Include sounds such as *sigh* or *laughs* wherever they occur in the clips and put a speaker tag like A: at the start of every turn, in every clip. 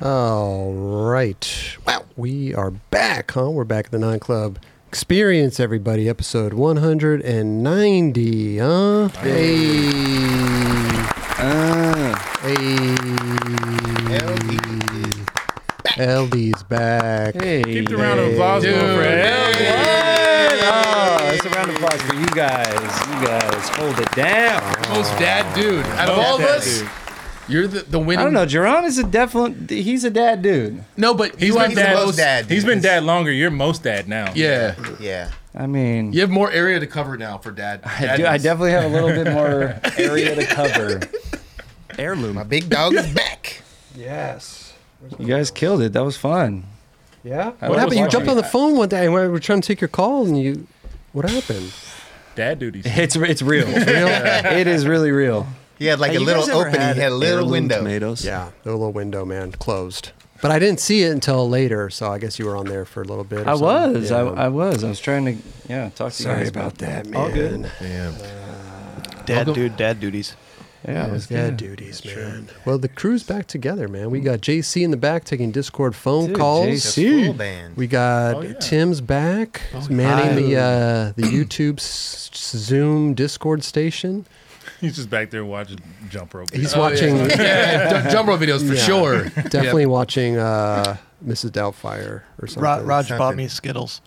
A: All right. Wow. We are back, huh? We're back at the Nine Club Experience, everybody. Episode 190, huh? Hey. Hey. LD's back.
B: Hey,
C: Keep the round of applause
B: dude.
C: going for Elliot.
B: Oh, it's a round of applause for you guys. You guys hold it down.
C: Most dad dude. Out of
B: Most
C: all of
B: dad
C: us,
B: dude.
C: you're the, the winning.
B: I don't know. Jerron is a definitely he's a dad dude.
C: No, but
D: He's
C: you
D: been
C: have the
D: dad-
C: most
D: most dad dude.
C: He's
D: He's
C: been.
D: been-
E: been dad longer. You're most dad now.
C: Yeah.
D: Yeah.
B: I mean,
C: You have more area to cover now for dad.
B: I, do, I definitely have a little bit more *laughs* area to cover.
D: My
B: Heirloom.
D: big dog *laughs* is back.
A: Yes.
B: You guys killed it. That was fun.
A: Yeah?
B: I
A: What
B: was
A: happened? You
B: watching
A: jumped on the
B: that.
A: phone one day and we were trying to take your call and you. What happened?
E: Dad duties.
F: *laughs*
B: It's it's *laughs* real. it is really real.
D: He had like
G: Hey,
D: a
G: you
D: little
G: guys ever
D: opening. He had a little
G: heirloom
D: window.
G: Tomatoes.
A: Yeah. The little window, man, closed. But I didn't see it until later, so I guess you were on there for a little bit. or
B: I
A: something.
B: was. I,
A: Yeah.
B: I was. I was trying to yeah talk to you
G: Sorry
B: guys
G: about that, man.
B: All good.
G: Dad
C: Welcome.
G: dude, dad duties.
B: Yeah, it was
A: Yeah,
B: good.
A: duties, man. Well, the crew's back together, man. We got JC in the back taking Discord phone
B: Dude,
A: calls.
B: JC.
D: The full band.
A: We got
E: Oh, yeah.
A: Tim's back, He's manning the uh, the YouTube s- s- Zoom Discord station.
E: He's just back there watching jump rope.
A: He's
C: Oh,
A: *laughs*
C: yeah.
A: watching,
C: *laughs* Yeah, yeah, jump rope videos for
A: Yeah.
C: sure.
A: definitely watching uh, Mrs. Doubtfire or something.
G: Rod, Raj bought
D: Something.
G: me Skittles.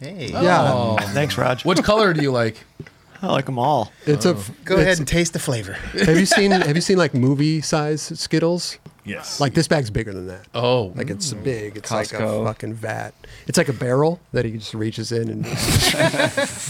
D: hey.
A: Yeah,
C: Oh.
G: Thanks, Raj.
C: What color do you like?
G: I like them all.
A: it's a. f-
D: Go
A: it's-
D: ahead and taste the flavor. Oh,
A: have you
G: *laughs*
A: seen Have you seen like movie size Skittles?
E: yes.
A: Like this bag's bigger than that.
C: Oh,
A: Like it's big. It's like a
B: Costco.
A: fucking vat. It's like a barrel that he just reaches in and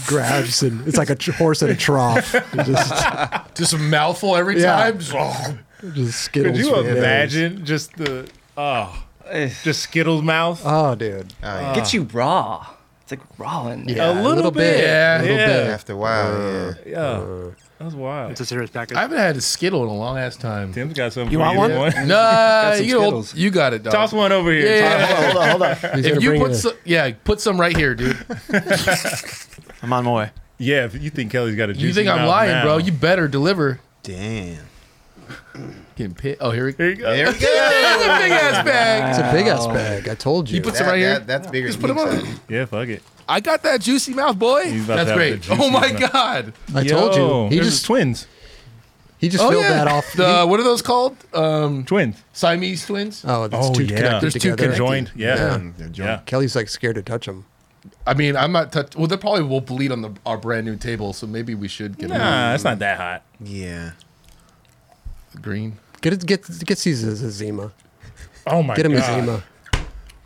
A: grabs, and it's like a tr- horse at a trough. It Just,
C: just a mouthful every
A: Yeah.
C: time. Just, oh.
A: just
E: Could
A: skittles.
E: you
A: for days.
E: imagine just the oh,
B: Eh,
E: just Skittles mouth?
A: Oh, dude.
D: Oh, yeah.
B: Gets you raw. It's like raw in there.
A: Yeah,
E: a little, bit.
C: Yeah.
A: A little
E: yeah.
D: After a while, yeah.
E: Yeah. that was wild.
G: It's a serious package.
C: I haven't had a Skittle in a long ass time.
E: Tim's got something.
G: You
E: for
G: want
E: you.
G: one?
E: One?
C: Nah,
B: some
C: you, old,
B: Skittles.
C: you got it, dog.
E: Toss one over here.
C: Yeah, yeah, yeah.
G: hold on, hold on. hold on.
A: He's gonna
C: If you
A: bring
C: put
A: it
C: some, yeah, put some right here, dude.
G: I'm on my way.
E: Yeah, if you think Kelly's got a juicy
C: You think I'm
E: mouth
C: lying,
E: now.
C: bro? You better deliver.
D: Damn.
C: Getting pit. Oh, here we *laughs* go.
E: There you go.
D: There we go.
C: That's a big ass bag.
A: it's a big ass bag. I told you.
C: You put
D: That-
C: some right here.
D: that- that's bigger
C: Just put
D: than
C: them on.
D: me, so-
E: Yeah, fuck it.
C: I got that juicy mouth, boy.
E: He's about to
C: That's
E: have
C: great.
E: the juicy
C: Oh my
E: mouth.
C: god.
A: I told
E: Yo,
A: you. He
E: there's
A: just
E: twins.
A: he just
C: oh
A: filled
C: yeah.
A: that off.
C: The, what are those called? Um,
E: Twins.
C: Siamese twins.
A: oh, it's
E: Oh,
A: two
E: yeah.
A: connected
C: There's two
A: together.
C: connected.
E: Joined. Yeah.
D: Mm, they're
E: Yeah.
D: joined.
A: Kelly's like scared to touch him.
C: I mean, I'm not touch. Well, they probably will bleed on the our brand new table, so maybe we should get
E: Nah,
C: them
E: it's not that hot.
D: Yeah.
C: green.
A: Get it. Get get these a Zima.
E: Oh my
A: Get him a
E: god.
A: Zima.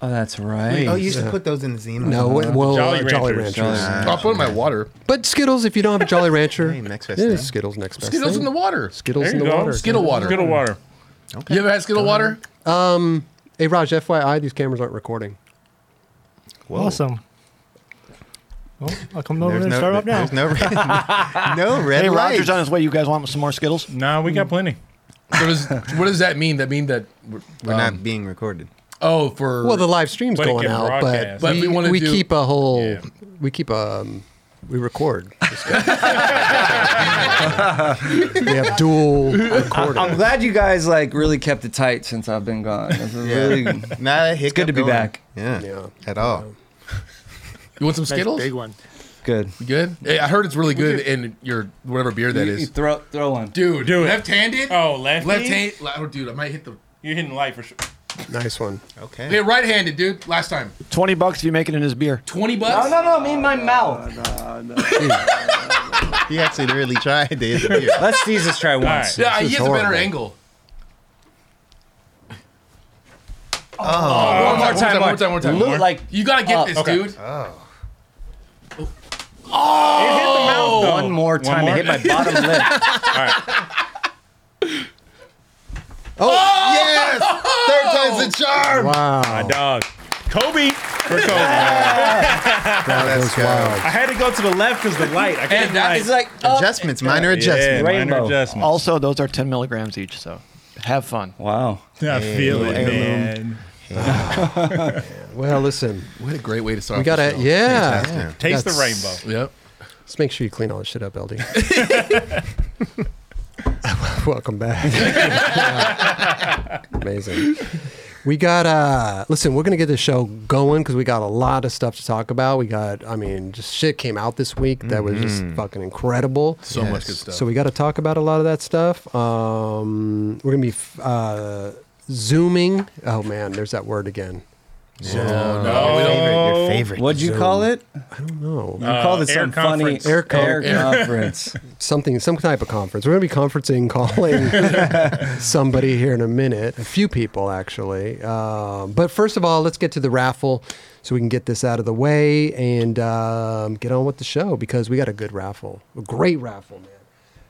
B: Oh, that's right.
D: Oh, you used
A: Yeah.
D: to put those in the Zima.
A: No, well,
E: Jolly
A: uh, Jolly
E: Ranchers.
A: Ranchers.
B: Jolly-
C: I'll put it in my water.
A: But Skittles, if you don't have a Jolly Rancher,
D: *laughs* Hey, next
A: it
D: best
A: is
D: thing.
A: Skittles next best
C: Skittles
A: thing.
C: in the water.
A: Skittles
E: There
A: in
E: you
A: the
E: go.
A: water.
C: Skittle water.
E: Skittle water.
C: You ever had Skittle water?
A: Hey, Raj, FYI, these cameras aren't recording.
G: Awesome.
H: Well, I'll come over
D: There's
H: and start
D: no,
H: up now.
D: there's no red,
H: *laughs*
D: no red
G: Hey,
D: light.
G: Roger's on his way. You guys want some more Skittles?
E: Nah, we got plenty.
C: So does, what does that mean? That mean that we're,
D: We're
C: um,
D: not being recorded.
C: Oh, for
A: Well, the live stream's
E: But it
A: going
E: can
A: out, but,
E: broadcast.
C: But
A: we,
C: we wanna
A: we
C: do-
A: keep a whole,
E: Yeah.
A: we keep um, we record. we have dual recording.
B: I'm glad you guys like really kept it tight since I've been gone. This is
D: Yeah.
B: really
D: Not a hiccup.
B: good to be
D: going.
B: back.
D: Yeah.
A: Yeah.
D: At all.
C: you want some Skittles?
G: big one.
B: good.
C: You Good. Hey, I heard it's really good in your whatever beer that
B: you, you
C: is.
B: throw throw one.
C: Dude,
E: Do it.
C: left-handed.
E: Oh, lefty.
C: Left hand, oh, dude. I might hit the.
E: You're hitting light for sure.
A: nice one.
D: Okay.
C: Hey, right-handed, dude. Last time,
G: Twenty bucks if you make it in his beer.
C: twenty
B: No,
C: bucks.
B: no, no! I mean my mouth.
D: He actually really tried to hit the beer.
B: Let's these just try once.
C: Yeah, he
A: is
C: has a better
A: horrible.
C: angle.
D: Oh,
C: One more time. One more time. One more time.
B: Look like
C: You gotta get
B: Uh,
C: this,
E: okay.
C: dude.
E: Oh,
B: one more time.
E: more?
B: It hit my bottom lip.
D: yes! Third time's the charm.
A: Wow,
E: *laughs* Dog. Kobe for Kobe.
D: Let's go.
E: I had to go to the left because the light. I couldn't
C: And that
E: like-
C: is
B: It's like up.
D: Adjustments, minor
E: Yeah,
D: adjustments.
B: Rainbow.
E: minor adjustment.
G: Also, those are ten milligrams each. So have fun.
B: Wow.
E: I feel it,
D: Heirloom.
E: man.
A: Well, listen,
C: What a great way to start.
A: we
C: off the
A: gotta,
C: show.
A: yeah.
D: Yeah.
E: Taste the
A: That's-
E: rainbow.
C: Yep.
A: Let's make sure you clean all this shit up,
D: *laughs*
A: LD. Welcome back. *laughs* Amazing. We got uh listen, we're gonna get this show going because we got a lot of stuff to talk about. We got I mean, just shit came out this week that was just
D: Mhm.
A: fucking incredible.
D: So much Yes. good stuff.
A: So we gotta talk about a lot of that stuff. Um we're gonna be f- uh zooming. Oh man, there's that word again. Zoom.
B: Oh, no, we don't- Favorite, your favorite. What'd you call it?
A: I don't know.
B: You Uh, called it air something funny. conference.
A: Air, con-
B: Air conference.
A: *laughs* something, some type of conference. We're going to be conferencing,
D: *laughs*
A: calling somebody here in a minute. A few people, actually. Um, but first of all, let's get to the raffle so we can get this out of the way and um, get on with the show because we got a good raffle, a great raffle, man.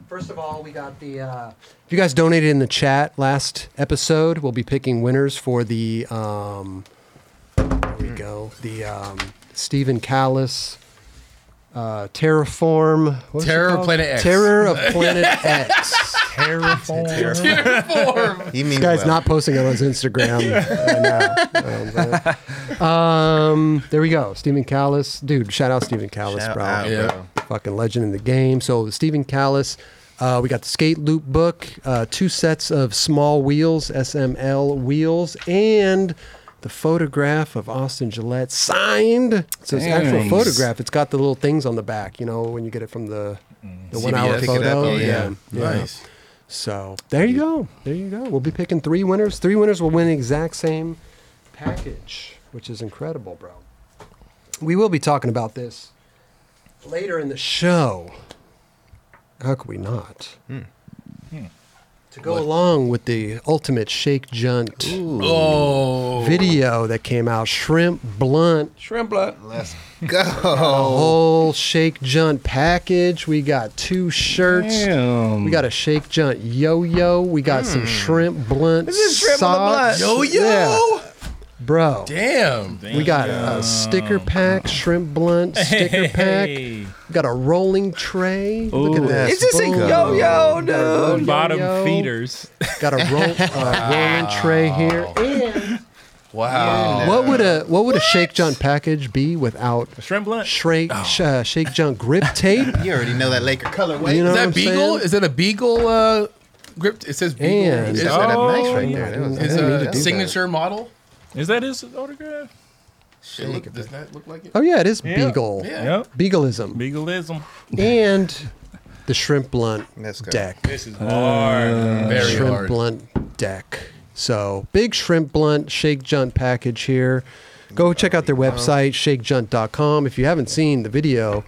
A: First of all, we got the. Uh, If you guys donated in the chat last episode, we'll be picking winners for the. Um, there we go. The um, Stephen Callis uh, Terraform. what was it
C: Terror of
A: called?
C: Planet X.
A: Terror
C: *laughs*
A: of Planet X. Terraform.
C: Terraform.
D: *laughs* He
A: This
D: means
A: guy's
D: well.
A: not posting it on his Instagram.
D: *laughs*
A: I know. I know, but- um, there we go. Stephen Callis. Dude, shout out Stephen Callis,
D: Shout
A: bro.
D: out, Yeah. bro.
A: Fucking legend in the game. So, Stephen Callis. Uh, we got the Skate Loop book, uh, two sets of small wheels, SML wheels, and the photograph of Austin Gillette signed. So it's an actual
B: Nice.
A: photograph. It's got the little things on the back, you know, when you get it from the, the one hour
D: CBS. Pick it up,
A: photo.
D: oh, yeah. Nice.
A: So there you go. There you go. We'll be picking three winners. Three winners will win the exact same package, which is incredible, bro. We will be talking about this later in the show. How could we not? Hmm. To go along with the ultimate Shake Junt
D: Oh.
A: video that came out, Shrimp Blunt
D: Shrimp blood. Let's go.
A: a whole Shake Junt package. We got two shirts. We got a Shake Junt yo-yo. We got some shrimp blunt
D: This is shrimp on the
A: socks.
D: blunt. Yo-yo?
A: Yeah. Bro.
C: Damn.
A: We got a sticker pack, shrimp blunt, sticker pack.
E: Hey.
A: We got a rolling tray. Look
E: Ooh.
A: at this.
E: Is this a
A: Boom.
E: yo-yo,
A: We got a roll
E: dude? Bottom
A: yo-yo.
E: feeders.
A: Got a roll, uh, rolling tray here. And
C: Wow.
A: What would a what would a shake junk package be without shrimp blunt? Shake sh- uh, shake junk grip tape.
D: You already know that Laker colorway.
A: You know what
C: is that
A: I'm
C: beagle?
A: saying?
C: Is that a beagle uh, grip? It says beagle.
A: And-
C: Is
A: That's
C: that
A: not
D: nice right there. That was-
C: his
A: I Oh, didn't mean to
C: uh,
A: do that.
C: signature model?
E: Is that his autograph?
C: It look, does that look like it?
A: Oh yeah, it is
E: Yeah.
A: beagle.
E: Yeah. Yep. *laughs*
A: Beagleism.
E: Legalism.
A: and the shrimp blunt
D: Let's go.
A: deck.
E: This is hard.
C: Very
A: shrimp
C: hard.
A: blunt deck. So big shrimp blunt shake junt package here. Go check out their
C: Uh-huh.
A: website shakejunt.com. If you haven't seen the video,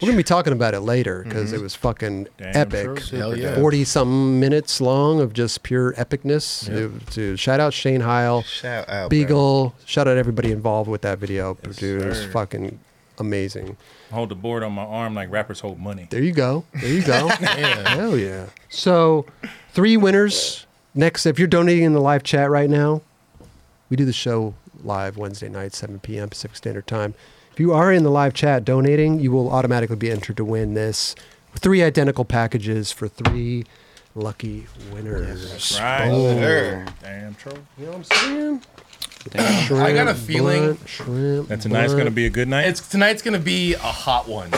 A: we're gonna be talking about it later because it was fucking
E: Damn,
A: epic.
E: sure.
C: Mm-hmm. Hell yeah.
A: Forty something minutes long of just pure epicness. To, to- shout out Shane Heil,
D: Shout out, bro.
A: Beagle. Shout out everybody involved with that video. Dude, it was fucking amazing.
E: Hold the board on my arm like rappers hold money.
A: There you go. There you
C: *laughs*
A: go. Hell yeah. So, three winners. Next, if you're donating in the live chat right now, we do the show live Wednesday night, 7 p.m. Pacific Standard Time. If you are in the live chat donating, you will automatically be entered to win this. Three identical packages for three lucky winners.
E: Right.
D: Sure.
E: Damn troll.
A: You know what I'm saying?
C: I got a
A: Shrimp
C: feeling-
A: blunt, shrimp
E: And tonight's
A: blunt.
E: gonna be a good night.
C: It's tonight's gonna be a hot one.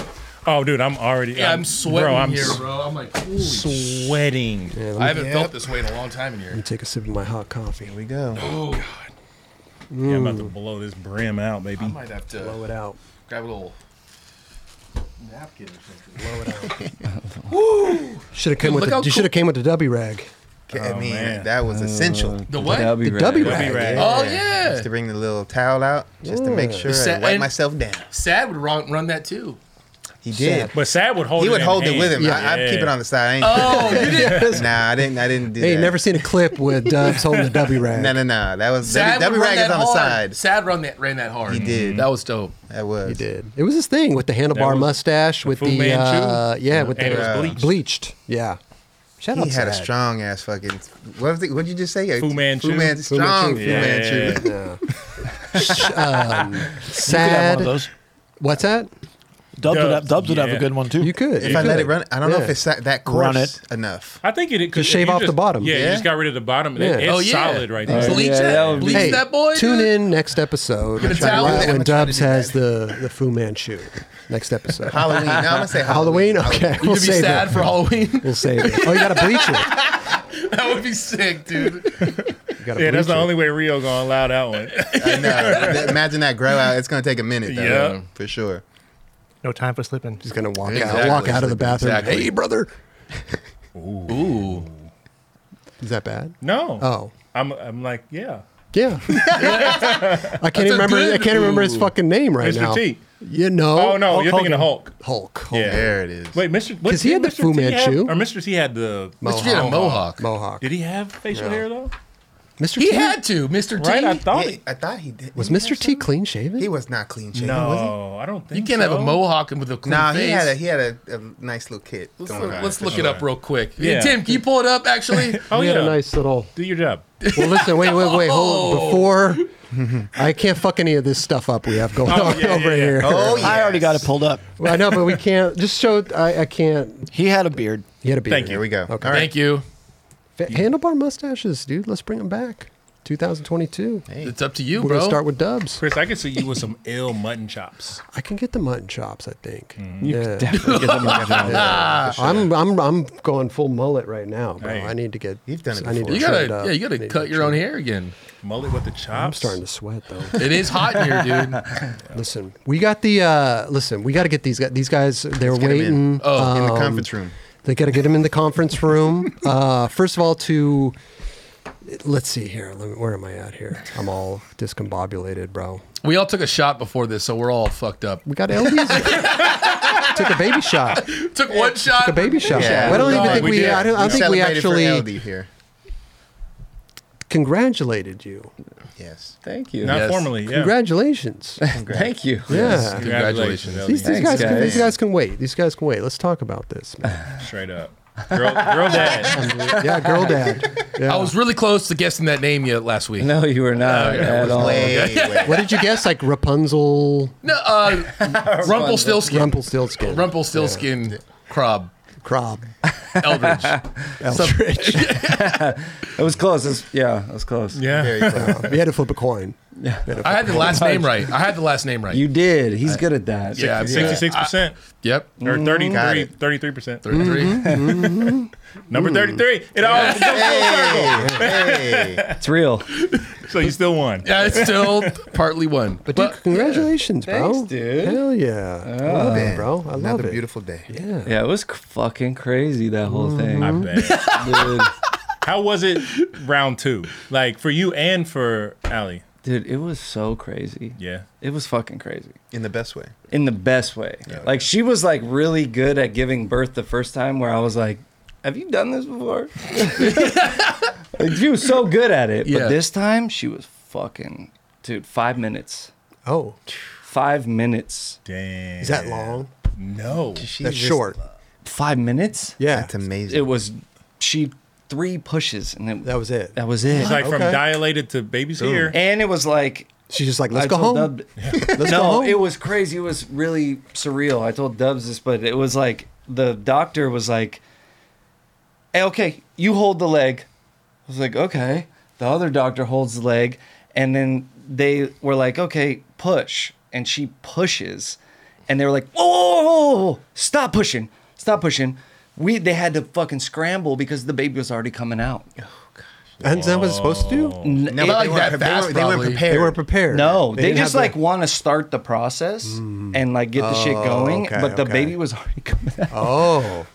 E: oh, dude, I'm already.
C: Yeah, I'm sweating
E: bro, I'm
C: here,
E: s-
C: bro. I'm like, holy
E: Sweating.
A: Yeah,
C: I
A: let, me,
C: haven't felt this way in a long time in
A: let me
C: here.
A: take a sip of my hot coffee.
D: Here we go.
C: Oh god,
E: Yeah, I'm about to blow this brim out, baby.
C: I might have to
A: Blow it out.
C: grab a little napkin or something.
A: Should have come with
C: Dude, look
A: the,
C: how
A: you should have came with the W rag.
D: I mean,
E: man.
D: that was essential.
C: The what?
A: The W
E: W
A: rag.
E: rag.
C: Oh
D: I used
C: yeah.
D: to bring the little towel out just to make
A: Yeah.
D: sure
C: Sa-
D: I wipe
C: and-
D: myself down.
C: Sad would run, run that too.
D: He did.
E: But Sad would hold.
D: He
E: it
D: would
E: in
D: hold it
E: hand.
D: with him. I, I'd keep it on the side. I ain't
C: *laughs* Oh, you did.
D: Nah, I didn't. I didn't do
A: Hey,
D: that.
A: never seen a clip with Dubs holding the W rag.
D: No, no, no. That was
C: Sad
D: W
C: would run
D: rag is
C: that
D: on the
C: hard.
D: side.
C: Sad run that ran that hard.
D: He did.
C: That was dope.
D: That was.
A: He did. It was his thing with the handlebar
E: That was
A: mustache, with
E: Fu
A: the
E: Manchu?
A: uh, yeah, with
E: And
A: the
E: it was
A: uh,
E: bleached.
A: Yeah. Shout
D: He
A: out
D: had a
A: Sad.
D: strong ass fucking. What was it, what'd you just say?
E: Fu Manchu.
D: Fu Manchu.
A: Fu
D: Strong
A: Manchu.
D: Fu
E: Yeah.
D: Manchu.
A: Yeah. Sh- um,
G: You could have one
A: sad.
G: of those.
A: What's that?
G: Dubs, would have,
E: Dubs,
G: Dubs would have
E: yeah.
G: a good one too.
A: You could.
D: If
A: you
D: I let
A: could.
D: it run, I don't know if
A: Yeah.
D: it's that, that coarse
G: Run
D: enough.
E: I think it could
A: Just shave
E: you
A: off the
E: just-
A: bottom.
E: Yeah, you
D: Yeah.
E: just got rid of the bottom. It-
A: Yeah.
E: It's
C: Oh, yeah.
E: solid right there.
C: Bleach
B: yeah,
C: that,
B: that would be-
C: bleach
A: Hey,
C: that boy.
A: tune
C: dude.
A: in next episode
C: Give it
A: Try
C: to
A: to
C: Alan.
A: laugh
D: I'm
A: when
D: gonna try to
A: Dubs
D: do
A: has
D: that.
A: the the Fu Manchu. Next episode.
D: Halloween. No, I'm going to say Halloween.
A: Halloween. Okay,
C: You
A: we'll
C: could be
A: save
C: sad
A: it.
C: for Halloween. *laughs*
A: We'll save it. Oh, you got to bleach it.
C: that would be sick, dude.
A: got a
E: *laughs* Yeah, that's
A: bleacher.
E: the only way Rio gonna allow that one.
D: *laughs* I know. Th- Imagine that grow out. It's gonna take a minute, though,
E: Yeah.
D: for sure.
H: No time for slipping.
A: He's gonna walk out,
D: Exactly.
A: walk out of the bathroom.
D: Exactly.
A: Hey, brother,
C: Ooh.
A: is that bad?
E: No.
A: Oh,
E: I'm I'm like, yeah.
A: *laughs* yeah. I can't
C: a
A: remember. I
C: good-
A: can't remember his
C: Ooh.
A: fucking name right
E: Mr.
A: now.
E: T.
A: You know?
E: Oh, no,
A: Hulk
E: you're thinking of Hulk.
A: Hulk. Hulk.
E: Yeah.
D: There it is.
E: Wait, Mr.
A: 'Cause he had the Fu Manchu.
E: Or Mr. T had the
C: Mr. T had a mohawk.
A: Mohawk.
E: Did he have facial hair though?
A: Mr.
C: He
A: T
C: had to, Mr. T.
E: Right? I thought
D: Yeah,
E: he,
D: I thought he did.
A: was Mr. T clean shaven?
D: He was not clean shaven.
E: No,
D: was he?
E: I don't think
C: you can't have
E: so.
C: a mohawk and with a clean
D: Nah,
C: face.
D: he had a he had a, a nice little kit.
C: let's
D: going
C: look,
D: on,
C: let's
D: for
C: look
D: sure.
C: it up real quick.
E: Yeah.
C: Hey, Tim, can you pull it up, *laughs* actually?
E: Oh
A: He
E: yeah.
A: had a nice little.
E: Do your job.
A: Well, listen, wait, wait, wait. Hold before. I can't fuck any of this stuff up we have going
E: Oh,
A: on
E: yeah, yeah,
A: over
E: yeah.
A: here.
D: Oh, yes.
G: I already got it pulled up.
A: Well, I know, but we can't. Just show. I, I can't.
G: He had a beard.
A: You had a beard.
E: Thank
D: Here we go.
A: Okay.
D: All right.
C: Thank you.
A: Fa- Handlebar mustaches, dude. Let's bring them back. 2022.
C: It's up to you,
A: We're
C: bro.
A: gonna start with Dubs.
E: Chris, I can see you with some *laughs* ill mutton chops.
A: I can get the mutton chops. I think.
G: You
A: Yeah.
G: definitely get him a
A: Yeah.
D: Ah,
A: I'm I'm I'm going full mullet right now, bro.
E: Hey.
A: I need to get.
D: You've done it
A: I need to
C: you
A: trim
C: gotta,
A: it up.
C: yeah, you
A: I
C: gotta
A: need
C: cut
A: to
C: your
A: trim
C: own
A: it.
C: hair again.
E: Mullet with the chops.
A: I'm starting to sweat though.
C: It is hot in here,
A: *laughs*
C: dude.
A: listen, we got the. uh Listen, we got to get these guys. These guys, they're
D: get 'em in.
A: waiting.
D: Oh, in the
A: um,
D: conference room.
A: They got to get him in the conference room. *laughs* Uh, first of all, to let's see here. Let me, where am I at here? I'm all discombobulated, bro.
C: We all took a shot before this, so we're all fucked up.
A: We got LDs. *laughs* Took a baby shot. Took
C: Took one shot.
A: a baby shot.
D: Yeah,
A: I don't
D: we
A: even
D: did.
A: think
E: We
A: we.
E: did.
A: I don't. I
D: We
A: don't think we
D: celebrated for
A: actually
D: LD here.
A: congratulated you.
D: Yes.
F: Thank you.
E: Not
C: Yes.
E: formally, yeah.
A: Congratulations.
F: Thank you.
B: *laughs*
A: Yeah.
C: Congratulations.
A: These, these
F: Thanks,
A: guys, can, these
F: guys.
A: guys can wait. These guys can wait. Let's talk about this. man.
E: Straight up. Girl, girl dad.
A: Yeah, girl dad. Yeah.
C: I was really close to guessing that name yet last week.
F: No, you were not at all.
D: Way, *laughs* way.
A: what did you guess? Like Rapunzel,
C: No,
A: *laughs*
C: uh, Rumpelstiltskin.
A: Rumpelstiltskin,
C: Rumpelstiltskin Crob.
A: Crab. *laughs*
C: Eldridge. Eldridge.
F: It was close. It's, yeah, it was close.
E: Yeah.
D: Very close.
A: We had to flip a coin.
C: I had the last name right. I had the last name right.
F: You did. He's good at that.
C: yeah, yeah.
E: 66%
C: Yep.
E: or 33
D: Got it.
E: 33%.
C: 33.
A: Mm-hmm. *laughs*
E: Number 33. It all it goes full circle.
D: Hey, hey.
F: It's real.
E: So you still won.
C: Yeah, it's still partly one.
A: But, dude, congratulations, bro.
F: Thanks, dude.
A: Hell yeah. I love it,
D: Man,
A: bro. I love
D: Another
A: it.
D: beautiful day.
A: Yeah.
F: Yeah, it was c- fucking crazy that whole
A: Mm-hmm.
F: thing.
E: I bet.
F: Dude,
E: How was it round two? Like for you and for Allie?
F: dude, it was so crazy.
E: Yeah.
F: It was fucking crazy.
D: In the best way.
F: In the best way. Like she was like really good at giving birth the first time where I was like, Have you done this before? *laughs* like, she was so good at it.
C: Yeah.
F: But this time she was fucking dude, five minutes.
A: Oh,
F: Five minutes.
E: Damn.
A: is that long?
E: No.
D: She's
A: That's
D: just-
A: short.
F: Five minutes?
A: Yeah.
D: That's amazing.
F: It was she three pushes and it,
A: That was it.
F: that was it.
E: It's like from
A: Okay.
E: dilated to baby's here.
F: and it was like
A: She's just like, let's
F: I
A: go home.
F: told Dub-
A: Let's
F: no,
A: go home.
F: it was crazy. It was really surreal. I told Dubs this, but it was like the doctor was like, "Hey, okay, you hold the leg." I was like, "Okay." The other doctor holds the leg, and then they were like, "Okay, push," and she pushes, and they were like, "Whoa, whoa, whoa, whoa, whoa. stop pushing, stop pushing." We they had to fucking scramble because the baby was already coming out.
A: and is that what it's supposed to do?
F: N-
D: No,
F: it-
D: but
C: like
D: they weren't-
C: that
D: they
C: fast,
D: weren't- They weren't
C: probably.
D: prepared.
A: They weren't prepared.
F: No, they,
A: didn't
F: just
A: have
F: like
A: the-
F: want to start the process and like get the shit
A: Oh,
F: going,
A: okay,
F: but the
A: okay.
F: baby was already *laughs* coming out.
A: oh,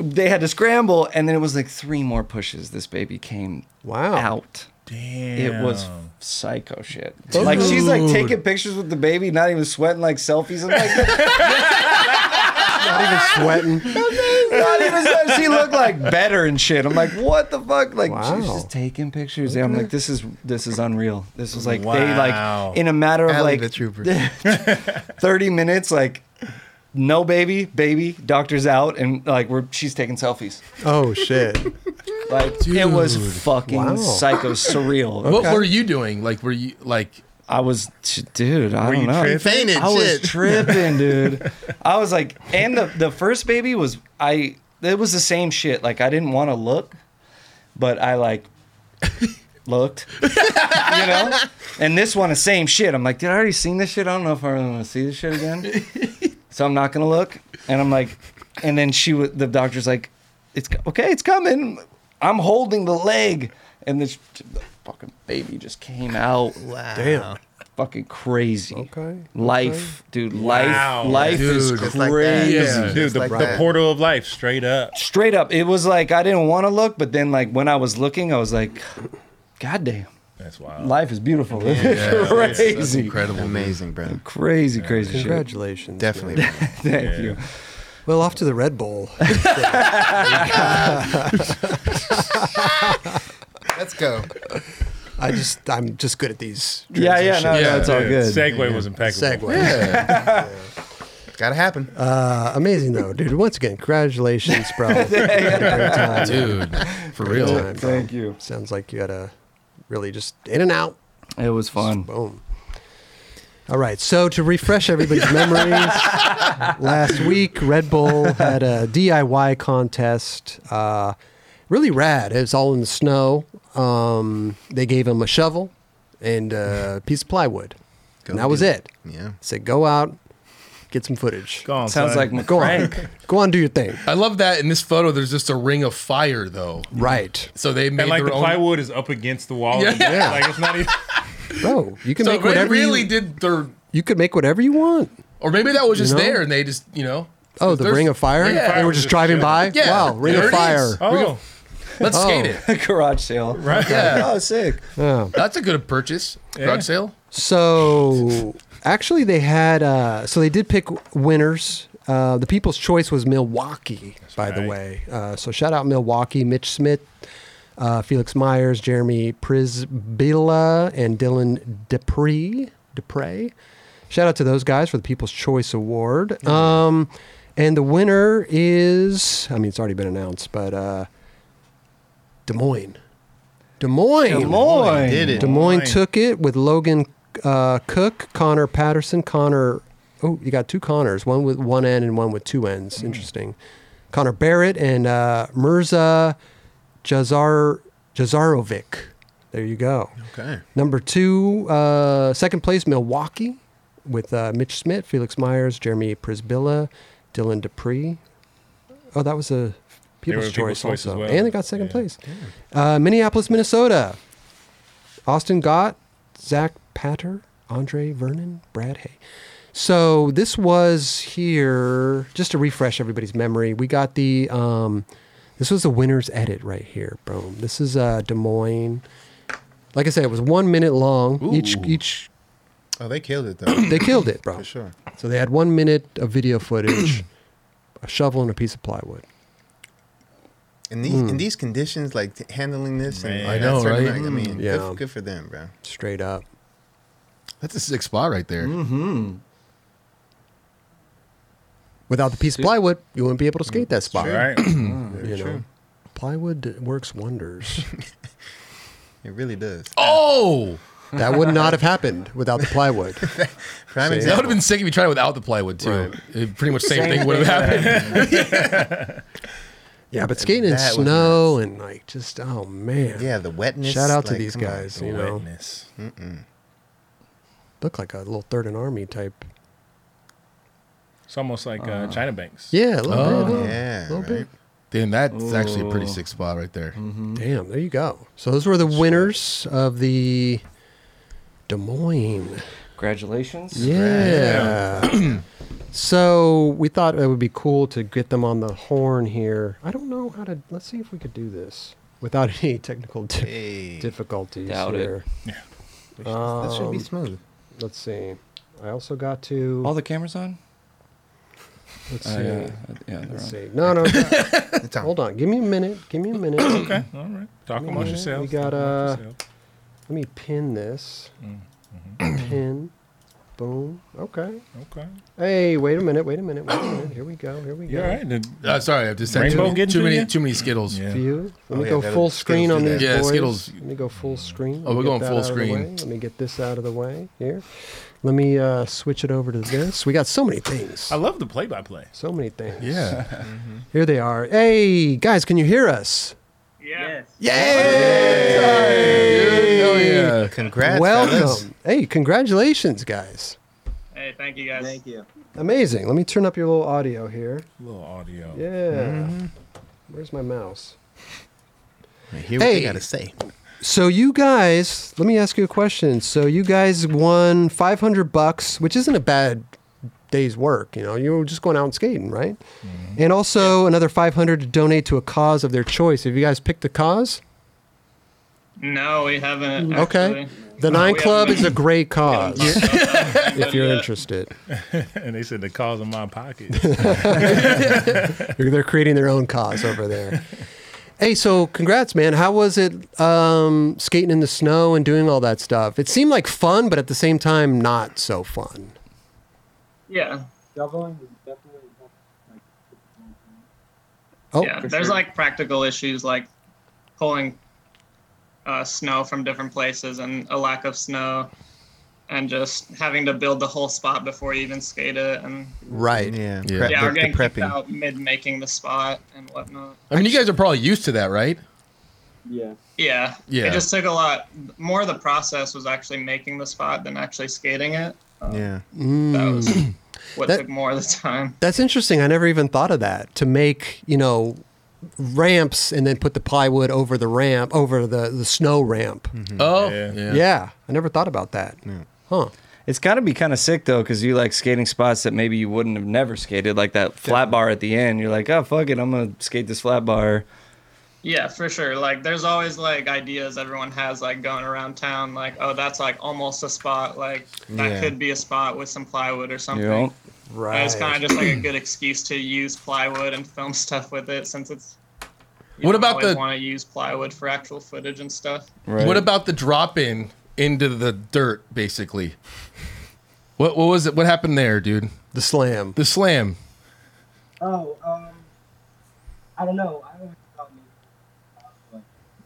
F: They had to scramble, and then it was like three more pushes. This baby came
A: Wow.
F: out.
E: Damn.
F: It was psycho shit. Like she's like taking pictures with the baby, not even sweating, like selfies. I'm like,
A: not even sweating.
F: not
A: *laughs*
F: even sweating. She looked like better and shit. I'm like, what the fuck? Like she's
A: Wow.
F: just taking pictures. Yeah, I'm like, this is this is unreal. This was like they
E: Wow.
F: like in a matter of
D: Ally
F: like
D: the
F: *laughs*
D: trooper.
F: 30 minutes like no baby baby doctor's out and like we're she's taking selfies
A: Oh shit.
F: like it was fucking
A: Wow.
F: psycho surreal
C: What were you doing? Like, were you, like,
F: i was dude i
E: you
F: don't know
E: tripping?
D: Fainted,
F: i was
D: shit. *laughs*
F: tripping dude i was like and the, the first baby was i it was the same shit like i didn't want to look but i like *laughs* looked you know and this one the same shit i'm like did i already seen this shit i don't know if i really want to see this shit again so I'm not gonna look. And I'm like, and then she, wa- the doctor's like, it's co- okay, it's coming. I'm holding the leg, and this, fucking baby just came out.
D: Wow.
A: Damn.
F: fucking crazy.
A: Okay,
F: Life, dude.
E: Wow.
F: Life. Life is
D: Dude,
F: crazy.
D: just like that.
C: Yeah.
E: Dude, the,
D: like
E: the
D: that.
E: portal of life, straight up.
F: Straight up, it was like I didn't want to look, but then like when I was looking, I was like, God damn,
E: That's wild.
F: life is beautiful. *laughs*
C: That's
F: crazy.
C: incredible.
D: Amazing, bro.
F: Crazy, crazy shit.
A: Congratulations.
D: Definitely.
A: man.
D: bro.
F: Thank you.
A: Well, off to the Red Bull.
D: *laughs*
A: *laughs*
D: Let's go.
A: I just, I'm just good at these.
F: Yeah, yeah, no, no,
C: Yeah,
F: it's all
E: Dude,
F: good. *laughs*
E: Segway was impeccable.
A: Segue.
D: Gotta happen.
A: Uh, amazing though, dude. Once again, congratulations, bro. *laughs*
C: Dude, for real.
A: Time, bro.
F: Thank you.
A: Sounds like you had a really just in and out.
F: It was fun.
A: Boom. All right. So to refresh everybody's memories, last week Red Bull had a DIY contest. Uh, really rad. It was all in the snow. Um, they gave him a shovel and a piece of plywood, and that was it.
D: Yeah.
A: Said go out, get some footage.
E: Go on,
F: Sounds
E: son.
F: like
A: Go on,
F: McCrank.
A: go on, do your thing.
C: I love that in this photo. There's just a ring of fire, though.
A: Right,
C: So they made
E: and like
C: their
E: the
C: own.
E: plywood is up against the wall.
C: Yeah.
A: Yeah.
E: Like it's not even.
A: bro. You can
C: So
A: make
C: they
A: whatever
C: really
A: you,
C: did their,
A: you could make whatever you want.
C: or maybe that was just
A: know?
C: there, and they just, you know.
A: Oh, the
C: There's-
A: Ring of Fire.
C: Yeah.
A: They were just driving by.
C: Yeah.
A: Wow, Ring
C: There
A: of
C: it is.
A: Fire.
E: Oh,
C: Let's skate it.
F: *laughs* Garage sale. Right.
C: Yeah,
F: Oh, sick.
A: *laughs* Yeah.
C: that's a good purchase.
E: Yeah.
C: Garage sale.
A: So actually, they had uh, so they did pick winners. Uh, the people's choice was Milwaukee, by the
E: right.
A: way. Uh, so shout out Milwaukee, Mitch Smith, uh, Felix Myers, Jeremy Prisbilla, and Dylan Dupree. Dupre. Shout out to those guys for the People's Choice Award. Um, and the winner is, I mean, it's already been announced, but uh, Des Moines. Des Moines.
F: Des Moines.
C: Did it.
A: Des Moines
E: Moines.
A: took it with Logan uh, Cook, Connor Patterson, Connor. Oh, you got two Connors, one with one N and one with two N's. Interesting. Connor Barrett and uh, Mirza Jazar Jazarovic. There you go.
D: Okay.
A: Number two, uh, second place, Milwaukee, with uh, Mitch Smith, Felix Myers, Jeremy Prisbilla, Dylan Dupree. Oh, that was a people's
E: were
A: choice
E: People's Choice as
A: also,
E: well.
A: and they got second
E: Yeah.
A: place. Uh, Minneapolis, Minnesota, Austin Gott, Zach Patter, Andre Vernon, Brad Hay. So this was here just to refresh everybody's memory. We got the um, this was the winner's edit right here, boom. This is uh, Des Moines. Like I said, it was one minute long. Each each
D: Oh, *clears throat* they killed it though.
A: they killed it, bro.
D: For sure.
A: So they had one minute of video footage, *clears throat* a shovel and a piece of plywood.
D: In these in these conditions, like t- handling this,
E: Man.
D: and
E: I
D: that
C: know,
D: sort of
C: right?
D: thing, I mean,
A: Yeah.
D: good, good for them, bro.
A: Straight up.
C: That's a sick spot right there.
D: Mm.
A: Without the piece of plywood, you wouldn't be able to skate that spot.
E: all right.
A: You know, plywood works
D: *laughs*
A: wonders.
D: It really does.
C: Oh,
A: that would not have happened without the
D: *laughs*
A: plywood.
D: Prime
A: see.
C: that would
D: example.
C: have been sick if you tried it without the plywood too.
A: Right.
C: It, pretty much same, thing would have happened.
E: *laughs*
A: Yeah, but skating in
D: That was
A: snow and like just oh man.
D: yeah, the wetness.
A: Shout out to
D: like,
A: these
D: come on.
A: guys.
E: The
A: you know,
E: wetness.
A: look like a little third and army type.
E: It's almost like uh, China Banks.
A: Yeah, a little
C: Oh,
A: bit. a
D: yeah,
A: little bit.
D: right.
C: Damn, that's actually a pretty sick spot right there.
E: Mm-hmm.
A: Damn, there you go. So those were the winners of the Des Moines.
F: Congratulations.
A: Yeah. *clears throat* so we thought it would be cool to get them on the horn here. I don't know how to. Let's see if we could do this without *laughs* any technical di-
D: Hey,
A: difficulties
F: Doubt it.
A: here.
D: that should be smooth.
A: Let's see. I also got to.
F: All the cameras on.
A: let's see.
F: Uh, yeah, yeah, they're
A: Let's
F: on.
A: see. No, no.
D: It's on.
A: hold on. Give me a minute. Give me a
F: *coughs*
A: minute. okay.
E: All right. Talk
A: We
E: amongst
A: got-
E: yourselves.
A: we got,
E: Talk amongst
A: uh,
E: yourselves.
A: Let me pin this.
F: Mm-hmm.
A: Pin. Boom. Okay.
E: Okay.
A: Hey, wait a minute. Wait a minute. Wait a minute. Here we go. Here we
E: You
A: go.
E: all right? Did-
C: Uh, sorry, I've just had
E: Rainbow
C: too many
E: getting
C: too
E: to
C: many,
E: you?
C: too many Skittles.
E: Yeah.
A: View. Let
D: Oh,
A: me
D: yeah,
A: go
D: that-
A: full
D: Skittles
A: screen
D: do
A: on
D: that.
A: these
C: Yeah,
A: boys.
C: Skittles-
A: Let me go full screen.
C: Oh, we're
A: Get
C: going
A: that
C: full
A: out of the
C: screen.
A: way. Let me get this out of the way here. Let me uh, switch it over to this. We got so many things.
E: I love the play-by-play.
A: So many things.
C: Yeah.
A: Here they are. Hey, guys, can you hear us?
C: Hell yeah.
D: Congrats.
A: Welcome.
D: fellas.
A: Hey, congratulations, guys.
I: Hey, thank you guys. Thank you.
A: Amazing. Let me turn up your little audio here.
E: little audio.
D: Mm-hmm.
A: Yeah. Where's my mouse?
D: Hear what
A: Hey.
D: they gotta say.
A: So you guys, let me ask you a question. So you guys won 500 bucks, which isn't a bad day's work. You know, you were just going out and skating, right?
I: Mm-hmm.
A: And also another 500 to donate to a cause of their choice. Have you guys picked a cause?
I: No, we haven't.
A: Okay.
I: Actually.
A: The
I: No,
A: Nine
I: *laughs* we
A: Club
I: haven't.
A: is a great cause if you're interested.
E: *laughs* and they said the cause of my pocket.
A: They're they're creating their own cause over there. Hey, so congrats, man. How was it um, skating in the snow and doing all that stuff? It seemed like fun, but at the same time, not so fun.
I: Yeah.
A: Oh,
I: yeah. There's like practical issues like pulling uh, snow from different places and a lack of snow and just having to build the whole spot before you even skate it. And
A: right.
D: Yeah,
G: Yeah.
D: prep-
I: yeah,
D: the-
I: we're
D: the
I: getting kicked out mid making the spot and whatnot.
C: I mean, you guys are probably used to that, right?
I: Yeah.
C: Yeah.
I: It just took a lot. More of the process was actually making the spot than actually skating it.
D: Yeah,
I: That was what
A: That-
I: took more of the time.
A: That's interesting. I never even thought of that. To make, you know, ramps and then put the plywood over the ramp, over the, the snow ramp.
E: Mm-hmm.
C: Oh,
E: Hmm. Yeah.
A: Yeah. I never thought about that. Huh.
F: It's got to be kind of sick though, because you like skating spots that maybe you wouldn't have never skated, like that flat bar at the end. You're like, oh fuck it, I'm gonna skate this flat bar.
I: Yeah, for sure. Like, there's always like ideas everyone has, like going around town, like, oh, that's like almost a spot. Like, that
D: Yeah.
I: could be a spot with some plywood or
F: You
I: something.
F: know,
A: Right.
I: And It's kind of just like a good excuse to use plywood and film *laughs* stuff with it, since it's.
C: What about the-
I: Want to use plywood for actual footage and stuff?
F: right?
C: What about the drop in into the dirt, basically? What what was it? What happened there, dude?
A: the slam.
C: The slam.
J: Oh, um, I don't know. I don't know. Uh,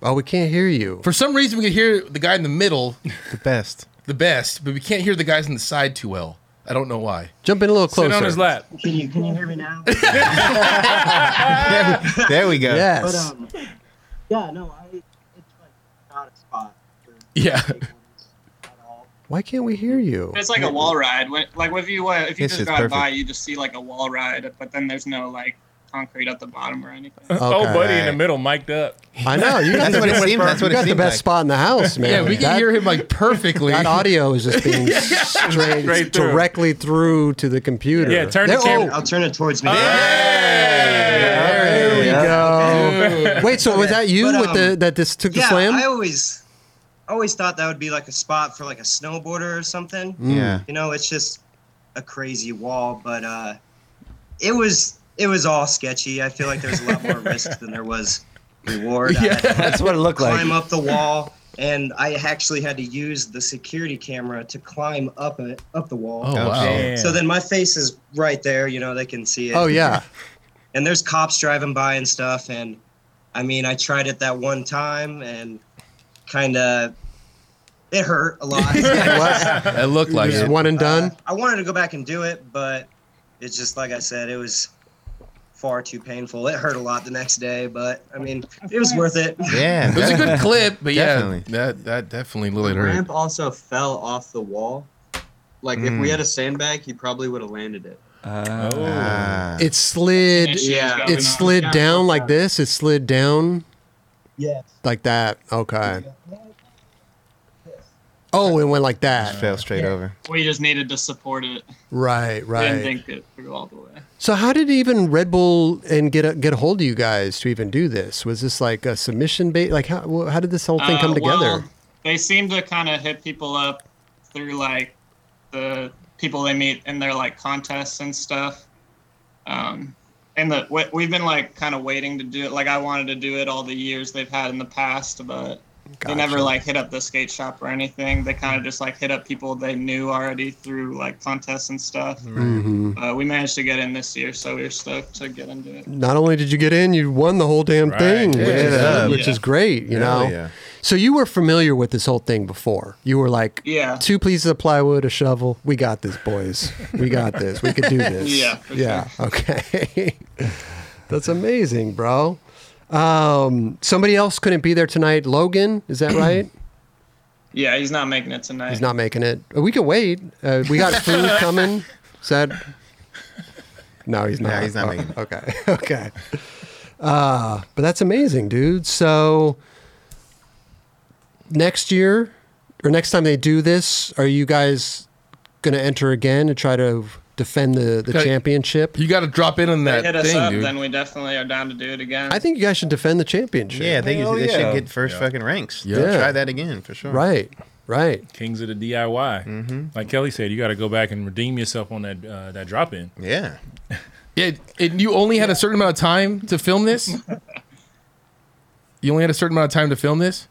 A: Oh, we can't hear you.
C: For some reason, we could hear the guy in the middle
D: the best.
C: the best, but we can't hear the guys on the side too well. I don't know why.
A: Jump in a little closer.
E: Sit on his lap.
J: Can you can you hear me now?
D: There we, there we go.
J: *laughs* but
A: Yes.
J: *laughs* um, yeah, no, I it's like not a spot for *laughs*
C: Yeah.
J: skateboarders at all.
A: Why can't we hear you?
I: It's like a wall ride. When, like if you went- if you
D: This
I: just
D: is
I: drive
D: perfect.
I: by, you just see like a wall ride, but then there's no like concrete at the bottom or anything.
E: Oh,
A: Okay.
E: buddy in the middle, mic'd up.
A: I know. You got,
D: That's
A: the,
D: what it seemed. That's
A: you
D: what it
A: got the
D: seemed
A: best
D: like.
A: spot in the house, man.
C: Yeah, we can
A: That-
C: *laughs* hear him like
A: *laughs*
C: perfectly.
A: That audio is just being straight,
E: Straight through.
A: directly through to the computer.
E: Yeah, turn the
A: There- oh,
E: camera-
J: I'll turn it towards me.
A: There we go. Wait, so was that you
J: But,
A: with the
J: um,
A: that this took the
J: yeah,
A: slam?
J: I always always thought that would be like a spot for like a snowboarder or something.
A: Mm.
D: Yeah.
J: You know, it's just a crazy wall, but uh, it was it was all sketchy. I feel like there was a lot more risk than there was
F: *laughs*
J: reward. I had to
F: That's what it looked like.
J: climb up the wall, and I actually had to use the security camera to climb up it up the wall.
C: oh, wow.
E: Damn.
J: So then my face is right there, you know, they can see it.
A: oh yeah.
J: And there's cops driving by and stuff. And I mean, I tried it that one time and kind of it hurt
F: *laughs*
J: a lot.
A: What?
C: It looked like
A: Just
C: it.
A: one and done.
J: Uh, I wanted to go back and do it, but it's just like I said, it was far too painful. It hurt a lot the next day, but I mean, it was worth it.
D: Yeah.
C: It was a
A: *laughs*
C: good clip, but yeah,
D: Definitely.
C: that that definitely really hurt.
K: ramp also fell off the wall. Like if
F: Hmm.
K: we had a sandbag, he probably would have landed it.
A: Oh.
F: Uh,
D: Ah.
A: it slid.
K: Yeah.
A: It slid down like this. It slid down
J: Yes.
A: like that. Okay. Oh, it went like that.
D: fell straight over.
I: We just needed to support it.
A: Right,
I: We didn't
A: right.
I: think it through all the way.
A: So, how did even Red Bull and get a, get a hold of you guys to even do this? Was this like a submission bait? Like, how wh- how did this whole thing
I: Uh,
A: come
I: well,
A: together?
I: they seem to kind of hit people up through like the people they meet in their like contests and stuff. Um, and the we- we've been like kind of waiting to do it. Like I wanted to do it all the years they've had in the past, but they never
A: Gotcha.
I: like hit up the skate shop or anything. They kind of just like hit up people they knew already through like contests and stuff.
A: Mhm.
I: Uh, we managed to get in this year, so we were stoked to get into it.
A: Not only did you get in, you won the whole damn
E: Right.
A: thing, which, is,
D: Yeah.
A: which is great. You
D: Hell
A: know.
D: yeah.
A: So you were familiar with this whole thing before. You were like,
I: Yeah.
A: two pieces of plywood, a shovel. We got this, boys. We got this. We could do this.
I: Yeah, for
A: Yeah. Okay. *laughs* That's amazing, bro. Um, somebody else couldn't be there tonight. Logan, is that right?
I: Yeah, he's not making it tonight.
A: He's not making it. We can wait. Uh, we
D: *laughs*
A: got food coming. Is that? No, he's
D: No,
A: not.
D: he's not
A: Oh,
D: making it.
A: Okay. *laughs* Okay. Uh, but that's amazing, dude. So next year or next time they do this, are you guys going to enter again and try to defend the, the
C: Okay.
A: championship?
C: You got to drop in on
I: They
C: that
I: hit us
C: thing,
I: up,
C: dude.
I: then we definitely are down to do it again.
A: I think you guys should defend the championship.
D: Yeah, they,
I: Hell
D: they
I: yeah.
D: should get first
E: Yeah.
D: fucking ranks.
A: Yeah.
D: Yeah. Try that again for sure.
A: Right, right.
E: Kings of the DIY.
A: Mm-hmm.
E: Like Kelly said, you got to go back and redeem yourself on that uh, that drop in.
D: Yeah.
C: Yeah, and you only had a certain amount of time to film
I: *laughs*
C: this. you only had a certain amount of time to film this.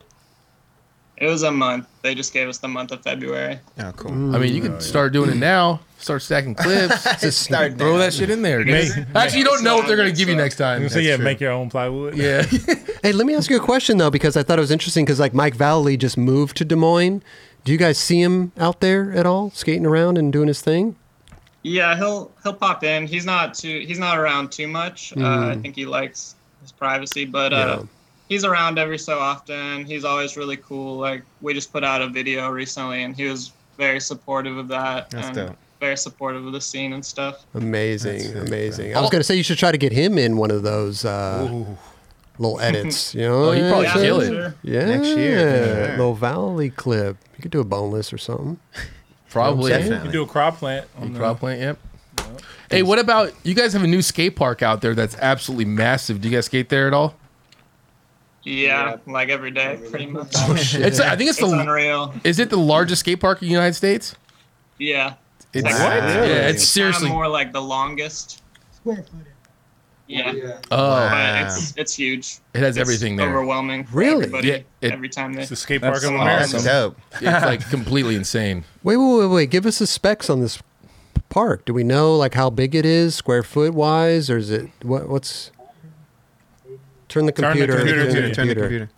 I: It was a month. They just gave us the month of February.
D: Oh, cool.
C: I mean, you can start doing it now. Start stacking
J: *laughs*
C: clips. Mm, Just
I: Start
C: throw
I: now.
C: that shit in there. dude.
I: Make-
C: Actually, you don't know what they're gonna give you next time.
E: So yeah, make your own plywood.
C: Yeah. *laughs*
A: Hey, let me ask you a question though, because I thought it was interesting because like Mike Valley just moved to Des Moines. Do you guys see him out there at all, skating around and doing his thing?
I: Yeah, he'll he'll pop in. He's not too he's not around too much. Uh, I
A: Mm.
I: think he likes his privacy, but uh,
A: Yeah.
I: he's around every so often. He's always really cool. Like we just put out a video recently, and he was very supportive of that.
A: That's
I: and
A: dope.
I: Very supportive of the scene and stuff.
A: Amazing, amazing. I Oh.
I: bro.
A: was going to say you should try to get him in one of those uh, little edits. You know,
C: Oh, he'd probably
A: Yeah, sure.
C: kill it.
A: Yeah,
C: Next year, for sure.
A: little Valley clip. You could do a boneless or something.
C: Probably.
A: You know what I'm
E: *laughs* You
A: saying?
E: can do a crop plant. on the-
C: Crop plant. Yep. Hey, what about you guys? Have a new skate park out there that's absolutely massive. Do you guys skate there at
J: *laughs*
C: all?
I: Yeah, like every day, pretty much.
C: It's, I think it's, the
I: unreal.
C: Is it the largest skate park in the United States?
I: Yeah.
C: It's, Yeah, it's
I: kinda
C: seriously.
I: more like the longest. Yeah.
C: Oh.
I: But it's it's huge.
C: It has
I: It's
C: everything there.
I: Overwhelming. for
C: Really?
I: everybody,
C: Yeah, it-
I: every time they. It's
E: the skate
C: That's awesome. It's
J: *laughs*
C: like completely insane.
A: Wait, wait, wait, wait. Give us the specs on this park. Do we know like how big it is, square foot wise, or is it what? What's turn the
K: Turn the
A: computer?
K: computer to you.
D: Turn the computer.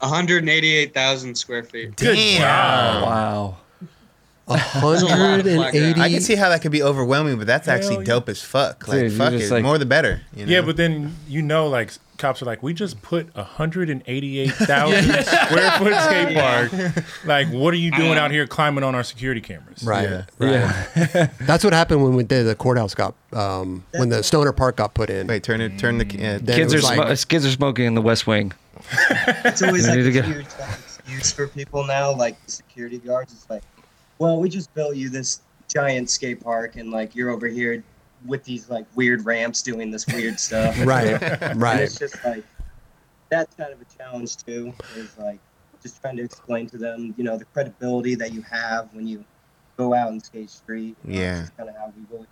K: 188,000 square feet.
D: Wow.
A: A
K: hundred and eighty-
D: I can see how that could be overwhelming, but that's
E: Hell
D: actually
E: yeah.
D: dope as fuck. Like,
E: Dude, you
D: fuck
E: just
D: it.
E: like-
D: More the better. You know?
E: Yeah, but then you know, like cops are like, we just put a hundred and eighty-eight
A: *laughs*
E: thousand square foot skate
A: Yeah.
E: park. Like, what are you doing out here climbing on our security cameras?
A: Right. right. That's what happened when we did the courthouse got um, when the Stoner Park got put in.
D: Wait, turn it. Turn the uh,
F: Kids are smo- kids are smoking in the West Wing.
J: It's always
F: We
J: like
F: need
J: a
F: to
J: huge
F: go.
J: like, excuse for people now, like the security guards. It's like, well, we just built you this giant skate park, and like you're over here with these like weird ramps doing this
F: *laughs*
J: weird stuff.
D: *laughs*
A: Right,
J: And
A: right.
J: It's just like that's kind of a challenge too. Is like just trying to explain to them, you know, the credibility that you have when you go out and skate street.
D: Yeah.
J: Kind of how we really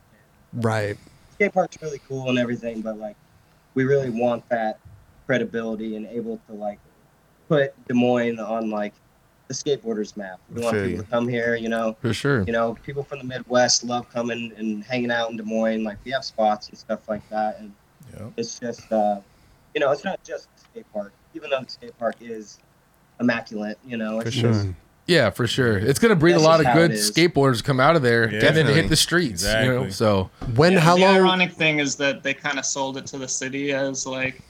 A: Right.
J: skate park's really cool and everything, but like we really want that credibility and able to like put Des Moines on like the skateboarders map. We want
C: Sure,
J: people
C: yeah.
J: to come here, you know.
C: For sure.
J: You know, people from the Midwest love coming and hanging out in Des Moines. Like we have spots and stuff like that, and it's just uh, you know, it's not just the skate park, even though the skate park is immaculate. You know, it's just
A: Mm.
C: Yeah, for sure. It's gonna breed
J: That's
C: a lot
J: just
C: of
J: how
C: good
J: it is.
C: skateboarders come out of there and then
I: Definitely.
C: hit the streets. You know,
I: Exactly.
C: so
A: when
I: Yeah, the ironic thing is that they kind of sold it to the city as like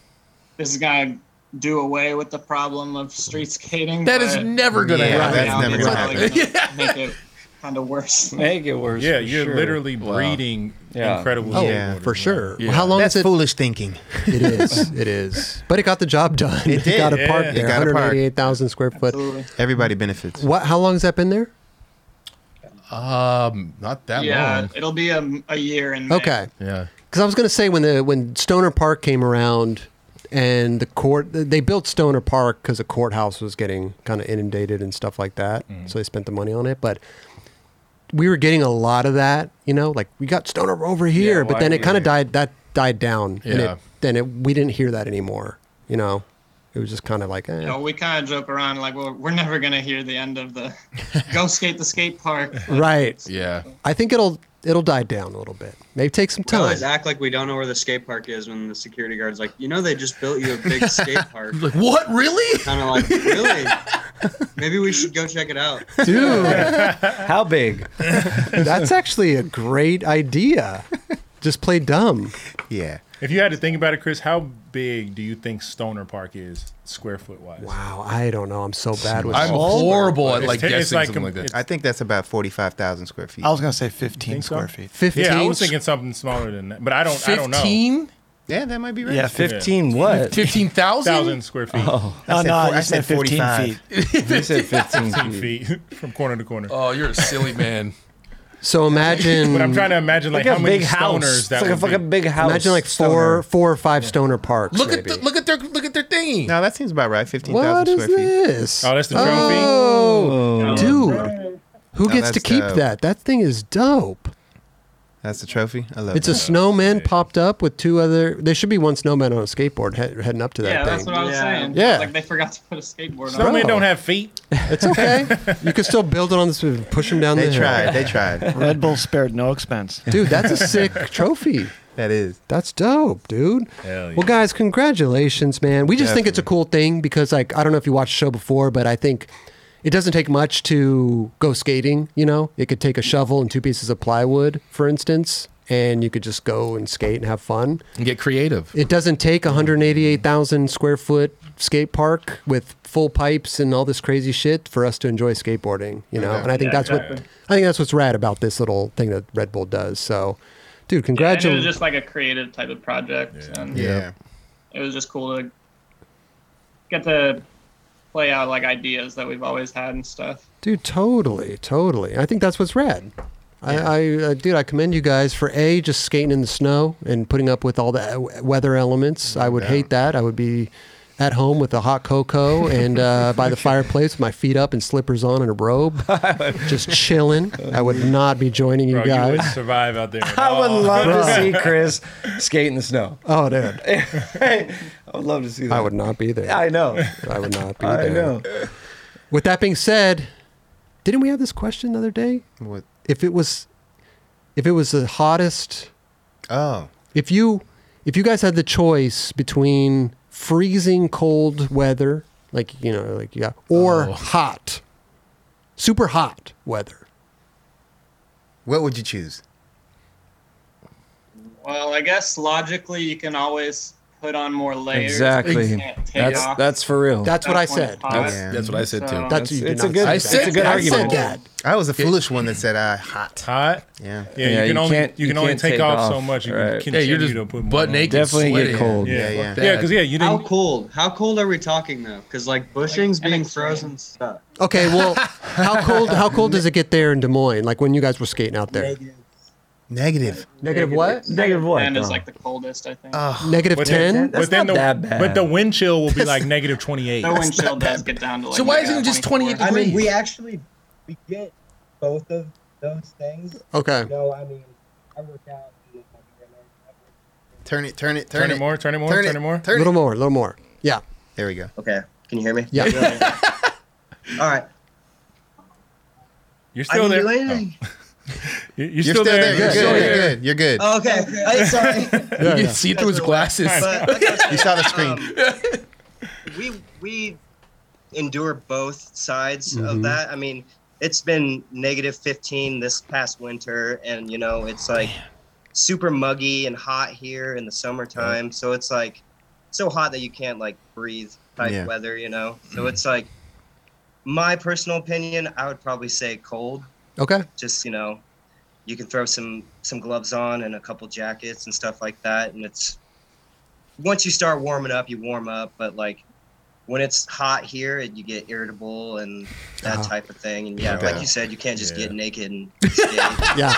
I: this is gonna do away with the problem of street skating.
C: That is
I: but
C: never gonna
I: in
C: happen.
I: reality,
C: That's never
I: it's
C: gonna
I: probably
C: happen. *laughs*
I: gonna Make it kind
F: *laughs*
I: of worse.
F: Make it worse.
E: Yeah, you're literally breeding incredible.
A: Oh,
E: skateboarders.
A: for sure.
E: Yeah.
A: How long
D: That's
A: is it?
D: foolish thinking.
A: It is. It is. But it got the job done. *laughs*
D: It did,
A: got a
D: yeah.
A: park
D: It
A: there,
D: got a park.
A: 188,000 square foot.
D: Everybody benefits.
A: What? How long has that been there?
C: Um, not that
I: yeah,
C: long.
I: it'll be a, a year in May.
A: Okay.
C: Yeah.
A: Because I was going to say when the when Stoner Park came around and the court they built Stoner Park because the courthouse was getting kind of inundated and stuff like that,
C: Mm.
A: so they spent the money on it. But we were getting a lot of that, you know, like we got Stoner over here, but
C: why-
A: then it
C: yeah.
A: kind of died. That died down, and
C: Yeah.
A: it, then it, we didn't hear that anymore. You know, it was just kind of like, eh.
I: You know, we kind of joke around like, well, we're never gonna hear the end
C: *laughs*
I: of the go skate the skate park.
A: right?
C: Yeah,
A: I think it'll it'll die down a little bit. Maybe take some
K: We
A: time.
K: always act like we don't know where the skate park is when the security guard's like, you know, they just built you a big skate park.
C: Like, what? Really?
K: Kind of like, really? Maybe we should go check it out.
A: Dude.
F: How big?
A: That's actually a great idea. Just play dumb.
D: Yeah.
E: If you had to think about it, Chris, how big do you think Stoner Park is square foot wise?
A: Wow, I don't know. I'm so bad with.
E: I'm
A: small.
E: horrible at, like, guessing something like that.
D: I think that's about forty-five thousand square feet.
E: I was
D: gonna say fifteen
E: Think so?
D: square feet.
E: Yeah, I was thinking something smaller than that, but I don't. I don't know.
C: 15?
D: Yeah, that might be right.
F: Yeah, 15 what?
C: 15,000?
E: Thousand square feet.
F: Oh.
D: I
F: No,
D: said
F: no,
D: four-
F: I
D: I
F: said
D: said
F: 15
D: 45.
F: feet. You said 15
E: 15
F: feet.
E: feet from corner to corner.
C: Oh, you're a silly man.
A: So imagine.
E: But I'm trying to imagine like,
F: Like a
E: how many
F: big house.
E: stoners
F: It's
E: that
F: like a
E: would be.
F: fucking big house.
A: Imagine like four, four or five stoner parks.
C: Look
A: maybe.
C: at the, look at their look at their thingy.
D: No, that seems about right. Fifteen
A: What
D: thousand
A: is
D: square feet.
A: this?
E: Oh, that's the
A: Oh, dude. Who
D: No,
A: gets to
D: that's
A: keep
D: dope.
A: that? That thing is dope.
D: That's the trophy. I love
A: It's
D: it.
A: a snowman popped up with two other. There should be one snowman on a skateboard he- heading up to that
I: yeah, that's
A: thing.
I: what I was
K: Yeah.
I: saying.
A: Yeah.
I: Like they forgot to put a skateboard on.
E: Snowmen
A: Bro.
E: don't have feet.
A: it's okay. you can still build it on this. Push him down the
D: They
A: hill.
D: tried. They
A: *laughs*
D: tried.
G: Red Bull spared no expense.
A: Dude, that's a sick trophy.
D: That is.
A: That's dope, dude.
E: Hell yeah.
A: Well, guys, congratulations, man. We just think it's a cool thing because, like, I don't know if you watched the show before, but I think it doesn't take much to go skating. You know, it could take a shovel and two pieces of plywood, for instance, and you could just go and skate and have fun.
C: And get creative.
A: It doesn't take a 188,000 square foot skate park with full pipes and all this crazy shit for us to enjoy skateboarding, you know. And I think
I: Yeah,
A: that's what
I: exactly.
A: I think that's what's rad about this little thing that Red Bull does. So, dude,
I: And it was
A: congratulations.
I: just like a creative type of project, and
D: Yeah.
I: it was just cool to get to play out like ideas that we've always had and stuff.
A: Dude, totally, totally. I think that's what's rad. I, I, I, dude, I commend you guys for a just skating in the snow and putting up with all the uh, weather elements. I would hate that. I would be at home with a hot cocoa and uh, by the fireplace, with my feet up and slippers on and a robe, just chilling. I would not be joining you
E: Bro, you would
A: guys.
E: survive out there.
F: I would love to Oh. *laughs* see Chris skate in the snow. *laughs*
A: Oh, dude,
F: I would love to see that.
A: I would not be there.
F: I know.
A: I would not be there.
F: I know.
A: With that being said, didn't we have this question the other day?
D: What?
A: If it was, if it was the hottest
D: Oh.
A: if you if you guys had the choice between freezing cold weather like you know like yeah or hot super hot weather
D: What would you choose?
I: Well, I guess logically you can always put on more layers.
F: Exactly.
I: You can't take
F: That's
I: off.
F: that's for real.
A: that's what i
I: That's when
A: said
I: it's hot.
C: That's,
D: Yeah.
C: that's what I said too.
I: So-
A: that's
F: That's-
A: you did
F: it's a
A: not
F: good-
A: say
C: I said
A: that.
C: it's a good
A: I
F: argument.
A: said that
D: I was a foolish one that said uh, hot.
E: Hot.
D: Yeah.
E: Yeah, you
F: Yeah,
E: can
F: you
E: only
F: can't-
E: you can
F: you
E: only
F: can't
E: take,
F: take
E: off,
F: off.
E: so much. You
F: Right.
E: can
C: Hey,
E: continue
C: you're
E: to put
C: just
E: more
C: butt
E: on.
C: naked.
F: Definitely get
C: sweating.
F: cold.
E: Yeah,
D: Yeah,
E: yeah,
D: yeah.
E: yeah. Because yeah, you
K: How
E: didn't.
K: cold? How cold are we talking though? Because like bushings
I: an
K: being
I: extreme.
K: frozen sucks.
A: okay well how cold how cold does it get there in des moines like when you guys were skating out there
K: Negative.
D: Negative.
A: negative what
F: Negative what?
I: And it's
F: though?
I: like the coldest, I think.
D: Oh.
A: negative
E: But
A: 10
F: That's
E: but then
F: not
E: the,
F: that bad.
E: But the wind chill will be like negative 28.
I: the wind *laughs* chill does get down to like.
C: So why isn't it just
I: 24?
C: 28?
J: I mean, we actually we get both of those things.
A: okay
J: You know, I mean, I work out. and it's like, you know, I work-
D: Turn it. Turn it. Turn,
E: Turn it more, turn it more,
D: Turn
E: turn it more.
A: a
D: Turn
A: little
D: it.
A: more a little more yeah
D: There we go.
J: Okay, can you hear me?
A: yeah
E: *laughs*
J: All right.
E: You're
J: I
E: still
J: didn't
E: there. Oh.
J: do anything.
E: You're, you're
D: You're still there. You're
A: Still
D: good.
A: there.
D: You're good. You're good.
J: Oh, *laughs* okay.
E: *laughs*
J: I'm sorry.
A: Yeah,
C: *laughs* You
A: yeah.
C: can see through his glasses.
J: But okay,
D: You saw the
A: *laughs*
D: screen.
J: *laughs* we we endure both sides
D: Mm-hmm.
J: of that. I mean, it's been negative 15 this past winter, and you know, it's like super muggy and hot here in the summertime. So it's like so hot that you can't like breathe type
D: Yeah. Mm-hmm.
J: weather, you know. So it's like my personal opinion, I would probably say cold.
A: okay
J: Just you know, you can throw some some gloves on and a couple jackets and stuff like that, and it's once you start warming up, you warm up, but like when it's hot here, you get irritable and that
A: Ah.
J: type of thing. And yeah,
D: Okay.
J: like you said, you can't just get
E: Yeah.
J: naked
A: *laughs*
J: and skate.
A: yeah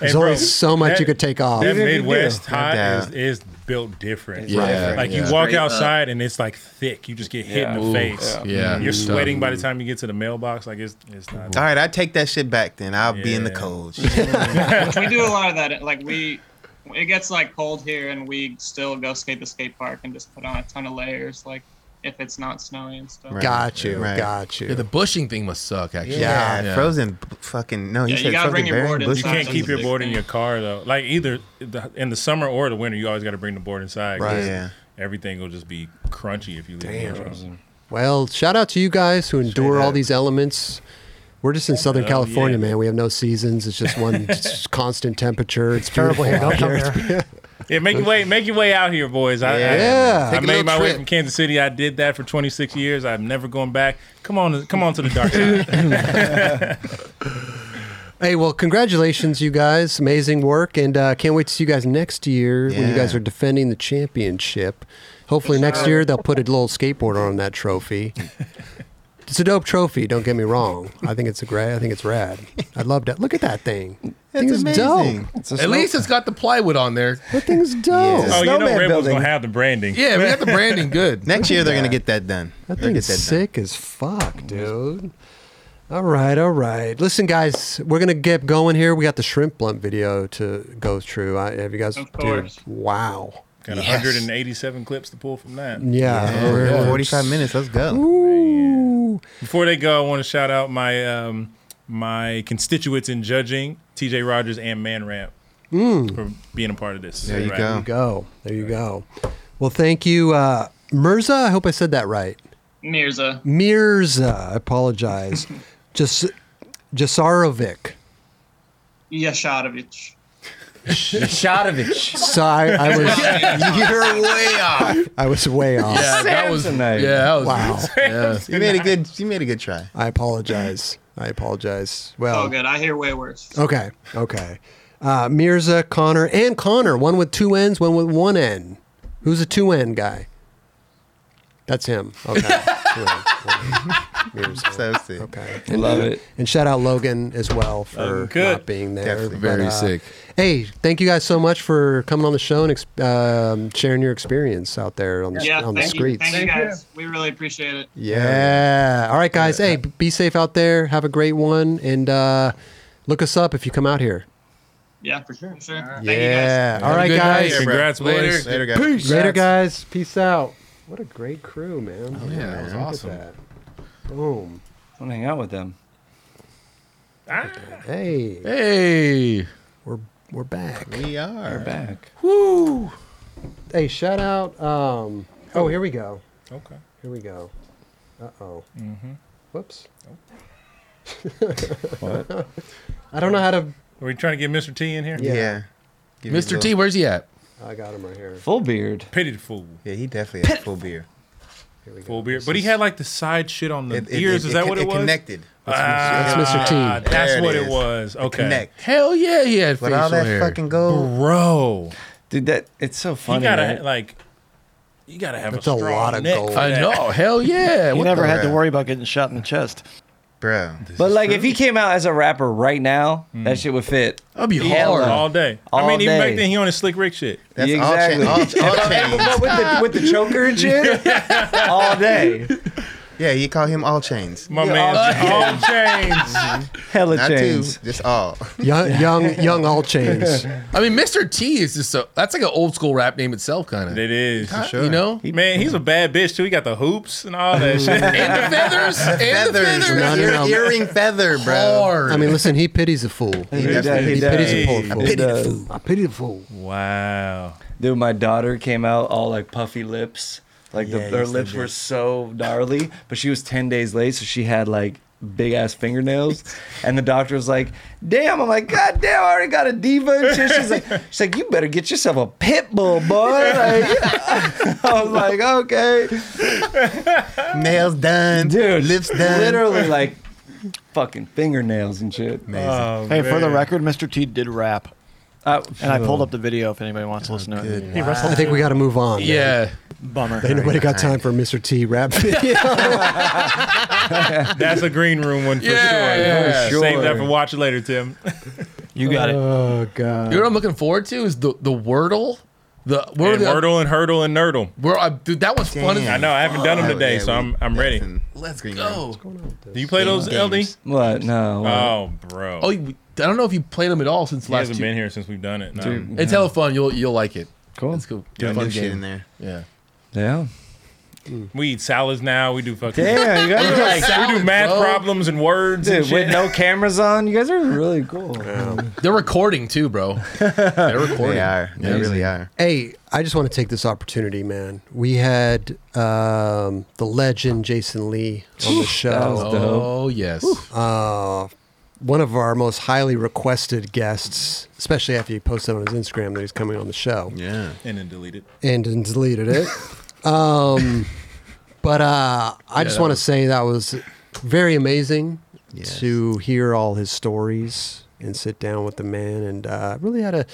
A: there's
E: bro,
A: only so much
E: that-
A: you could take off
E: That
F: Even if you
E: Midwest
D: No
E: hot
D: doubt.
E: is, is built different.
D: Yeah. Right.
E: Like
D: Yeah.
E: you walk
J: Straight up.
E: outside and it's like thick. You just get hit in the
C: Ooh,
E: face.
C: yeah.
E: You're
C: Mm.
E: sweating by the time you get to the mailbox. Like it's it's not.
D: All right, I take that shit back then. I'll be in the
E: Yeah.
D: cold.
A: *laughs*
I: we do a lot of that. Like we, it gets like cold here, and we still go skate the skate park and just put on a ton of layers. Like if it's not snowy and stuff.
D: Right.
A: got you
D: Right.
A: got you
C: Yeah, the bushing thing must suck. Actually,
D: Yeah, frozen. b- Fucking no. He
I: Yeah, you
D: said
I: gotta
D: frozen
I: bring your
D: berry
I: board
D: and
I: in.
E: You
D: bush-
E: can't keep your
I: Big
E: board in
I: thing.
E: your car though. Like either the- in the summer or the winter, you always got to bring the board inside. 'cause
A: Right.
D: Yeah.
E: Everything will just be crunchy if you leave it frozen.
A: Well, shout out to you guys who endure all these elements. We're just in Southern
E: Oh,
A: California,
E: yeah.
A: man. We have no seasons. It's just one just constant temperature. It's
H: Terrible
A: terrible
H: here. Don't
A: out
H: come
A: here.
H: here.
E: Yeah, make your way, make your way out here, boys. I,
A: Yeah.
E: I, I
C: Take a
E: made
C: little
E: my way
C: trip.
E: from Kansas City. I did that for 26
C: *laughs*
E: years. I'm never going back. Come on, come on to the dark side.
A: Hey, well, congratulations, you guys. Amazing work. And uh, can't wait to see you guys next year when you
D: Yeah.
A: guys are defending the championship. Hopefully, next year they'll put a little skateboard on that trophy. It's a dope trophy. Don't get me wrong. I think it's a great. I think it's rad. I love that. Look at that thing. That thing
C: It's
A: is
C: amazing.
A: dope.
C: At least it's got the plywood on there.
A: That thing's dope.
E: Oh, you know Rainbow's gonna have the branding.
C: Yeah, we got the branding good.
D: *laughs* Next
A: Look
D: year
A: at
D: they're gonna
A: that.
D: get that done.
A: That
D: They'll
A: thing
D: get
A: is sick as fuck, dude. All right, all right. Listen, guys, we're gonna get going here. We got the shrimp blunt video to go through. I, have you guys?
E: Of course.
A: Dude, wow.
E: Got
A: Yes.
E: 187 clips to pull from that.
A: Yeah, Yeah, we're- Oh, yeah,
D: 45 minutes, let's go.
A: Ooh.
E: Before they go, I want to shout out my um, my constituents in judging, TJ Rogers and Man Ramp,
A: Mm.
E: for being a part of this.
A: There you
E: Right.
A: go. There you go. There you go. Well, thank you, uh, Mirza. I hope I said that right.
I: Mirza.
A: Mirza. I
D: *laughs*
A: apologize. Just Jasarovic.
I: Yasharovich.
F: Yasharovich.
A: So I, I was.
D: *laughs* You're way off.
A: I was way off.
D: Yeah, that was- Samsonite. yeah, that was-
A: wow.
D: You made a good. You made a good try.
A: I apologize. I apologize. Well,
I: Oh, good. I hear way worse.
A: Okay. Okay. Uh, Mirza, Connor, and Connor. One with two N's, one with one N. Who's a two N guy? That's him. Okay. Two N. Mirza. Okay. And,
F: Love
A: uh,
F: it.
A: And shout out Logan as well for
F: Oh, good.
A: not being there.
F: Definitely.
A: But,
F: Very
A: uh,
F: sick.
A: Hey, thank you guys so much for coming on the show and ex- um, sharing your experience out there on the,
I: Yeah,
A: on the
I: thank you.
A: streets.
I: Thank you guys. We really appreciate it.
A: Yeah. All right, guys. Hey, b- be safe out there. Have a great one. And uh, look us up if you come out here.
I: Yeah, for sure. For sure. Thank you
A: Yeah.
I: guys.
A: All right, guys.
E: Congrats, boys. Later. Later, guys.
A: Peace.
E: Congrats.
A: Later, guys. Peace out. What a great crew, man. Wow,
F: yeah, that was
A: look at
F: awesome.
A: Oh, that. Boom.
F: Don't hang out with them.
E: Ah,
A: Hey.
C: Hey.
A: We're we're back.
D: We are.
F: We're back.
A: Woo. Hey, shout out. Um. Oh, here we go.
E: Okay.
A: Here we go. Uh oh.
E: Mm-hmm.
A: *laughs* Whoops.
E: What?
A: I don't know how to.
E: Are we trying to get Mr. T in here?
A: Yeah. Yeah.
D: Give me a Mr. T, little-
C: where's he at?
A: I got him right here.
F: Full beard.
E: Pity the fool.
D: Yeah, he definitely had full beer.
E: Full beard. But he had like the side shit on the
D: It- it-
E: ears.
D: it-
E: Is that
D: it-
E: what it,
D: it
E: was?
D: connected. That's
E: Ah,
D: Mr. T. That's Mr. T.
E: That's
D: There it
E: what it
D: is.
E: was.
D: It
E: Okay.
D: connect.
C: Hell yeah, he had
D: With all
C: facial
D: that
C: hair.
D: fucking gold.
E: Bro.
F: Dude, that it's so funny.
E: you gotta
F: right?
E: like, you gotta have
F: That's
E: a,
F: a
E: strong
F: lot of
E: neck
F: gold.
E: for
F: I
E: that.
F: know. Hell
G: Yeah, you
F: what
G: never
F: the-
G: had to
F: Bruh.
G: worry about getting shot in the chest.
D: Bro.
F: But like, if he came out as a rapper right now, that shit would fit.
C: That'd be
F: Hella.
E: all day. I
F: All
E: mean, even back
F: day.
E: then, he on his slick Rick shit.
F: That's all Exactly. chain- all- all chains. But with the- with the choker and shit, all day.
D: Yeah, you call him all chains.
E: My man, all chains.
F: Hella
D: Not two, just all.
A: *laughs* Young, young, young, all chains.
C: I mean, Mr. T is just a, that's like an old school rap name itself, kind of.
E: It is.
C: You know?
E: man, he's a bad bitch too. He got the hoops and all *laughs* that shit.
C: And the feathers. And the
D: Feathers.
C: feathers.
A: No, no, no.
D: Earring feather, bro.
C: Hard.
A: I mean, listen, he pities a fool.
F: He does, he
A: pities a
F: does.
A: poor
F: He
A: fool.
F: does.
A: I pity the fool.
E: Wow.
F: Dude, my daughter came out all like puffy lips. Like the,
D: Yeah,
F: her
D: yes, they
F: lips were
D: did.
F: so gnarly, but she was 10 days late, so she had like big ass
D: *laughs*
F: fingernails. and the doctor was like, Damn, I'm like, God damn, I already got a diva. And shit." she's
D: *laughs*
F: like, she's like, You better get yourself a pit bull, boy. Like, *laughs* I was like, Okay.
D: Nails done.
F: Dude,
D: lips done.
F: Literally, like fucking fingernails and shit.
G: hey, for the record, Mr. T did rap. Uh, and I pulled up the video if anybody wants to
A: Oh,
G: listen to it.
A: He wrestled I think we got to move on. man.
C: Yeah.
G: Bummer.
A: Ain't nobody got time for Mr. T rap *laughs* video.
E: That's a green room one for sure.
C: yeah. For
E: Save
C: sure.
E: that for watch it later, Tim.
G: You got it.
A: Oh
C: You
A: god.
C: know what I'm looking forward to is the the Wordle. The what are
E: And
C: the
E: Wordle and Hurdle and Nurdle.
C: Where I, dude, that was fun. as
E: I know I haven't done them
D: Oh,
E: today,
D: yeah,
E: so
D: we-
E: I'm I'm ready. Do
C: Let's go.
E: you play those, LD?
F: What? No. what?
E: Oh, bro.
C: Oh, you- I don't know if you played them at all since
E: he
C: last.
E: hasn't
C: two-
E: been here since we've done it. No.
F: Dude.
C: It's hella fun. You'll you'll like it.
F: Cool.
C: It's cool.
D: Yeah,
C: fun
D: new shit
C: game.
D: in there.
C: Yeah.
F: Yeah.
E: We eat salads now. We do fucking.
F: Damn, you guys
E: *laughs* we,
F: are
E: do
F: like-
E: we do
C: Salad,
E: math
C: bro.
E: problems and words and
F: Dude,
E: shit.
F: with no cameras on, you guys are really cool. Um,
C: They're recording too,
D: *laughs*
C: bro. They're recording.
D: They are. They really are.
A: Hey, I just want to take this opportunity, man. We had um, the legend Jason Lee
F: *laughs*
A: on the
F: that was
A: show.
F: dope.
C: Oh yes.
A: Uh, one of our most highly requested guests, especially after he posted on his Instagram that he's coming on the show.
D: Yeah.
E: and then delete it.
A: and then deleted it. *laughs* um, but uh, I just
C: that
A: want to
C: was-
A: say that was very amazing. to hear all his stories and sit down with the man. And uh, really had a,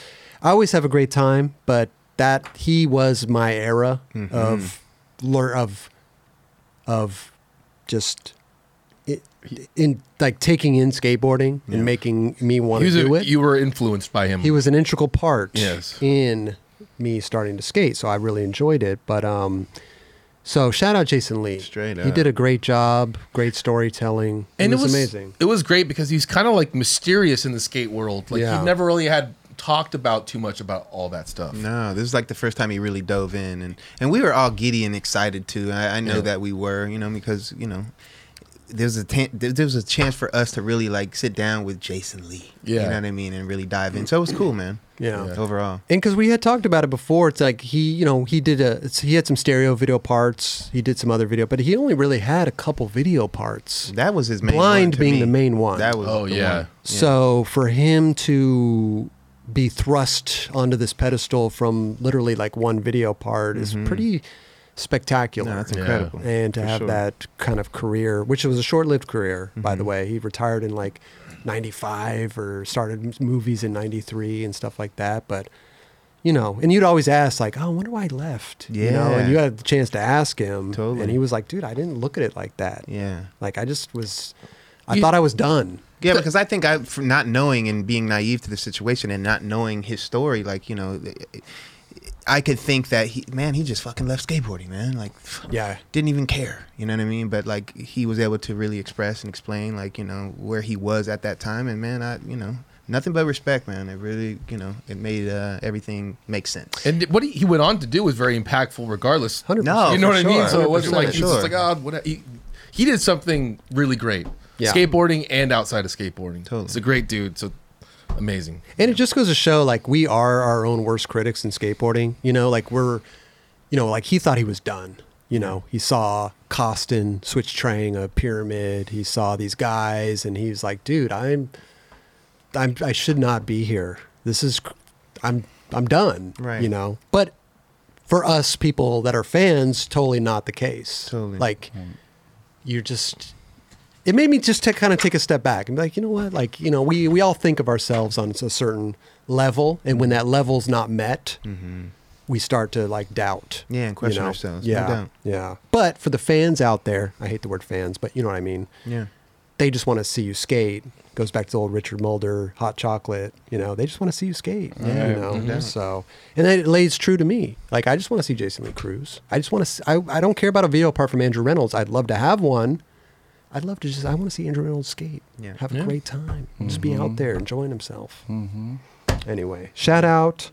A: I always have a great time, but that he was my era
C: Mm-hmm.
A: of learn of of just it, in like taking in skateboarding and making me want
C: He
A: to
C: was a-
A: do it.
C: You were influenced by him.
A: He was an integral part
C: Yes.
A: in me starting to skate, so I really enjoyed it. But um, so shout out Jason Lee. Straight He
C: up.
A: did a great job, great storytelling. it, was, amazing.
C: It was great because he's kind of like mysterious in the skate world. Like
A: Yeah.
C: he never really had talked about too much about all that stuff.
D: No, this is like the first time he really dove in, and and we were all giddy and excited too. And I, I know
C: Yeah.
D: that we were, you know, because you know, there's a tan- there, there was a chance for us to really like sit down with Jason Lee.
A: Yeah.
D: you know what I mean, and really dive in. So it was cool, man.
A: Yeah.
D: overall.
A: And because we had talked about it before, it's like he, you know, he did a, it's, he had some stereo video parts, he did some other video, but he only really had a couple video parts.
D: That was his main one
A: Blind
D: to
A: being
D: me.
A: the main one.
D: That was Oh, the yeah. one. Yeah.
A: So for him to be thrust onto this pedestal from literally like one video part is pretty spectacular.
D: No, that's incredible,
A: And to
D: for
A: have
D: sure. Mm-hmm.
A: that kind of career, which was a short-lived career, by the way, he retired in like '95 or started m- movies in '93 and stuff like that, but you know, and you'd always ask, like, oh, I wonder why I left. You know, and
D: Yeah.
A: you had the chance to ask him.
D: Totally.
A: And he was like, dude, I didn't look at it like that.
D: Yeah.
A: Like, I just was, I
D: You-
A: thought I was done.
D: Yeah, because I think I, for not knowing and being naive to the situation and not knowing his story, like you know, I could think that he, man, he just fucking left skateboarding, man. Like,
A: yeah,
D: didn't even care. You know what I mean? But like, he was able to really express and explain, like, you know, where he was at that time. And man, I, you know, nothing but respect, man. It really, you know, it made uh, everything make sense.
C: And what he, he went on to do was very impactful, regardless.
D: No,
C: you know
D: for
C: what I mean.
D: sure.
C: So it wasn't
D: 100%,
C: like he's just
D: sure.
C: like, oh, what? He, he did something really great,
A: Yeah.
C: skateboarding and outside of skateboarding. Totally, he's a great dude. So amazing.
A: And it just goes to show, like, we are our own worst critics in skateboarding. You know, like, we're, you know, like, he thought he was done. You know, he saw Costin switch training a pyramid. He saw these guys, and he was like, dude, I'm, I'm, I should not be here. This is, cr- I'm, I'm done.
D: Right.
A: You know, but for us people that are fans, totally not the case. Totally. Like, you're just it made me just to kind of take a step back and be like, you know what? Like, you know, we, we all think of ourselves on a certain level. And when that level's not met, we start to like doubt.
D: Mm-hmm. Yeah, and
A: you
D: question
A: know?
D: ourselves, no
A: Yeah.
D: doubt.
A: Yeah. But for the fans out there, I hate the word fans, but you know what I mean?
D: Yeah.
A: They just want to see you skate. Goes back to the old Richard Mulder, hot chocolate. You know, they just want to see you skate.
D: Yeah,
A: you know,
D: no doubt.
A: so and then it lays true to me. Like I just want to see Jason Lee Cruz. I just want to. I I don't care about a video apart from Andrew Reynolds. I'd love to have one. I'd love to just. I want to see Andrew Reynolds skate.
D: Yeah.
A: Have a
D: Yeah.
A: great time. Just be out
D: Mhm.
A: there enjoying himself. Mm-hmm. Anyway, shout out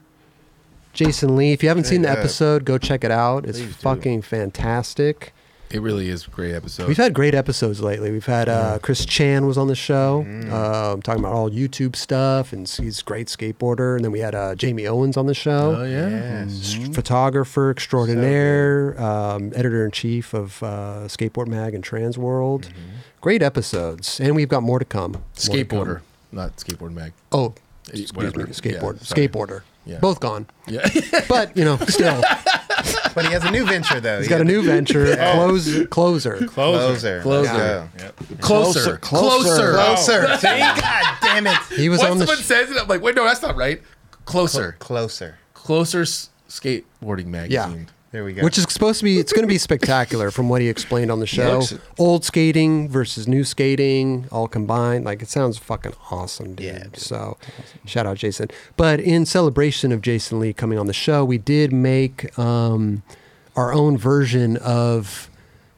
A: Jason Lee. If you haven't seen the
C: Straight up.
A: episode, go check it out. It's
C: Please do.
A: fucking fantastic.
C: It really is a great episode.
A: We've had great episodes lately. We've had uh, Chris Chan was on the show,
C: Mhm.
A: um, talking about all YouTube stuff, and he's a great skateboarder. And then we had uh, Jamie Owens on the show.
C: Oh, yeah. Yes.
A: S- photographer extraordinaire, um, editor in chief of uh, Skateboard Mag and Trans World.
C: Mm-hmm.
A: Great episodes, and we've got more to come. More to
C: skateboarder,
A: come.
C: not skateboard mag.
A: Oh,
C: Eh,
A: excuse
C: whatever.
A: me, skateboard,
C: Yeah, sorry.
A: skateboarder.
C: Yeah.
A: Both
C: *laughs*
A: gone.
C: Yeah.
A: but you know, still,
D: But he has a new venture though.
A: he's got a new
C: *laughs*
A: venture, close, closer,
D: Closer. Closer.
A: Yeah.
C: Closer. Closer.
A: Closer.
D: Closer.
C: Oh.
D: See? God damn it.
A: He was
C: Once
A: on the
C: someone
A: sh-
C: says it, I'm like, wait, no, that's not right. Closer.
D: closer.
C: Closer s- skateboarding magazine.
D: There we
A: Which is supposed to be, it's going to be spectacular from what he explained on the show.
C: looks-
A: Old skating versus new skating, all combined. Like, it sounds fucking awesome, dude. So, shout out Jason. But in celebration of Jason Lee coming on the show, we did make um, our own version of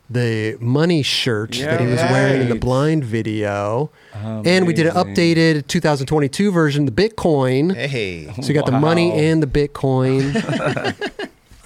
A: the money shirt that he was
F: Yeah.
A: wearing in the blind video. And we did an updated 2022 version, the Bitcoin.
D: Hey.
A: So you got the money
D: Wow.
A: and the Bitcoin.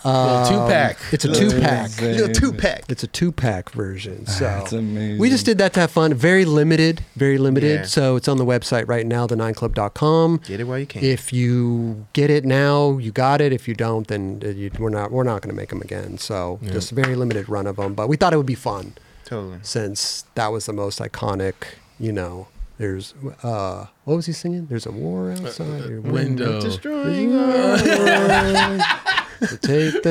D: Little two-pack.
A: It's a two
D: Little
A: pack.
D: two-pack. Little two-pack.
A: It's a two pack version. So
D: That's amazing.
A: We just did that to have fun. Very limited. Very limited.
D: Yeah.
A: So it's on the website right now, the9club.com.
D: Get it while you can.
A: If you get it now, you got it. If you don't, then uh, you, we're not we're not going to make them again. So
D: Yeah.
A: just a very limited run of them. But we thought it would be fun
D: Totally.
A: since that was the most iconic. You know, there's uh, what was he singing? There's a
D: Uh,
A: war outside your window.
C: window.
D: Destroying
A: So take the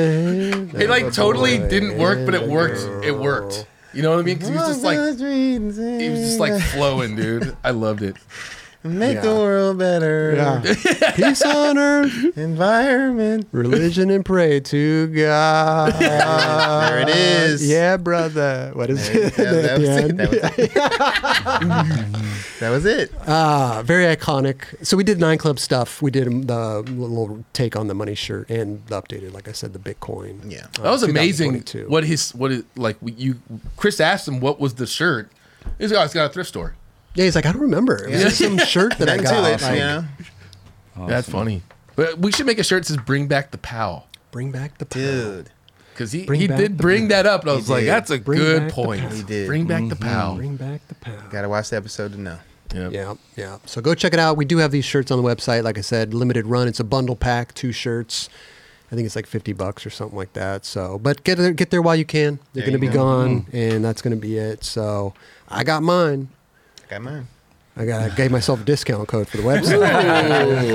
A: hand.
C: It
A: of
C: like
A: a
C: totally
A: boy
C: didn't work, but it
A: and a
C: worked.
A: girl.
C: It worked. You know what I mean? 'Cause he was just like he
D: he
C: was
A: *laughs*
C: just like flowing, dude. I loved it.
A: Uh,
D: Make
C: Yeah.
D: the world better.
A: Yeah. Peace on *laughs* earth.
D: Environment.
A: Religion and pray to God.
C: *laughs*
D: There it is.
A: Yeah, brother. What is
D: There-
A: it?
D: yeah, that was it, that was
A: *laughs* that was it. Ah, very iconic. So we did nine club stuff. We did um, the little take on the money shirt and the updated, like I said, the Bitcoin. Uh, Yeah,
C: That was amazing. What his what is like we- you Chris asked him what was the shirt. He's like, oh, it's got a thrift store.
A: Yeah, he's like, I don't remember. It was just some shirt
C: *laughs*
A: that I
C: Nothing to
A: got.
C: it,
A: like,
C: you know? That's funny. But we should make a shirt that says "Bring back the pow."
A: Bring back the pow.
C: dude. Because he,
A: Bring
C: he
A: back
C: did
A: the
C: bring
A: pow.
C: that up, and I
A: He
C: was like,
A: did.
C: "That's a
A: Bring
C: good
A: back the
C: point."
A: pow. He did.
C: Bring back the pow.
A: Bring back the pow.
D: Gotta watch the episode to know.
C: Yeah.
A: Yeah, yeah. So go check it out. We do have these shirts on the website. Like I said, limited run. It's a bundle pack, two shirts. I think it's like fifty bucks or something like that. So, but get there, get there while you can. They're
D: There
A: going to
D: you
A: be
D: go.
A: gone, and that's going to be it. So, I got mine.
D: Got mine.
A: I got I gave myself a discount code for the website.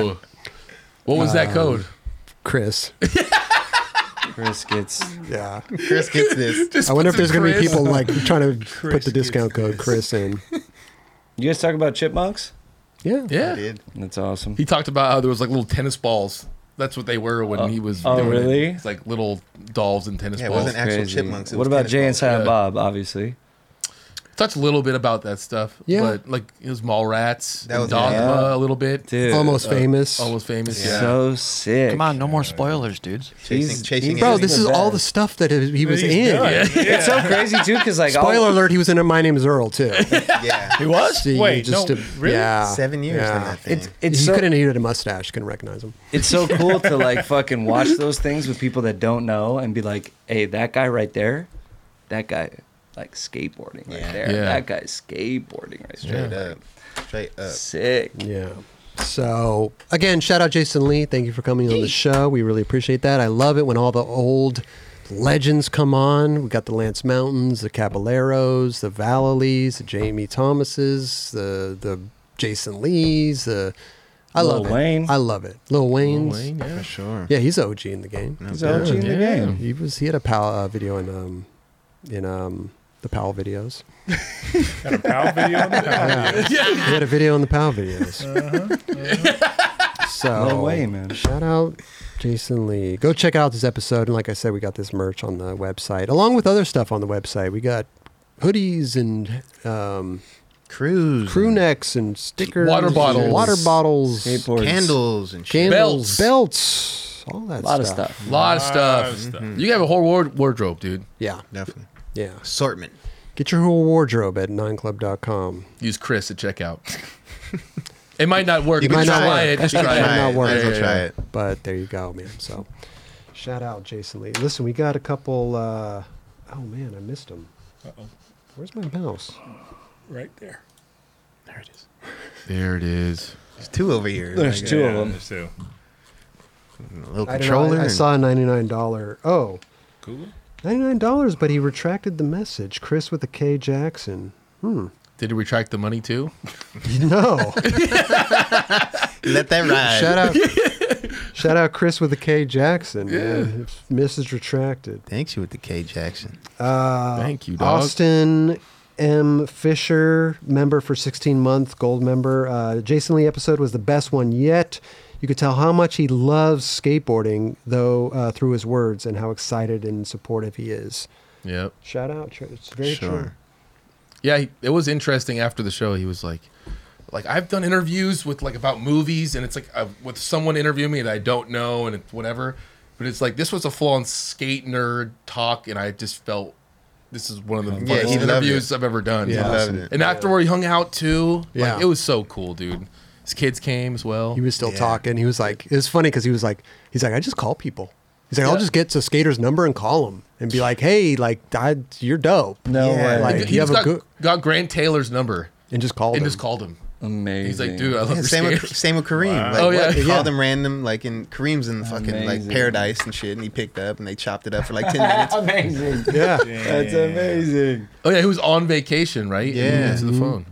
C: Ooh. What was that
A: Um,
C: code?
A: Chris.
F: Chris gets
A: yeah.
D: Chris
A: *laughs*
D: gets this.
A: I wonder if there's going to be people like trying to put the discount code Chris in.
F: You guys talk about chipmunks?
A: Yeah.
C: Yeah.
A: *laughs*
F: That's awesome.
C: He talked about how there was like little tennis balls. That's what they were when
F: Oh,
C: he was.
F: oh,
C: doing it.
F: really?
C: It's like little dolls and tennis
F: Yeah, it
C: balls.
F: wasn't actual Crazy. chipmunks, it What was about tennis Jay and balls. Silent Bob, obviously?
C: Touched a little bit about that stuff.
A: Yeah.
C: But like it was mall rats,
A: That was-
C: dogma
A: Yeah.
C: a little bit.
A: Dude. Almost famous.
C: Almost famous. Yeah.
F: So sick.
G: Come on, no more spoilers, dudes.
F: Chasing- chasing
A: Bro, this is all the stuff that he he was
G: He's
A: in.
G: done. Yeah.
F: It's so crazy too, because like all-
A: Spoiler alert, he was in a My Name is Earl, too.
D: yeah.
A: He
F: was? Wait, no, really?
A: Yeah.
F: Seven years
A: Yeah.
F: on that thing. It's- it's
A: you
F: so-
A: couldn't even had a mustache, couldn't recognize him.
F: It's so cool to like fucking watch those things with people that don't know and be like, hey, that guy right there, that guy like skateboarding right there.
D: Yeah.
F: That guy's skateboarding right
D: Straight
F: there.
D: up. Straight up.
F: Sick.
A: Yeah. So again, shout out Jason Lee. Thank you for coming on the show. We really appreciate that. I love it when all the old legends come on. We got the Lance Mountains, the Caballeros, the Valleys, the Jamie Thomases, the the Jason Lees, the I
F: Lil
A: love it.
F: Wayne.
A: I love it. Lil Wayne's.
F: Wayne, yeah. For
D: sure.
A: Yeah, he's OG in the game.
F: He's OG in the
A: Yeah.
F: game.
A: He was he had a pal uh, video in um in um the Powell videos.
E: Got a PAL video on the PAL
A: Yeah.
E: video.
A: He had a video in the Pow
F: *laughs*
A: videos. So
F: Uh-huh, No way, man.
A: Shout out Jason Lee. Go check out this episode. And like I said, we got this merch on the website, along with other stuff on the website. We got hoodies and um,
D: crews,
A: crew necks, and stickers,
C: Water
A: and
C: bottles.
A: water bottles,
C: Skateboards. Candles
D: and
C: shit.
A: candles, belts, all that.
C: Lot of
A: stuff.
C: stuff. Lot of stuff. Lot of stuff. You can have a whole ward- wardrobe, dude.
A: Yeah.
D: Definitely.
A: Yeah.
D: Assortment.
A: Get your whole wardrobe at nineclub.com.
C: Use Chris at *laughs* checkout. it might not work.
A: You
C: but
A: might not
C: try
A: work.
C: it.
A: That's
C: Try
A: not-
C: it.
A: might not work.
C: Yeah, yeah, yeah.
A: But there you go, man. So, shout out Jason Lee. Listen, we got a couple. Uh, oh man, I missed him.
E: Uh-oh.
A: Where's my mouse?
E: Right there.
C: There it is.
D: There's two over here.
E: There's two of them.
D: There's
E: two.
D: A little
A: I don't know,
D: controller.
A: I, I
D: and-
A: saw a ninety-nine dollar. Oh.
E: Cool.
A: Ninety-nine dollars, but he retracted the message. Chris with a K Jackson. *laughs* Hmm.
C: Did he retract the money too?
A: No.
D: *laughs* Let that ride.
A: Shout out. shout out Chris with a K Jackson. Man. Message retracted.
D: Thanks you with the K Jackson.
A: Uh,
D: Thank you, dog.
A: Austin M. Fisher, member for 16 month, gold member. Uh, Jason Lee episode was the best one yet. You could tell how much he loves skateboarding, though, uh, through his words and how excited and supportive he is.
C: Yep.
A: Shout out. Tr- It's very true.
C: Yeah, he, it was interesting. After the show, he was like, "Like I've done interviews with like about movies, and it's like uh, with someone interviewing me that I don't know, and it's whatever." But it's like this was a full-on skate nerd talk, and I just felt this is one of the
D: Yeah, he
C: funnest
D: loved
C: interviews
D: it.
C: I've ever done.
D: He
C: Yeah,
D: loved it.
C: and after we hung out too, yeah,
A: Yeah.
C: it was so cool, dude. His kids came as well.
A: He was still talking. He was like, it was funny because he was like, he's like, I just call people. He's like, I'll just get to skater's number and call him and be like, hey, like, I, you're dope.
F: No
A: Yeah. way. Like,
C: *laughs* he,
A: you have
C: just
A: a
C: got,
A: good-
C: got Grant Taylor's number
A: and just called
C: and
A: him.
C: just called him.
F: Amazing.
C: He's like, dude, I love
D: Yeah,
C: your
D: same, with,
C: skaters."
D: same with Kareem.
C: Wow.
D: Like,
C: oh
D: what?
C: yeah,
D: They called him random, like, in Kareem's in the fucking, like,
F: Amazing.
D: paradise and shit, and he picked up, and they chopped it up for, like, 10 minutes.
F: amazing.
A: Yeah.
F: That's amazing.
C: Oh yeah, he was on vacation, right?
F: Yeah.
C: And he answered the
F: Mhm.
C: phone.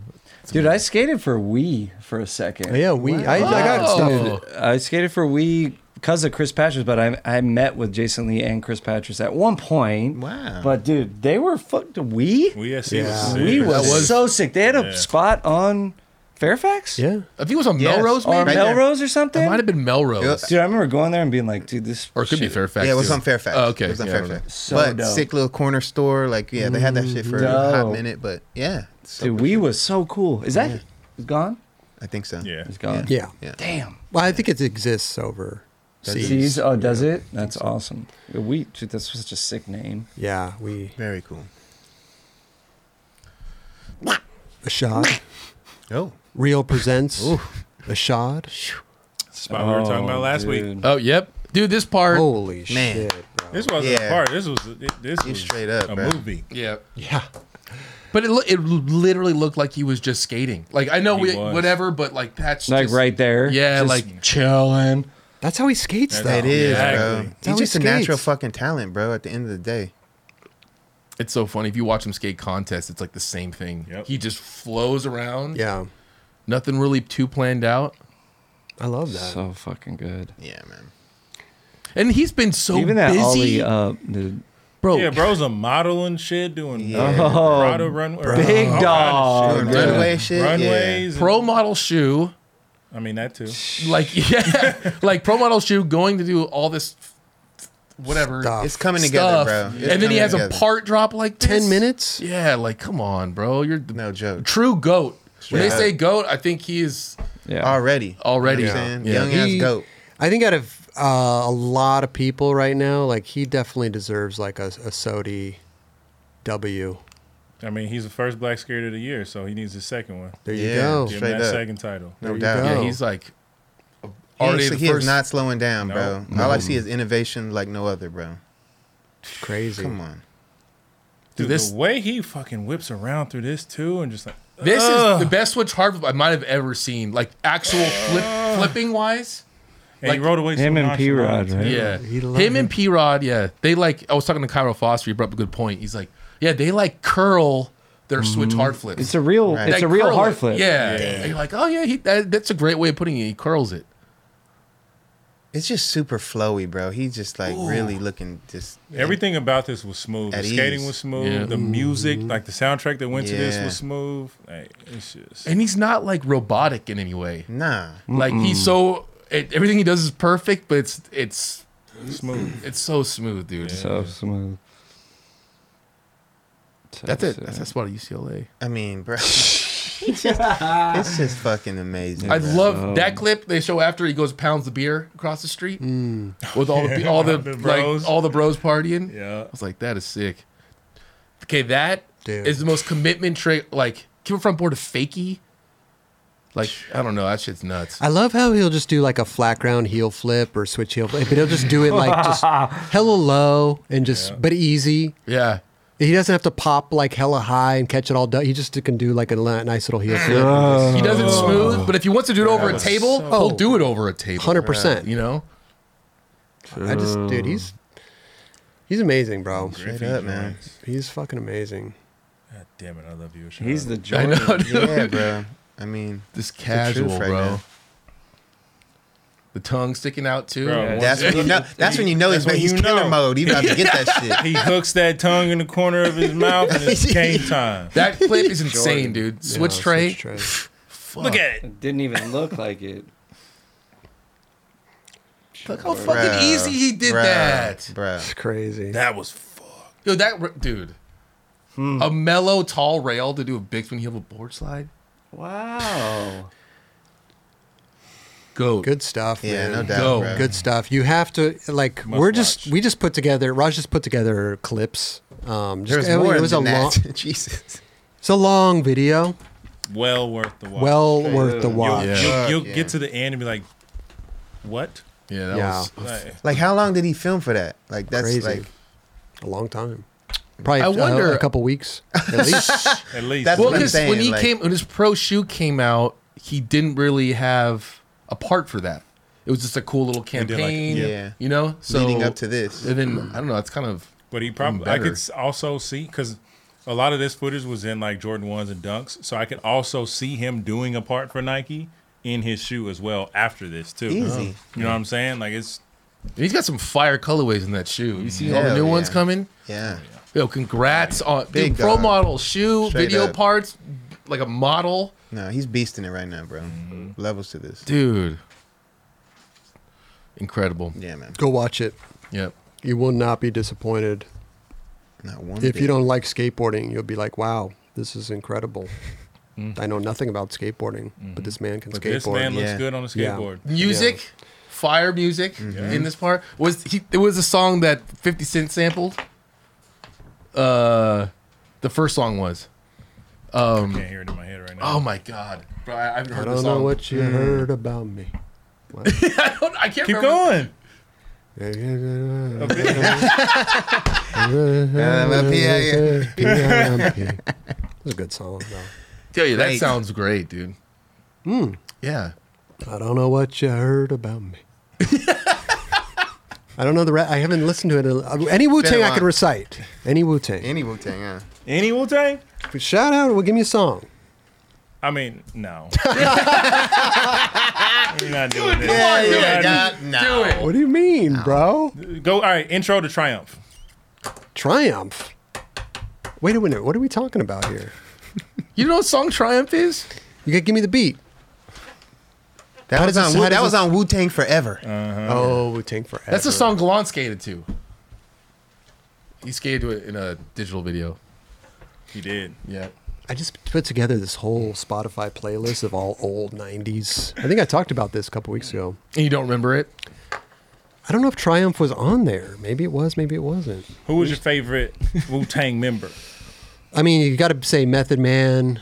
F: Dude, I skated for Wii for a second.
C: Oh.
A: Yeah, Wii. I- I got stuff.
F: Dude, I skated for Wii because of Chris Patras, but I I met with Jason Lee and Chris Patras at one point. Wow. But dude, they were fucked. We
E: we
C: yes, he was sick.
F: we were
C: That was-
F: so sick. They had a
C: Yeah.
F: spot on Fairfax.
A: Yeah,
C: I think it was on Melrose,
F: or
C: maybe?
F: Melrose or something.
C: It might have been Melrose.
F: Dude, I remember going there and being like, dude, this
C: Or it could be Fairfax,
D: yeah, it was on Fairfax.
C: Oh, okay.
D: it was on
C: Yeah,
D: Fairfax.
C: okay.
F: So
D: but
F: dope.
D: sick little corner store, like yeah, they had that shit for a hot
F: Dope.
D: minute. But yeah, so
F: dude, we was so cool. Is that it's gone?
D: I think so.
E: Yeah,
F: it's gone.
A: Yeah.
F: Damn.
A: Well, I think it exists over
F: Seas.
A: seas.
F: Oh, does it? That's awesome. We dude, that's such a sick name.
A: Yeah, we
D: very cool.
A: Ashad.
D: Oh.
A: Real presents Ashad.
E: Spot we were talking about last week.
C: Oh, yep. Dude, this part.
A: Holy
C: Man.
A: shit, bro.
E: This wasn't a
C: Yeah.
E: part. This was it- this was straight up a
C: bro.
E: movie.
C: Yeah. Yeah. But it, lo- it literally looked like he was just skating. Like I know
E: He
C: we
E: was.
C: whatever, but like that's
F: Like
C: just-
F: right there.
C: Yeah,
F: Just
C: like
F: chilling.
A: That's how he skates, though.
D: That
C: Oh,
D: is, bro.
A: That's how
D: He's
A: he
D: just a natural
A: skates.
D: fucking talent, bro. At the end of the day,
C: it's so funny if you watch him skate contests. It's like the same thing. He just flows around.
A: Yeah.
C: Nothing really too planned out.
A: I love that.
F: So fucking good.
D: Yeah, man.
C: And he's been so
F: Even that
C: Oh,
F: ollie
C: busy.
F: uh, up, dude.
C: Bro.
E: Yeah, bro's a model and shit doing
F: Yeah.
E: uh,
F: Oh,
E: Prada runway, or uh,
F: big
E: all kinda
C: Oh,
F: dog,
E: shit.
F: dude. Runway shit,
E: runways, and-
C: Pro model shoe.
E: I mean that too.
C: Like *laughs* yeah, like pro model shoe going to do all this f- whatever.
D: Stuff. It's coming together, bro. It's
C: and then he
D: coming
C: has a
D: together.
C: part drop like this.
A: 10 minutes?
C: Yeah, like come on, bro. You're the
D: no joke.
C: True goat. When
D: Straight
C: they
D: up.
C: say goat, I think he is
D: already,
C: already.
D: You know what I'm saying?
C: Yeah.
D: young ass
A: He-
D: goat.
A: I think out of uh, a lot of people right now, like he definitely deserves like a, a Sodi W.
E: I mean he's the first black skater of the year, so he needs his second one.
A: There you Yeah, go.
E: Give him
D: straight
E: that
D: up.
E: second title.
D: No There you doubt. go.
C: Yeah, he's like already
D: Honestly,
C: the
D: he
C: first.
D: is not slowing down, bro.
C: No.
D: All I see is innovation like no other, bro.
A: Crazy.
D: Come on.
E: Dude,
C: this-
E: the way he fucking whips around through this too, and just like
C: This
E: ugh.
C: is the best switch hard flip I might have ever seen. Like actual flip, flipping wise.
E: And he rode away so Him and nonchalant, P-Rod, right? too.
C: Yeah.
E: He
C: Him,
E: loved
C: and P Rod, yeah. They like I was talking to Cairo Foster, he brought up a good point. He's like, Yeah, they like curl their switch hard flips.
F: It's a real- Right. it's
C: They
F: a real
C: curl
F: hard
C: it.
F: flip.
C: Yeah.
F: Yeah.
C: And you're like, Oh yeah, he, that, that's a great way of putting it. He curls it.
D: It's just super flowy, bro. He's just like
E: Ooh.
D: really looking just
E: Everything about this was smooth.
D: At
E: the skating
D: ease.
E: was smooth.
D: Yeah.
E: The music, like the soundtrack that went to this,
D: Yeah.
E: was smooth. Like, it's just
C: And he's not like robotic in any way.
D: Nah.
C: Like he's
D: Mm-mm.
C: so it, everything he does is perfect, but it's it's
E: Smooth.
C: It's so smooth, dude.
F: So smooth.
C: That's it. That's, that's why UCLA.
D: I mean, bro. *laughs* it's,
C: *laughs*
D: just, it's just fucking amazing.
C: I
D: bro.
C: love
F: Um,
C: that clip they show after he goes pounds the beer across the street with all the
E: *laughs* Yeah,
C: all the,
E: Mm. the bros.
C: like all the bros partying.
E: Yeah, I
C: was like, that is sick. Okay, that is
A: Dude.
C: the most commitment trick. Like, give a front board to fakie. Like, I don't know. That shit's nuts.
A: I love how he'll just do like a flat ground heel flip or switch heel flip, but he'll just do it like *laughs* just hella low and just but easy.
C: Yeah.
A: He doesn't have to pop like hella high and catch it all done. He just can do like a li- nice little heel flip.
C: He does it smooth, but if he wants to do it over a
A: was
C: table,
A: so-
C: he'll do it over a table.
A: 100%.
C: You *laughs* know.
A: I just, dude, he's he's amazing, bro.
D: Straight up, man.
A: He's fucking amazing.
E: God damn it, I love you.
F: He's the
C: I
F: Jordan.
C: know,
A: *laughs*
C: dude.
D: Yeah, bro. I mean,
C: This
D: it's the truth
C: casual,
D: right
C: bro.
D: now.
C: The tongue sticking out too.
E: Bro,
D: That's when you know. That's when you know he's,
E: That's when
D: he's
E: you
D: killer
E: know.
D: mode. He about to get that
C: *laughs*
D: shit.
E: he hooks that tongue in the corner of his mouth, and
D: *laughs*
E: it's game time.
C: *laughs* That clip is insane, dude. Switch tray.
E: Look at it.
F: Didn't even look like it.
C: Look how fucking easy he did that.
D: bro.
A: It's crazy.
E: That was
C: Yo, that r- dude. A mellow tall rail to do a big when you have a board slide.
F: Wow.
C: Goat.
A: Good stuff.
D: Yeah,
A: man.
D: no doubt,
A: Go.
D: bro.
A: Good stuff. You have to like.
D: Must
A: we're just we just put together. Raj just put together clips. Um, just,
D: There's
A: I mean,
D: more
A: it was
D: than
A: a long.
D: that. *laughs* Jesus.
A: It's a long video.
E: well worth the watch.
A: Well worth the
E: You'll-
A: watch.
E: You'll,
A: Yeah.
E: you'll
D: Yeah.
E: get to the end and be like, "What?"
C: Yeah,
A: that Yeah. was-
E: Like,
D: Like, how long did he film for that? Like, that's
A: Crazy.
D: like
A: A long time. Probably.
C: I
A: uh,
C: wonder-
A: a couple weeks at least.
E: at least.
D: That's
C: well,
D: what I'm
C: because when
D: saying,
C: he
D: like-
C: came, when his pro shoe came out, he didn't really have a part for that. It was just a cool little
E: did like-
C: campaign.
D: yeah.
C: you know, so
D: leading up to this.
C: and then I don't know. It's kind of
E: But he probably I could s- also see because a lot of this footage was in like Jordan ones and dunks, so I could also see him doing a part for Nike in his shoe as well after this too.
D: Easy.
E: You know what I'm saying? Like it's
C: And he's got some fire colorways in that shoe. You see all the
D: Hell
C: new
D: yeah.
C: ones coming?
D: Yeah.
C: Yo, congrats on dude,
D: Big
C: pro
D: dog.
C: model shoe,
D: Straight
C: video
D: up.
C: parts, like a model.
D: No, he's beasting it right now, bro.
C: Mm-hmm.
D: Levels to this.
C: Dude. Incredible.
D: Yeah, man.
A: Go watch it.
C: Yep.
A: You will not be disappointed.
D: Not one.
A: If you
D: bit.
A: don't like skateboarding, you'll be like, wow, this is incredible. I know nothing about skateboarding, but this man can
E: But
A: skateboard.
E: this man looks Yeah. good on a
A: Yeah.
E: skateboard.
C: Music, fire music in this part was he. It was a song that Fifty Cent sampled. Uh, the first song was. Um, I can't
E: hear it in my head right
C: now. Oh my god, bro! I, I haven't
A: I
C: heard
A: don't
C: this
A: know
C: song.
A: what you heard about me.
C: *laughs* I don't. I can't.
E: Keep
C: remember.
E: going.
D: Uh,
A: That's a good song, though.
C: Tell you that
A: Great.
C: sounds great, dude.
A: Hmm.
C: Yeah.
A: I don't know what you heard about me. I don't know the. Ra- I haven't listened to it. in a- uh, Any Wu Tang I
D: while.
A: could recite. Any Wu Tang.
D: Any Wu Tang, huh?
E: Any Wu Tang?
A: Shout out. Well, give me a song.
E: I mean, no. You're not
C: Do it,
E: doing this.
C: come on, do it,
E: You're not-
C: Do it.
A: What do you mean, bro?
E: Go. All right. Intro to Triumph.
A: Triumph. Wait a minute. What are we talking about here?
C: You know what song Triumph is?
A: You gotta give me the beat.
D: That
A: How
D: was
A: does
D: on
A: this-
D: Wu-
A: how does
D: that was
A: this-
D: on Wu Tang Forever.
A: Oh, Wu Tang forever.
C: That's a song Galan skated to. He skated to it in a digital video.
E: He did.
C: Yeah.
A: I just put together this whole Spotify playlist of all old '90s. I think I talked about this a couple weeks ago.
C: And you don't remember it?
A: I don't know if Triumph was on there. Maybe it was. Maybe it wasn't.
E: Who was your favorite Wu Tang member?
A: I mean, you got to say Method Man,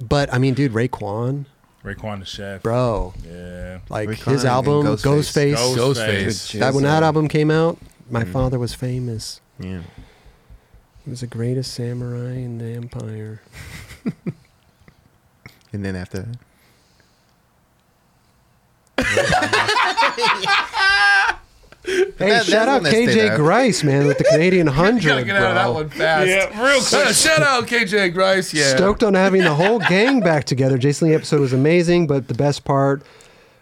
A: but I mean, dude, Raekwon,
E: Raekwon the Chef.
A: bro,
E: yeah.
A: like
E: Raekwon
A: his
E: and
A: album Ghostface,
E: Ghostface. Ghostface.
C: Ghostface.
A: That when that album came out, my
D: Mm.
A: father was famous.
D: Yeah.
A: He was the greatest samurai in the empire.
D: And then after that.
A: Hey,
D: that-
A: shout
D: that's
A: out
D: when they stayed
A: KJ
D: out.
A: Grice, man, with the Canadian Hundred,
C: Gotta get out of that
A: bro.
C: one fast.
E: Yeah, real quick.
C: Uh, *laughs* shout out KJ Grice. Yeah.
A: Stoked on having the whole gang back together. Jason Lee episode was amazing, but the best part,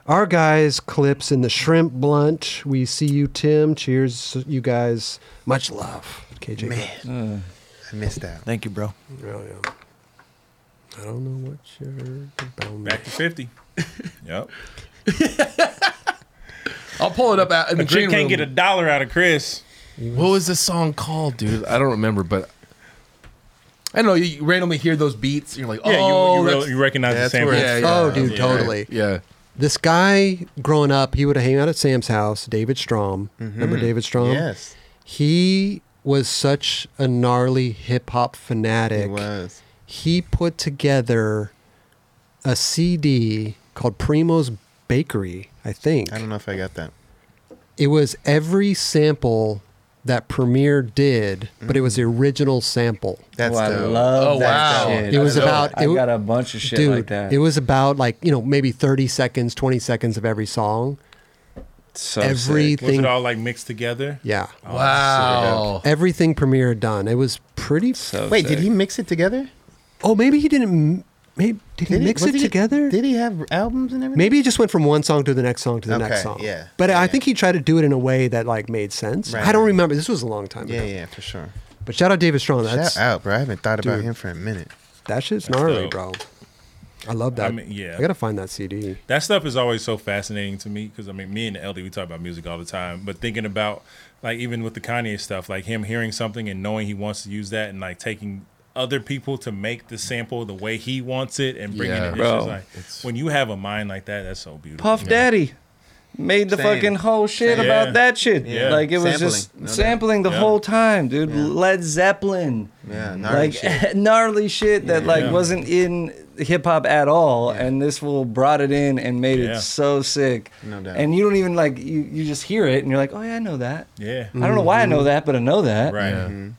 A: our guys clips in the shrimp blunt. We see you, Tim. Cheers, you guys. Much love, KJ. Grice.
D: Man. I missed that.
G: Thank you, bro.
A: Oh, yeah. I don't know what you heard about me.
E: Back to fifty. yep.
C: I'll pull it up out in the
E: But you
C: green
E: can't
C: room.
E: get a dollar out of Chris.
C: what was this song called, dude? I don't remember, but I know you, you randomly hear those beats. And you're like, oh,
E: Yeah, you- you re-
C: that's-
E: you recognize the
C: that's
E: sample.
C: where- yeah, yeah.
A: Oh, dude,
C: Yeah.
A: totally.
C: Yeah.
A: This guy growing up, he would have hang out at Sam's house, David Strom. Remember
D: Mhm.
A: David Strom?
D: Yes.
A: He was such a gnarly hip hop fanatic.
D: He was.
A: He put together a CD called Primo's Bakery, I think.
D: I don't know if I got that.
A: It was every sample that Premiere did, but it was
D: Mm.
A: the original sample.
D: That's
F: oh, I
D: dope.
F: love
C: Oh,
F: that
C: wow.
F: shit.
A: It was
F: I-
A: about-
F: I
A: it-
F: got a bunch of shit
A: Dude,
F: like that.
A: it was about like, you know, maybe 30 seconds, 20 seconds of every song.
F: so
A: everything-
E: Was it all like mixed together?
A: Yeah.
E: Oh,
C: Wow.
A: Everything Premiere had done. It was pretty.
D: Wait, did he mix it together?
A: Oh, maybe he didn't. m- Maybe did he
D: Did he-
A: mix
D: was
A: it
D: he-
A: together?
D: Did he have albums and everything?
A: Maybe he just went from one song to the next song to the next
D: Okay,
A: song.
D: yeah.
A: But I think he tried to do it in a way that like made sense.
D: Right,
A: I don't
D: right.
A: remember. This was a long time
D: Yeah,
A: ago.
D: yeah, for sure.
A: But shout out David Strong. That's
D: Shout out, bro. I haven't thought about
A: Dude.
D: him for a minute.
A: that shit's
E: That's
A: gnarly,
E: dope.
A: bro. I love that.
E: I mean, yeah.
A: I gotta find that CD.
E: That stuff is always so fascinating to me because I mean, me and the LD we talk about music all the time, but thinking about like even with the Kanye stuff, like him hearing something and knowing he wants to use that, and like taking other people to make the sample the way he wants it and bringing
C: Yeah.
E: it. It's
F: Bro.
E: just like when you have a mind like that, that's so beautiful.
F: Puff
E: Yeah.
F: Daddy made the
D: Same.
F: fucking whole shit
E: Same.
F: about
E: Yeah.
F: that shit.
E: Yeah.
F: Like it was
D: Sampling,
F: just
D: no doubt.
F: sampling the
E: Yeah.
F: whole time, dude. Led Zeppelin.
D: Yeah, gnarly
F: Like
D: shit.
F: gnarly shit that like
E: Yeah.
F: wasn't in hip hop at all, and this fool brought it in and made
E: Yeah.
F: it so sick.
D: No doubt.
F: And you don't even like you, you just hear it and you're like, oh yeah, I know that.
E: Yeah.
F: I don't know why I know that, but I know that.
E: Right.
D: Mm-hmm.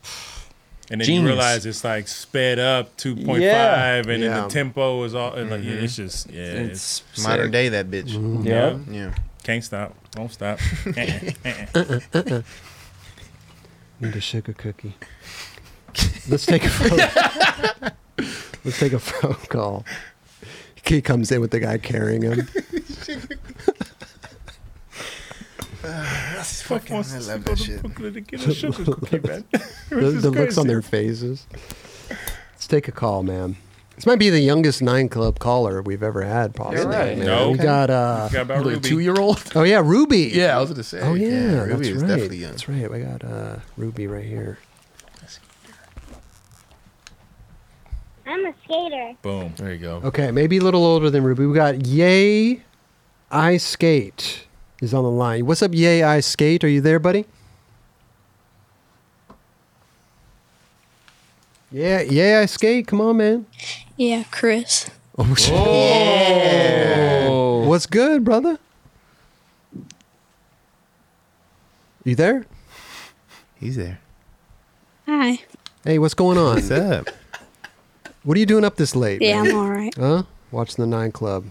E: And then you
F: Genius.
E: realize it's like sped up 2.5 and then
A: Yeah.
E: the tempo is all and like yeah, it's just yeah, it's,
F: It's *laughs* sick.
D: Modern day, that bitch.
F: Yeah.
D: Yeah.
E: can't stop. Don't stop.
A: Need a sugar
D: *laughs*
A: cookie. Let's take a phone. *laughs* Let's take a phone call.
E: *laughs*
A: He comes in with the guy carrying him.
D: That's fucking, I love that shit.
A: the, the looks on their faces. Let's take a call, man. This might be the youngest nine club caller we've ever had, possibly.
C: right.
A: man.
C: No.
A: We got uh,
C: We got about Ruby.
A: two year old. Oh yeah, Ruby.
C: Yeah, I was gonna say.
A: Oh yeah,
C: Yeah,
A: that's
C: Ruby is
A: right.
C: definitely young.
A: That's right. We got uh, Ruby right here.
L: I'm a skater.
E: Boom.
C: There you go.
A: Okay, maybe a little older than Ruby. We got Yay, I skate is on the line. What's up, Yay, I skate? Are you there, buddy? Yeah, yeah, I skate. Come on, man.
M: Yeah, Chris.
A: Oh, *laughs* shit.
C: Oh.
A: What's good, brother? You there?
D: He's there.
M: Hi.
A: Hey, what's going on? What's
D: up?
A: What are you doing up this late?
M: Yeah,
A: man?
M: I'm all right.
A: Huh? Watching the Nine Club.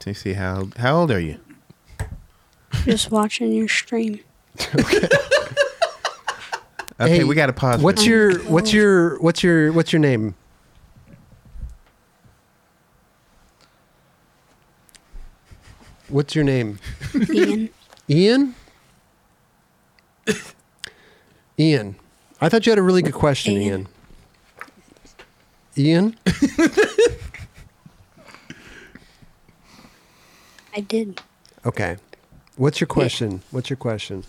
D: To see how how old are you?
M: Just watching your stream.
D: Okay, we got to pause. for
A: What's
D: this.
A: your what's your what's your what's your name? What's your name? *laughs*
M: Ian.
A: Ian? Ian. I thought you had a really good question, Ian. Ian?
M: I did.
A: Okay. What's your question? What's your question?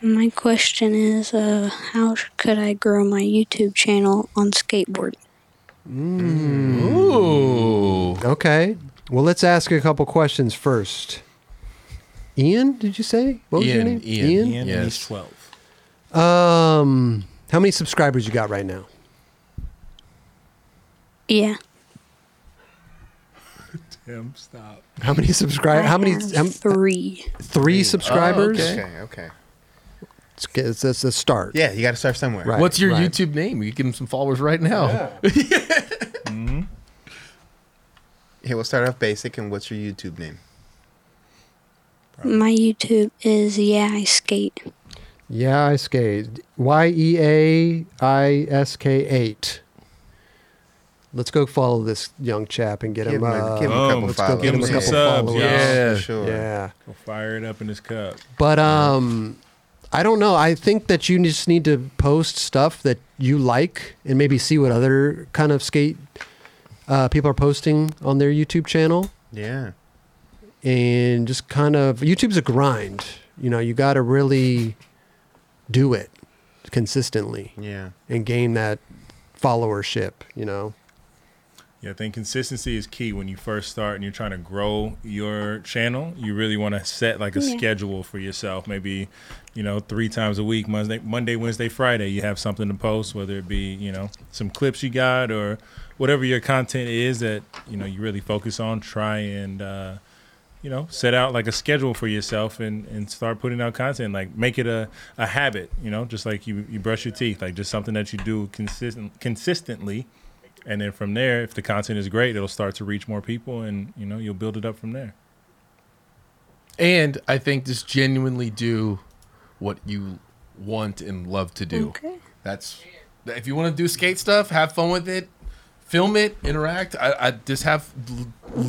M: My question is, uh, how sh- could I grow my YouTube channel on skateboard?
A: Ooh. Okay. Well, let's ask a couple questions first. Ian, did you say? What was your name?
E: Ian and he's 12.
A: Um, how many subscribers you got right now?
M: Yeah.
E: Tim, stop.
A: How many *laughs* subscribe?
M: I
A: How many?
M: have
A: How, m-
M: three.
A: three subscribers.
D: Oh, okay, okay.
A: It's, g- it's, it's a start.
D: Yeah, you got to start somewhere.
A: Right,
C: What's your
A: right.
C: YouTube name? You give him some followers right now.
D: Here, we'll start off basic. And what's your YouTube name?
M: My YouTube is yeah, I skate.
A: Yeah, I skate. Y e a i s k eight. Let's go follow this young chap and get
E: Give
A: him.
E: him a-
A: uh,
E: give him a couple
A: let's go get him a
E: followers.
A: couple
E: Subs,
A: followers.
E: yeah.
D: For sure.
A: Yeah.
E: We'll fire it up in his cup.
A: But um, I don't know. I think that you just need to post stuff that you like and maybe see what other kind of skate uh, people are posting on their YouTube channel.
D: Yeah.
A: and just kind of YouTube's a grind. You know, you got to really do it consistently.
D: Yeah.
A: And gain that followership, you know.
E: Yeah, I think consistency is key when you first start and you're trying to grow your channel. You really want to set like a
M: Yeah.
E: schedule for yourself. Maybe, you know, three times a week, Monday, Monday, Wednesday, Friday, you have something to post, whether it be, you know, some clips you got or whatever your content is that, you know, you really focus on. Try and, uh, you know, set out like a schedule for yourself and, and start putting out content. Like make it a, a habit, you know, just like you, you brush your teeth, like just something that you do consistent consistently. And then from there, if the content is great, it'll start to reach more people and you know, you'll build it up from there.
C: And I think just genuinely do what you want and love to do.
M: Okay.
C: That's if you want to do skate stuff, have fun with it, film it, interact. I, I just have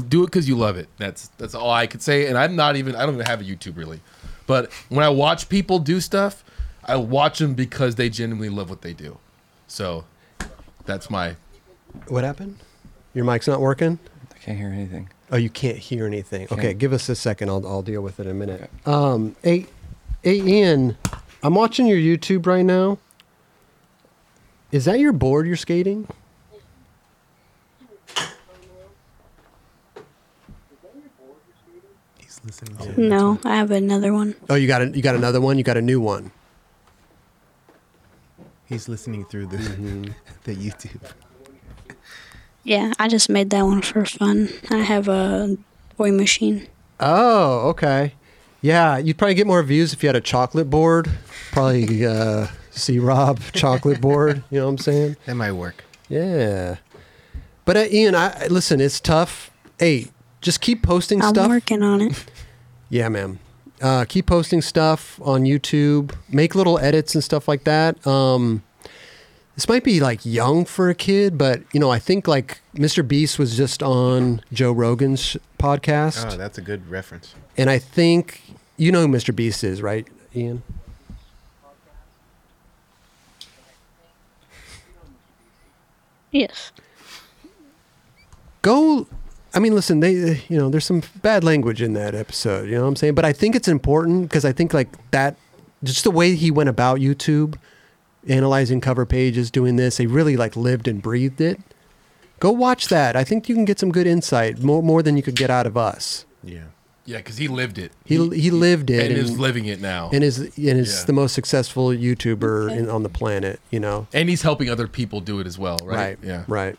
C: do it because you love it. That's that's all I could say. And I'm not even I don't even have a YouTube really, but when I watch people do stuff, I watch them because they genuinely love what they do. So that's my
A: What happened? Your mic's not working?
F: I can't hear anything.
A: Oh, you can't hear anything.
F: Can't.
A: Okay, give us a second. I'll I'll deal with it in a minute. Um, hey, hey, Ian, I'm watching your YouTube right now. Is that your board you're skating?
D: He's listening.
M: No, I have another one.
A: Oh, you got a, you got another one. You got a new one.
D: He's listening through the *laughs* the YouTube.
M: Yeah, I just made that one for fun. I have a toy machine.
A: Oh, okay. Yeah, you'd probably get more views if you had a chocolate board. Probably *laughs* uh, see Rob chocolate board. You know what I'm saying?
D: That might work.
A: Yeah. But uh, Ian, I listen. It's tough. Hey, just keep posting
M: I'm
A: stuff.
M: working on it.
A: Yeah, ma'am. Uh, keep posting stuff on YouTube. Make little edits and stuff like that. Um, this might be like young for a kid, but you know, I think like Mr. Beast was just on Joe Rogan's podcast,
D: Oh, that's a good reference.
A: and I think you know who Mr. Beast is, right, Ian?
M: Yes.
A: go i mean listen they they- you know there's some bad language in that episode you know what i'm saying but i think it's important because i think like that just the way he went about youtube analyzing cover pages doing this he really like lived and breathed it go watch that i think you can get some good insight more more than you could get out of us
D: Yeah.
C: Yeah, because he lived it.
A: he he lived it
C: and, is living it now.
A: and is and is
C: Yeah.
A: the most successful youtuber in, on the planet you know
C: And he's helping other people do it as well, right?
A: Right,
C: Yeah.
A: right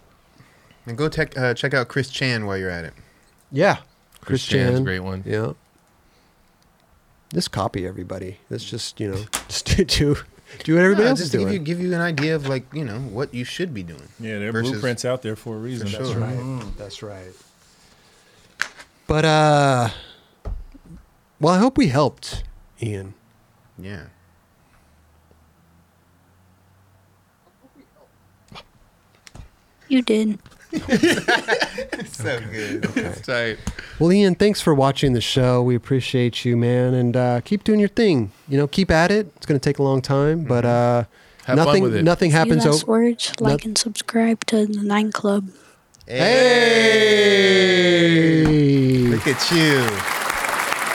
D: And go tech, uh, check out Chris Chan while you're at it.
A: yeah
D: Chris Chan's
A: Chan.
D: a great
C: one.
A: yeah just copy everybody let's just you know *laughs* just do do, do what everybody
D: Yeah,
A: else
D: Uh, just
A: is
D: to give
A: doing
D: you give you an idea of like you know what you should be doing.
E: Yeah, there are
D: versus-
E: blueprints out there for a reason.
D: For
E: That's
D: sure.
E: right.
A: That's right. But uh well, I hope we helped, Ian.
D: Yeah.
M: You did.
D: so *laughs* good.
C: That's tight.
A: Well, Ian, thanks for watching the show. We appreciate you, man, and uh, keep doing your thing. You know, keep at it. It's going to take a long time, but
D: Mm-hmm.
A: uh,
C: Have fun
A: nothing
C: with it.
A: nothing
M: Few
A: happens.
M: Last
A: over.
M: words. Like and subscribe to the Nine Club.
D: Hey! Look at you.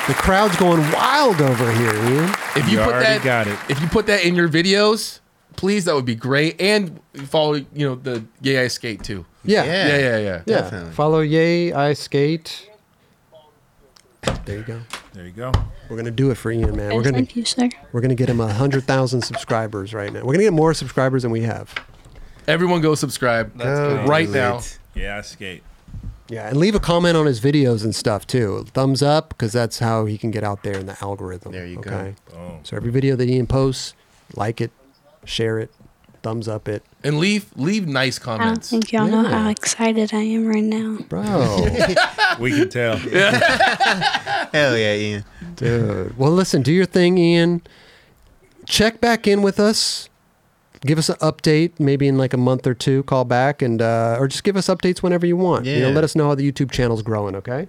A: The crowd's going wild over here, Ian.
C: If you, put that, If you put that in your videos, please, that would be great. And follow, you know, the Yay I Skate too.
A: Yeah.
C: yeah, yeah, yeah.
A: yeah. Follow Yay I Skate. There you go.
E: There you go.
A: We're gonna do it for Ian, man.
M: Okay,
A: We're gonna
M: thank you, sir.
A: We're gonna get him a hundred thousand subscribers right now. We're gonna get more subscribers than we have.
C: Everyone go subscribe
A: Go
C: right
A: do
C: now.
A: it.
E: Yeah, I skate.
A: Yeah, and leave a comment on his videos and stuff too. Thumbs up, because that's how he can get out there in the algorithm. There you
D: go.
C: *laughs*
E: Boom.
A: So every video that Ian posts, like it, share it, thumbs up it.
C: And leave leave nice
M: I don't
C: comments.
M: think y'all know how excited I am right now.
A: *laughs* Bro.
E: we
C: *laughs*
E: can tell.
D: Hell yeah, Ian.
A: Dude. Well, listen, do your thing, Ian. Check back in with us. Give us an update, maybe in like a month or two. Call back and uh, or just give us updates whenever you want. You know,
D: Yeah.
A: let us know how the YouTube channel's growing. Okay.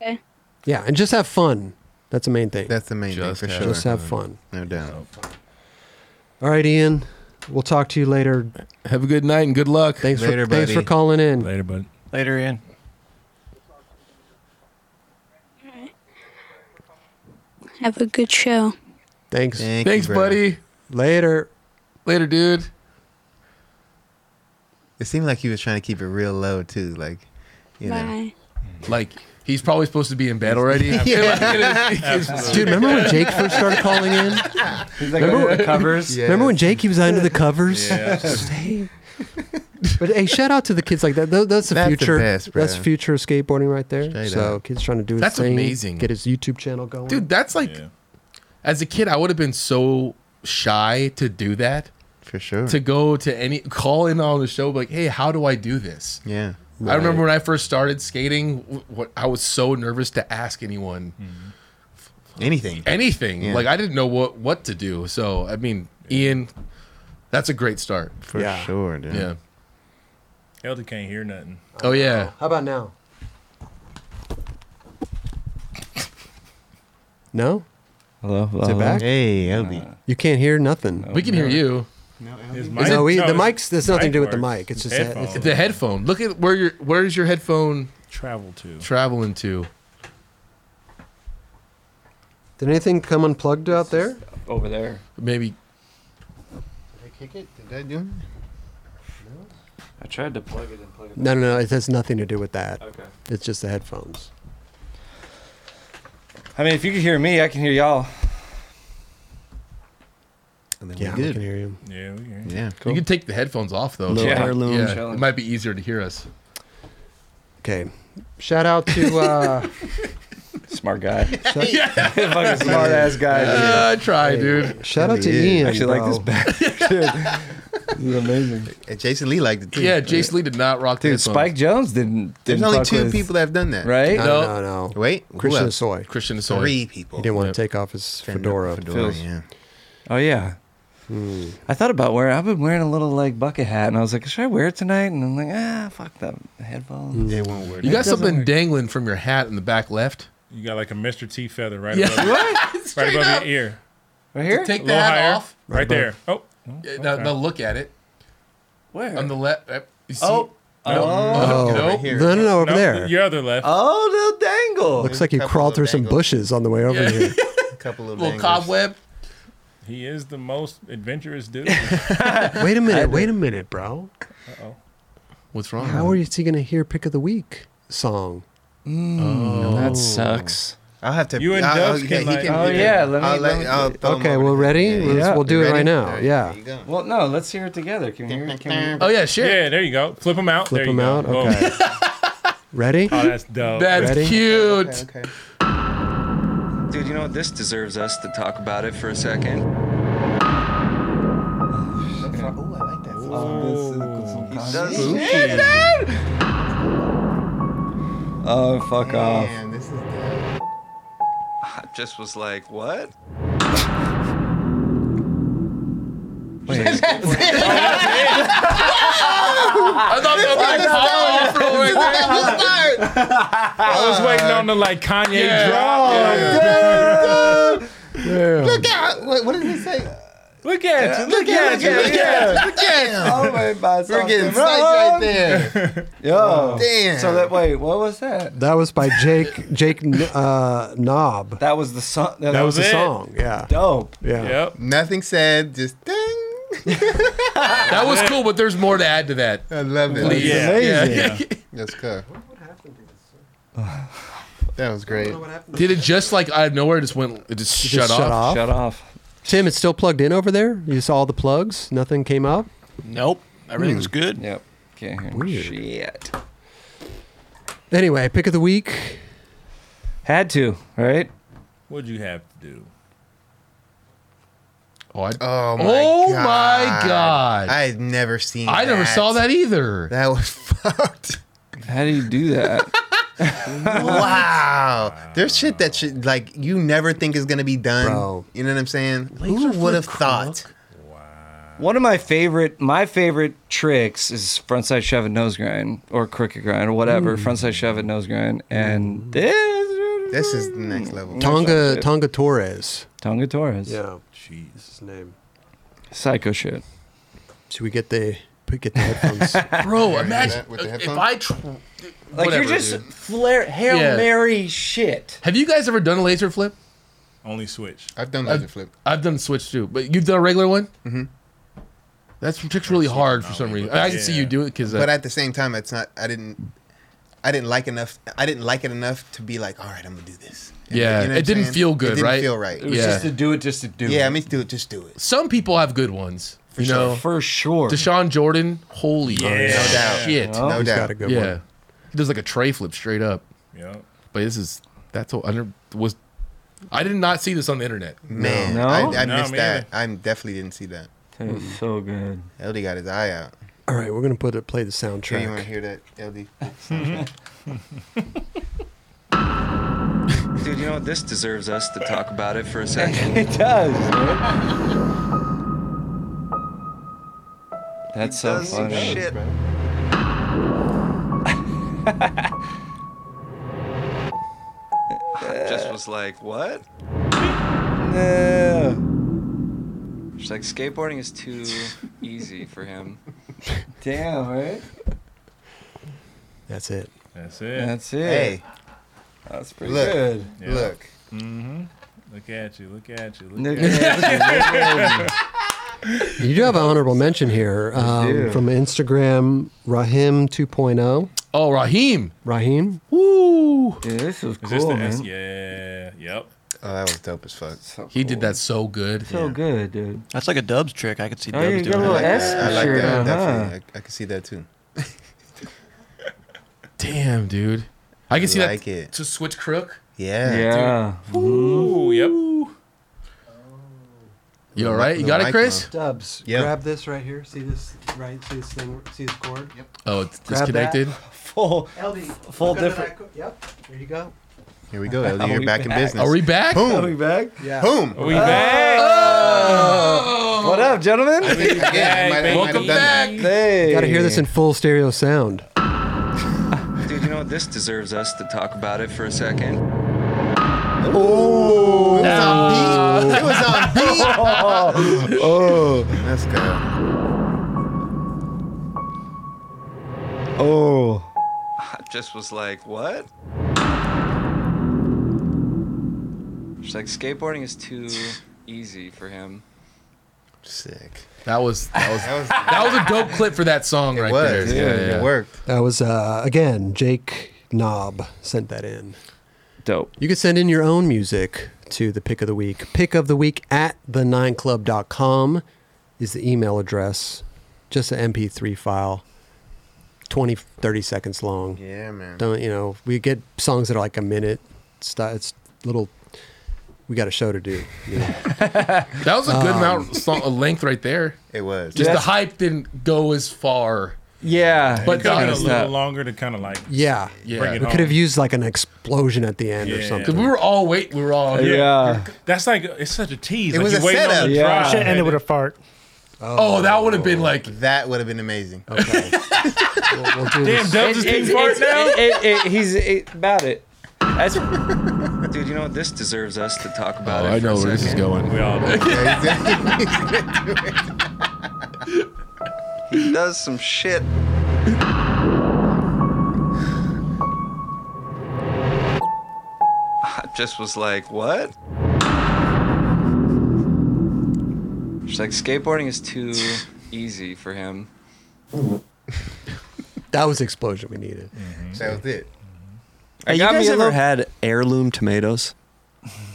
M: Okay.
A: Yeah, and just have fun. That's the main thing.
D: That's the main thing for sure.
A: Just have fun.
D: No doubt.
A: All right, Ian. We'll talk to you later.
C: Have a good night and good luck.
A: Thanks
D: Later,
A: for thanks for
D: buddy.
A: calling in.
E: Later, bud.
G: Later, Ian.
M: Have a good show.
A: Thanks.
D: Thank
C: Thanks,
D: you, brother.
C: buddy.
A: Later.
C: Later, dude.
D: It seemed like he was trying to keep it real low too, like you know.
M: Bye.
C: Like he's probably supposed to be in bed already. *laughs*
A: Dude, remember
D: *laughs*
A: when Jake first started calling in?
F: like
A: remember,
F: under the covers.
A: remember when Jake he was under the covers?
E: Yeah.
A: Just, hey. But hey, shout out to the kids like that. Tho- That's the
D: That's the
A: future.
D: best, bro.
A: that's future skateboarding right there.
D: Straight
A: so
D: up.
A: kids trying to do his
C: That's
A: thing,
C: amazing.
A: Get his YouTube channel going.
C: Dude, that's like as a kid, I would have been so shy to do that.
D: For sure.
C: To go to any call in on the show, be like, hey, how do I do this?
D: Yeah.
C: I remember when I first started skating, wh- what I was so nervous to ask anyone
D: Anything.
C: anything.
D: Yeah.
C: Like I didn't know what what to do. So I mean, Ian, that's a great start.
D: For sure, dude.
C: Yeah.
E: Elder can't hear nothing.
C: Oh yeah.
A: How about now? No,
F: *laughs* Hello.
A: is it back?
D: Hey, Elby.
A: You can't hear nothing.
C: We can hear you.
A: Is
E: His
A: it- we- the mic's- there's nothing to do with the mic. It's just that-
E: headphones.
C: The *laughs* headphone. Look at where your where's your headphone
E: travel to.
C: traveling to?
A: Did anything come unplugged out there?
F: Over there.
C: Maybe
D: Did I kick it? Did I do it?
F: I tried to plug it and plug it.
A: No, no, no. It has nothing to do with that.
F: Okay.
A: It's just the headphones.
F: I mean, if you can hear me, I can hear y'all.
D: And then
A: Yeah,
D: we
A: I can
D: good.
A: hear you.
E: Yeah, we hear.
D: Yeah.
C: you can take the headphones off though.
A: Little
F: Yeah.
A: heirloom.
C: Yeah,
F: Chilling.
C: it might be easier to hear us.
A: Okay. Shout out to
D: *laughs*
A: uh,
F: Smart *laughs* guy.
A: Shut-
F: Fucking smart ass guy.
C: Uh, try, dude.
A: shout out to
D: Yeah.
A: Ian.
F: *laughs* Actually, like
A: bro.
F: this back. is amazing.
D: And Jason Lee liked it too.
C: Yeah, Jason Lee did not rock the
F: Dude,
C: headphones.
F: Spike Jones didn't.
D: There's
F: didn't
D: only
F: fuck
D: two
F: with-
D: people that have done that.
F: right?
A: No, no, no.
D: Wait, who
A: Christian
D: else?
A: Soy.
C: Christian Soy.
D: Three people.
A: He didn't want to take off his fedora.
D: fedora, yeah.
F: Oh yeah. Hmm. I thought about wearing. I've been wearing a little like bucket hat, and I was like, should I wear it tonight? And I'm like, ah, fuck that headphones.
D: They won't wear
C: You got something dangling from your hat in the back left.
E: You got like a Mr. T feather right
C: Yeah.
E: above,
C: *laughs* What?
E: right
C: Straight
E: above
C: up.
E: your ear.
F: Right here.
C: Take
E: A
C: the
E: little
C: hat
E: higher.
C: off.
E: Right, there. Oh.
C: Yeah, now,
E: okay.
C: now look at it.
F: Where?
C: On the left. uh, You see?
F: Oh.
C: No.
A: Oh, no,
C: no.
A: no, no, over
E: Nope,
A: there.
E: Your other left.
F: Oh, the dangle.
A: Looks like you crawled through some bushes on the way over
C: Yeah.
A: here.
D: A couple of
C: Little cobweb.
E: He is the most adventurous
C: *laughs*
E: dude.
A: Wait a minute, wait a minute, bro.
E: oh
C: What's wrong?
A: How are you going to hear Pick of the Week song?
F: That sucks.
D: I'll have to.
E: You and
D: I'll-
E: Dubs
D: I'll-
E: can,
D: he
E: like-
F: Oh,
D: he
F: yeah, let me-
D: I'll
F: let me-
D: I'll throw him
A: Okay,
D: over
A: we're
D: there.
A: ready.
D: Yeah,
A: Let's,
D: yeah.
A: We'll do
D: You
A: it
D: ready?
A: right now.
D: All right,
A: yeah.
D: there you go.
F: Well, no, let's hear it together. Can we? hear- Can
C: Oh, yeah, shit.
E: Yeah, there you go. Flip him out.
A: Flip
E: there you
A: him
E: go.
A: out,
E: Boom.
A: okay. Ready?
E: Oh, that's dope.
C: That's
A: Ready?
C: cute.
D: Okay.
F: we? Dude, you know what? This deserves us to talk about it for a second.
D: Oh, I like that.
F: Oh, fuck off.
D: Damn, this is good.
F: I just was like, what?
C: I thought that was like pop off for a right there.
E: I was waiting on the like Kanye
C: Yeah.
E: drop.
C: Yeah.
D: Look out! What, what did he say?
E: Look at you. Look at you.
D: Look at him! Look at him!
F: Oh my god,
D: We're getting psyched right there. *laughs*
F: Yo,
D: Damn.
F: So that wait, what was that?
A: That was by Jake Jake uh, Knob.
F: That was the song. That,
A: That was
F: was
A: the
E: it.
A: song. Yeah.
F: dope.
A: Yeah.
E: Yep.
D: Nothing said, just ding.
C: That was cool, but there's more to add to that.
D: I love it.
C: Please.
E: Yeah.
C: Yeah.
D: That's cool. That was great.
C: Did it just like out of nowhere? It just went. It just,
A: Just
C: shut, off.
F: Shut off.
A: Tim, it's still plugged in over there. You saw all the plugs. Nothing came up.
K: Nope. Everything's good.
F: Yep. Can't hear
A: Weird.
F: shit.
A: Anyway, pick of the week.
F: Had to, right?
E: What'd you have to do?
C: Oh, I,
D: Oh my
C: Oh
D: god.
C: my God.
D: I had never seen
C: I never saw that either.
D: That was *laughs* fucked.
F: How do you do that?
D: wow. There's shit that should like you never think is gonna be done.
A: Bro.
D: You know what I'm saying? Who would have thought?
F: One of my favorite, my favorite tricks is frontside shove and nose grind, or crooked grind, or
C: Mm.
F: whatever. Frontside shove and nose grind, and this
D: This is the next level.
A: Tonga
F: shit.
A: Tonga Torres.
F: Tonga Torres,
A: Jeez. His name.
F: psycho shit.
A: Should we get the we get the headphones?
C: Bro,
D: hear
C: imagine
D: that with the
C: if
D: headphones?
C: I. Tr-
F: Like
C: whatever,
F: you're just
C: dude.
F: flare hail
C: Yeah.
F: mary shit.
C: Have you guys ever done a laser flip?
E: Only switch.
D: I've done laser flip.
C: I've done switch too, but you've done a regular one. Mm-hmm. That's trick's really hard for some reason. I can see
E: Yeah.
C: you do it uh, because.
D: But at the same time, it's not. I didn't. I didn't like enough. I didn't like it enough to be like, all right, I'm gonna do this. And,
C: Yeah,
D: you know what
C: it
D: I'm
C: didn't
D: saying?
C: feel good,
D: It didn't
C: right?
D: Feel right.
C: was Yeah. just to
F: do it, just to do
D: Yeah, I mean, do it. Just do it.
C: some people have good ones. You know,
F: for sure.
C: Deshaun Jordan. Holy
E: No
D: doubt.
C: shit!
F: No
D: No
A: He's
D: doubt.
A: got a good
C: yeah,
A: one.
C: he does like a tray flip straight up.
E: Yep.
C: But this is that's what under was. I did not see this on the internet.
D: Man,
F: No?
D: I, I
E: No,
D: missed
E: me
D: that. I definitely didn't see that.
F: It's so good.
D: LD got his eye out.
A: All right, we're gonna put it play the
D: Sure you want to
A: soundtrack.
D: hear that, LD?
F: Dude, you know what? This deserves us to talk about it for a second. *laughs* it does. That's so funny. *laughs* Just was like, what? No. She's like, skateboarding is too easy for him. *laughs* Damn, right?
A: That's it.
E: That's it.
F: That's it.
D: Hey,
F: That's pretty
D: Look.
F: good.
E: Yeah.
D: look.
E: Look at you. Look at you. Look
F: Look
E: at you.
F: at
A: You do have an honorable mention here um,
F: do.
A: from Instagram, Rahim 2.0.
C: Oh, Raheem.
A: Rahim,
C: Woo!
F: you. Yeah, *laughs* this was
E: Is this
F: cool,
E: the
F: man.
E: S? Yeah. Yep.
D: Oh, that was dope as fuck.
F: So
C: He did that so good.
F: So good, dude.
K: That's like a Dubs trick. I could see
F: Oh,
K: Dubs
F: you got a
K: doing
F: little
K: that.
F: S
D: I like
F: shirt
D: that.
F: on, huh?
D: Definitely. I, I can see that too.
C: Damn, dude. I can see
D: Like
C: that
D: it.
C: to switch crook.
D: Yeah.
F: Yeah.
E: Ooh. Yep.
C: You all right? You got it, Chris?
A: Dubs,
C: Yep.
A: grab this right here. See this, right? See this thing? See this cord? Yep.
C: Oh, it's
A: Grab that.
C: disconnected.
F: Full,
A: LD,
F: full
A: look under
F: different.
A: that co- Yep. There you go.
D: Here we go.
A: Are
D: Ellie, you're
A: we
D: back, in
A: back?
D: business.
A: Are we back?
D: Boom.
A: Are we
F: back?
A: Yeah.
D: Boom.
A: Are we back?
F: Oh. What up, gentlemen?
D: I might- I might have done that.
F: Hey.
A: Got to hear this in full stereo sound.
N: Dude, you know what? This deserves us to talk about it for a second.
D: Oh, it was on beat.
C: *laughs*
D: It was on beat. oh, let's go.
F: Oh.
N: I just was like, what? She's like, skateboarding is too easy for him.
D: Sick.
C: That was that was that was, a dope clip for that song right there.
A: worked. That was uh, again Jake Knob sent that in.
F: Dope.
A: You can send in your own music to the pick of the week. Pick of the week at the nineclub.com is the email address. Just an MP3 file. 20 30 seconds long.
D: Yeah, man.
A: Don't you know, we get songs that are like a minute. It's, not- it's little we got a show to do. you know.
C: That was a good
A: Um,
C: amount song, a length right there.
D: It was.
C: Just the
A: That's-
C: hype didn't go as far.
F: Yeah,
C: but
E: But could have been a
C: honest-
E: little longer to kind of like
A: Yeah.
E: yeah. bring it
A: we
E: home.
A: could have used like an explosion at the end or
E: Yeah.
A: something.
E: *laughs*
C: we were all wait. We were all
E: That's like it's such a tease.
D: It
E: like
D: was
E: you're
D: a
E: waiting on
D: setup.
E: the
D: Yeah.
E: drop.
D: Shit ended with
E: a
H: fart.
C: Oh, that would have been like
D: that would have been amazing.
A: Okay.
E: Damn, Dubs is getting fart now.
F: he's about it. That's
N: Dude, you know what? This deserves us to talk about
C: Oh,
N: it.
C: I
N: for
C: know
N: a
C: where this is
N: second.
C: going. We all
N: he does some shit. I just was like, what? She's like, skateboarding is too easy for him.
A: That was the explosion we needed.
D: That was it.
F: Hey,
N: It
F: you
N: got me
F: guys
N: a
F: ever
N: little-
F: had
N: heirloom tomatoes?
F: *laughs*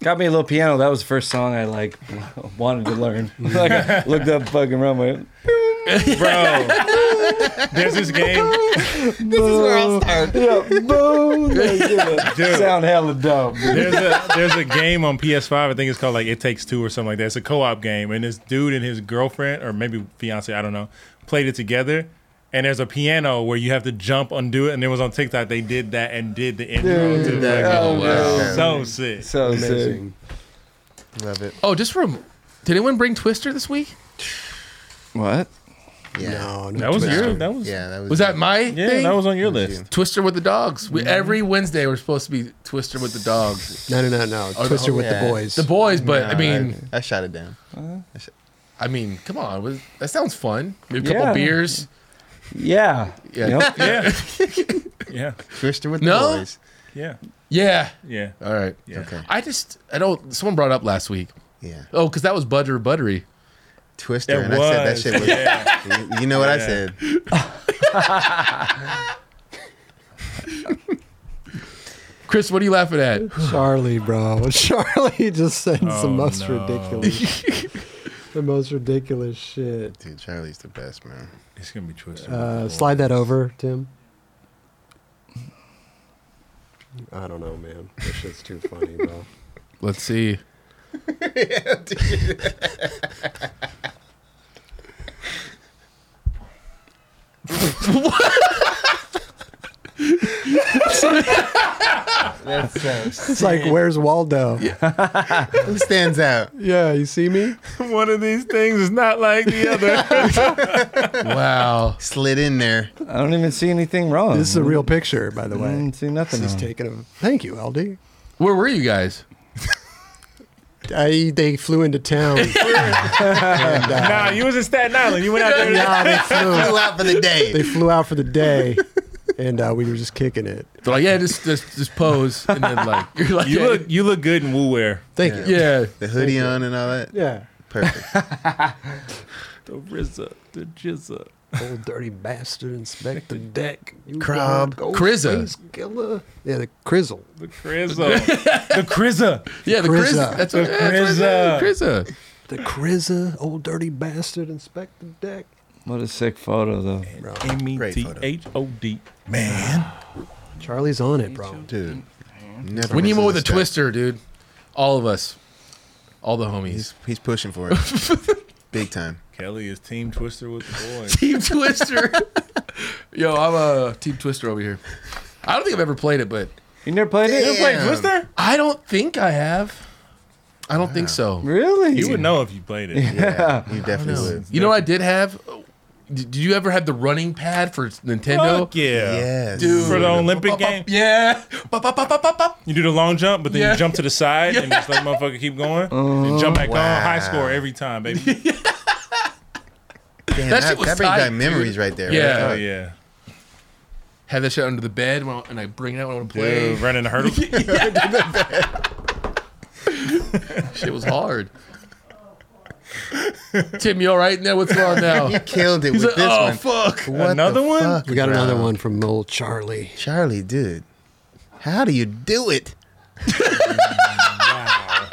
F: Got me a little piano. That was the first song I like *laughs* wanted to learn. *laughs* like I looked up fucking runway.
E: Bro, there's this game.
F: This is where I'll start. *laughs* Yeah, boom. Like, yeah.
E: *laughs* Dude.
F: Sound hella dumb. dude.
E: There's a there's a game on PS5. I think it's called like It Takes Two or something like that. It's a co-op game, and this dude and his girlfriend or maybe fiance, I don't know, played it together. And there's a piano where you have to jump, undo it, and it was on TikTok. They did that and did the intro.
C: Dude,
E: to
C: that-
E: the-
C: oh, wow.
E: So sick.
F: So
C: Amazing.
D: Love it.
C: Oh, just from. Did anyone bring Twister this week?
F: What?
D: Yeah.
A: No,
C: That was your.
E: That was
D: yeah. That was,
C: Was that my?
E: Yeah,
C: thing?
E: that was on your list.
C: Twister with the dogs. We, every Wednesday we're supposed to be Twister with the dogs.
A: No, no, no, no.
C: Oh,
A: Twister
C: no.
A: with
C: Yeah.
A: the boys.
C: The boys, but I
D: Nah,
C: mean,
D: I, I shot it down.
C: I mean, come on, was- that sounds fun. Maybe a couple
D: Yeah.
C: beers.
F: Yeah.
C: Yeah.
F: Yep.
D: *laughs*
E: Yeah. yeah.
D: Twister with
C: No?
D: the boys.
E: Yeah.
C: Yeah.
E: Yeah.
D: Uh,
C: All right.
E: Yeah.
C: Okay. I just I don't. Someone brought up last week.
D: Yeah.
C: Oh, because that was Budger Buttery.
D: Twister, and I said that shit was.
C: *laughs*
D: You, you know what I
C: Yeah.
D: said?
C: Chris, what are you laughing at?
A: Charlie, bro. *laughs* Charlie just sends the
C: Oh,
A: most
C: no.
A: ridiculous, the most ridiculous shit.
D: Dude, Charlie's the best, man.
E: It's gonna be twisted.
A: Uh, slide that over, Tim. I don't know, man. This shit's too funny, bro.
C: Let's see.
D: That's so.
A: *laughs* It's like, where's Waldo?
D: Who stands out?
A: Yeah, you see me?
E: One of these things is not like the other.
C: Wow.
D: Slid in there.
F: I don't even see anything wrong.
A: This is a real picture, by the way.
F: I didn't see nothing.
A: This is
F: wrong.
A: taken. Of, thank you, LD.
C: Where were you guys?
A: I, they flew into town. and, uh,
E: nah, you was in Staten Island. You went out there.
A: Nah, they flew.
D: Flew out for the
C: *laughs*
D: day.
A: They flew out for the day, and uh, we were just kicking it.
C: They're like, yeah, just just just pose, and then like *laughs* you're like,
E: You look you look good in woo wear.
A: Thank
D: Yeah.
A: you.
C: yeah.
D: The hoodie on and all that.
A: Yeah.
D: Perfect.
C: *laughs*
E: The RZA, the jizza.
A: Old dirty bastard, inspect
D: *laughs*
A: the deck. You
C: Crab.
A: wild
C: Crizza.
A: ghostface Killer. Yeah, the crizzle.
E: The Crizza.
C: *laughs*
E: the Crizza.
C: Yeah, the Chris.
A: Krizza.
C: That's
E: The
C: what, yeah, that's what I said, Krizza.
A: The crizza. Old dirty bastard, inspect the deck.
F: What a sick photo, though.
A: Bro,
E: M E T H O D. Man.
A: Charlie's on it, bro.
D: Dude. Never
C: We need
D: misses
C: more with a
D: step.
C: twister, dude. All of us. all the homies.
D: He's, he's pushing for it, big time.
E: Kelly is Team Twister with the
C: *laughs* *laughs*
E: boys.
C: Team Twister. Yo, I'm a Team Twister over here. I don't think I've ever played it, but
F: you never played
C: it.
F: You never played Twister?
C: I don't think I have. I don't think so.
F: Really?
E: You would know if you played it. *laughs*
D: Yeah,
C: you definitely would. You know what I did have? Did you ever have the running pad for Nintendo?
E: Fuck yeah.
D: Yes.
C: Dude.
E: For the Olympic game?
C: Yeah.
E: You do the long jump, but then
C: Yeah. Oh,
E: you jump to the side and
C: *laughs*
E: just let motherfucker keep going. and jump back on. High score every
C: *laughs*
E: time, baby.
D: Damn, that, that, brings
C: tight,
D: back
C: dude.
D: memories right there.
C: Yeah.
E: Oh, yeah.
C: Had that shit under the bed when I, and I bring it out when I want to play.
E: Dude, running the
C: *laughs*
E: hurdle.
C: shit was hard. Tim, you all right now? What's going on *laughs* now?
D: You killed it
C: Oh, He's
D: with
C: like,
D: this
C: oh,
D: one.
C: fuck.
D: What the fuck,
A: we got another
D: bro?
A: one from Mole Charlie.
D: Charlie, dude, how do you
C: *laughs*
D: do it?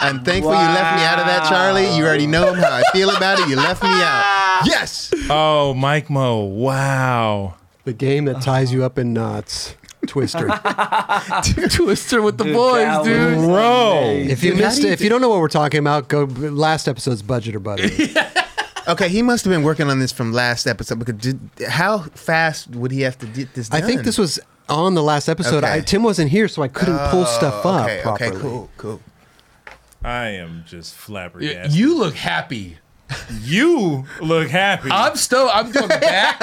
D: I'm thankful you left me out of that, Charlie. You already know how I feel about it. You left me out. Yes.
E: Oh, Mike Mo. Wow.
A: The game that ties you up in knots. Twister.
C: *laughs* Twister with the
F: Dude, that
C: boys,
F: was
C: dude.
E: Bro.
A: *laughs* If you
D: Dude, how
A: missed
D: do you
A: it, if you don't know what we're talking about, go last episode's budget or
D: *laughs*
A: buddy.
D: Okay, he must have been working on this from last episode because did, how fast would he have to get this
A: I
D: done?
A: think this was on the last episode.
D: Okay.
A: I, Tim wasn't here, so I couldn't pull stuff
D: Oh,
A: up
D: okay,
A: properly.
D: Okay, cool, cool. *laughs*
E: I am just
C: Yeah,
E: flabbergasted.
C: You look happy.
E: You look happy.
C: I'm still. I'm going back.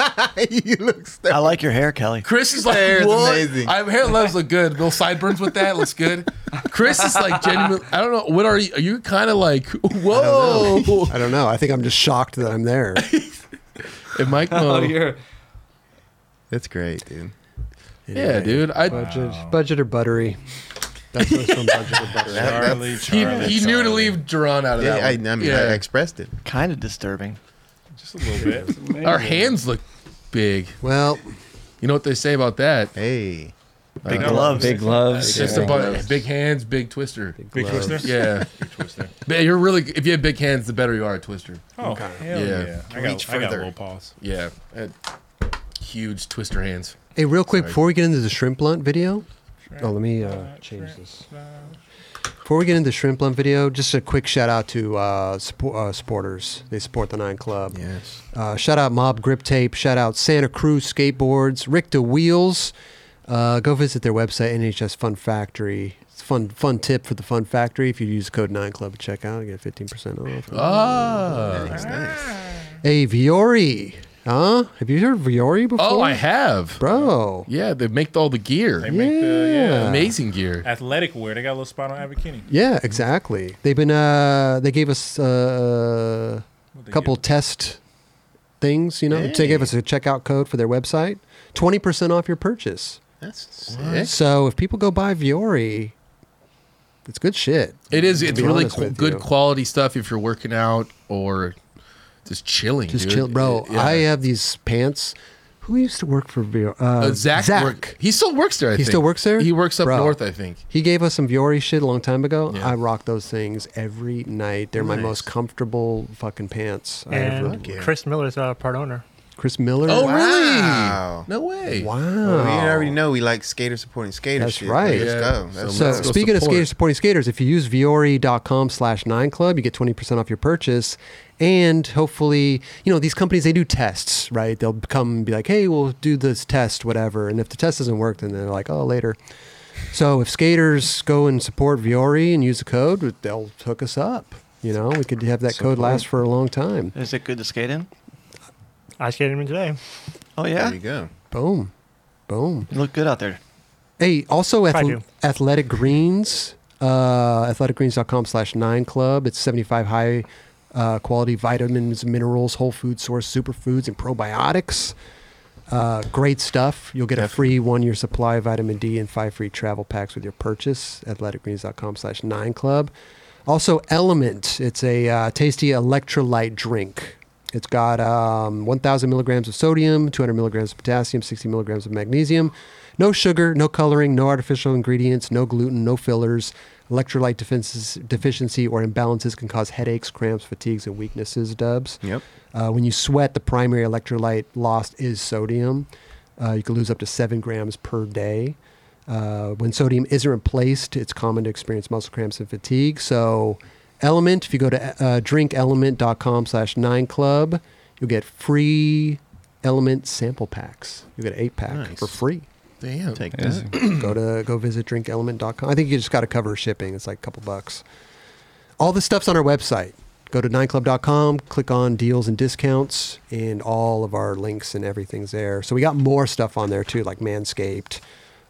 D: you look stupid.
G: I like your hair, Kelly.
C: Chris is like,
D: Hair is
C: what?
D: amazing.
C: I, hair loves look good. Little sideburns with that looks good. Chris is like genuinely. I don't know. What are you? Are you kind of like? Whoa.
A: *laughs* I don't know. I think I'm just shocked that I'm there.
C: and
D: *laughs*
C: Mike, Mo,
F: Oh, you're
D: That's great, dude.
C: yeah, dude. I.
A: Budget, budget or buttery. That's what's from budget or buttery.
E: Charlie,
C: He,
E: Charlie.
C: he knew to leave Duran out of
D: Yeah,
C: that.
D: I, I
C: one.
D: mean, I
C: yeah.
D: expressed it.
G: Kind of disturbing.
E: Just a little bit.
C: Our hands look big.
A: Well,
C: You know what they say about that?
D: Hey,
E: Big
C: Uh,
E: gloves.
F: big gloves.
C: It's just a bu- big hands, big twister.
E: Big twister.
C: Yeah,
E: Big twister.
C: *laughs* but you're really. If you have big hands, the better you are at twister.
E: Oh, hell
C: Yeah.
E: yeah. I, got,
D: Reach
E: I got
D: further.
E: a little pause.
C: Yeah, I had huge twister hands.
A: hey, real quick before we get into the shrimp blunt video. oh, let me uh, change this. Before we get into the shrimp blunt video, just a quick shout out to uh, support, uh, supporters. They support the Nine Club.
D: Yes.
A: Uh, shout out Mob Grip Tape. Shout out Santa Cruz Skateboards. Rick the Wheels. Uh, go visit their website, NHS Fun Factory. It's a fun, fun tip for the Fun Factory. If you use code 9Club at checkout, you get 15%
C: Oh.
A: off.
C: Ah.
A: Hey, Viore. Huh? Have you heard of Viore before?
C: Oh, I have.
A: Bro.
C: Yeah, they make all the
E: They
C: gear.
E: make the
C: Amazing gear.
E: yeah, athletic wear. They got a little spot on Abercrombie.
A: Yeah, exactly. They've been, uh, they gave us uh,
E: What'd
A: a
E: they
A: couple
E: give
A: test things, you know. They gave us a checkout code for their website 20% off your purchase.
D: that's sick.
A: So if people go buy Viore, it's good shit.
C: It is.
A: To
C: It's
A: be
C: really
A: honest
C: qu-
A: with
C: good
A: you.
C: quality stuff if you're working out or just chilling.
A: Just
C: dude. Uh,
A: chill, bro.
C: Yeah.
A: I have these pants. Who used to work for Viore?
C: Uh, Zach, Work, he still works there. I
A: He
C: think.
A: still works there?
C: He works up
A: Bro.
C: north, I think.
A: He gave us some Viore shit a long time ago.
C: Yeah.
A: I rock those things every night. They're my
D: Nice.
A: most comfortable fucking pants I ever.
H: And Chris Miller's uh, part owner.
A: Chris Miller.
C: Oh,
D: Wow.
C: really? Oh, No way.
A: wow.
D: Well, we already know we like skater supporting skater.
A: That's
D: shit.
A: right.
D: Let's
C: Yeah.
D: go.
C: So
D: That's
A: So
C: Let's go
A: speaking of
C: support.
A: skaters supporting skaters, if you use viori.com slash nine club, you get 20% off your purchase. And hopefully, you know, these companies, they do tests, right? They'll come and be like, hey, we'll do this test, whatever. And if the test doesn't work, then they're like, oh, later. So if skaters go and support Viori and use the code, they'll hook us up. You know, we could have that code last for a long time.
G: Is it good to skate in?
H: I skated him today.
G: Oh
D: There
G: yeah,
D: you go.
A: Boom. Boom.
G: you look good out there.
A: Hey, also
H: I
A: ath-
H: do.
A: Athletic Greens, uh, athleticgreens.com slash nine club. It's 75 high uh, quality vitamins, minerals, whole food source, superfoods, and probiotics. Uh, great stuff. You'll get a free one year supply of vitamin D and five free travel packs with your purchase. Athleticgreens.com slash nine club. Also, Element. It's a uh, tasty electrolyte drink. It's got um, 1,000 milligrams of sodium, 200 milligrams of potassium, 60 milligrams of magnesium. No sugar, no coloring, no artificial ingredients, no gluten, no fillers. Electrolyte defenses, deficiency or imbalances can cause headaches, cramps, fatigues, and weaknesses, dubs.
D: Yep.
A: Uh, when you sweat, the primary electrolyte lost is sodium. Uh, you can lose up to seven grams per day. Uh, when sodium isn't replaced, it's common to experience muscle cramps and fatigue. So Element. If you go to uh, drinkelement.com slash nine club, you'll get free Element sample packs. You get an eight pack for free.
C: Damn. Take
A: go to go visit drinkelement.com. I think you just got to cover shipping. It's like a couple bucks. All the stuff's on our website. Go to nineclub.com, click on deals and discounts, and all of our links and everything's there. So we got more stuff on there too, like Manscaped,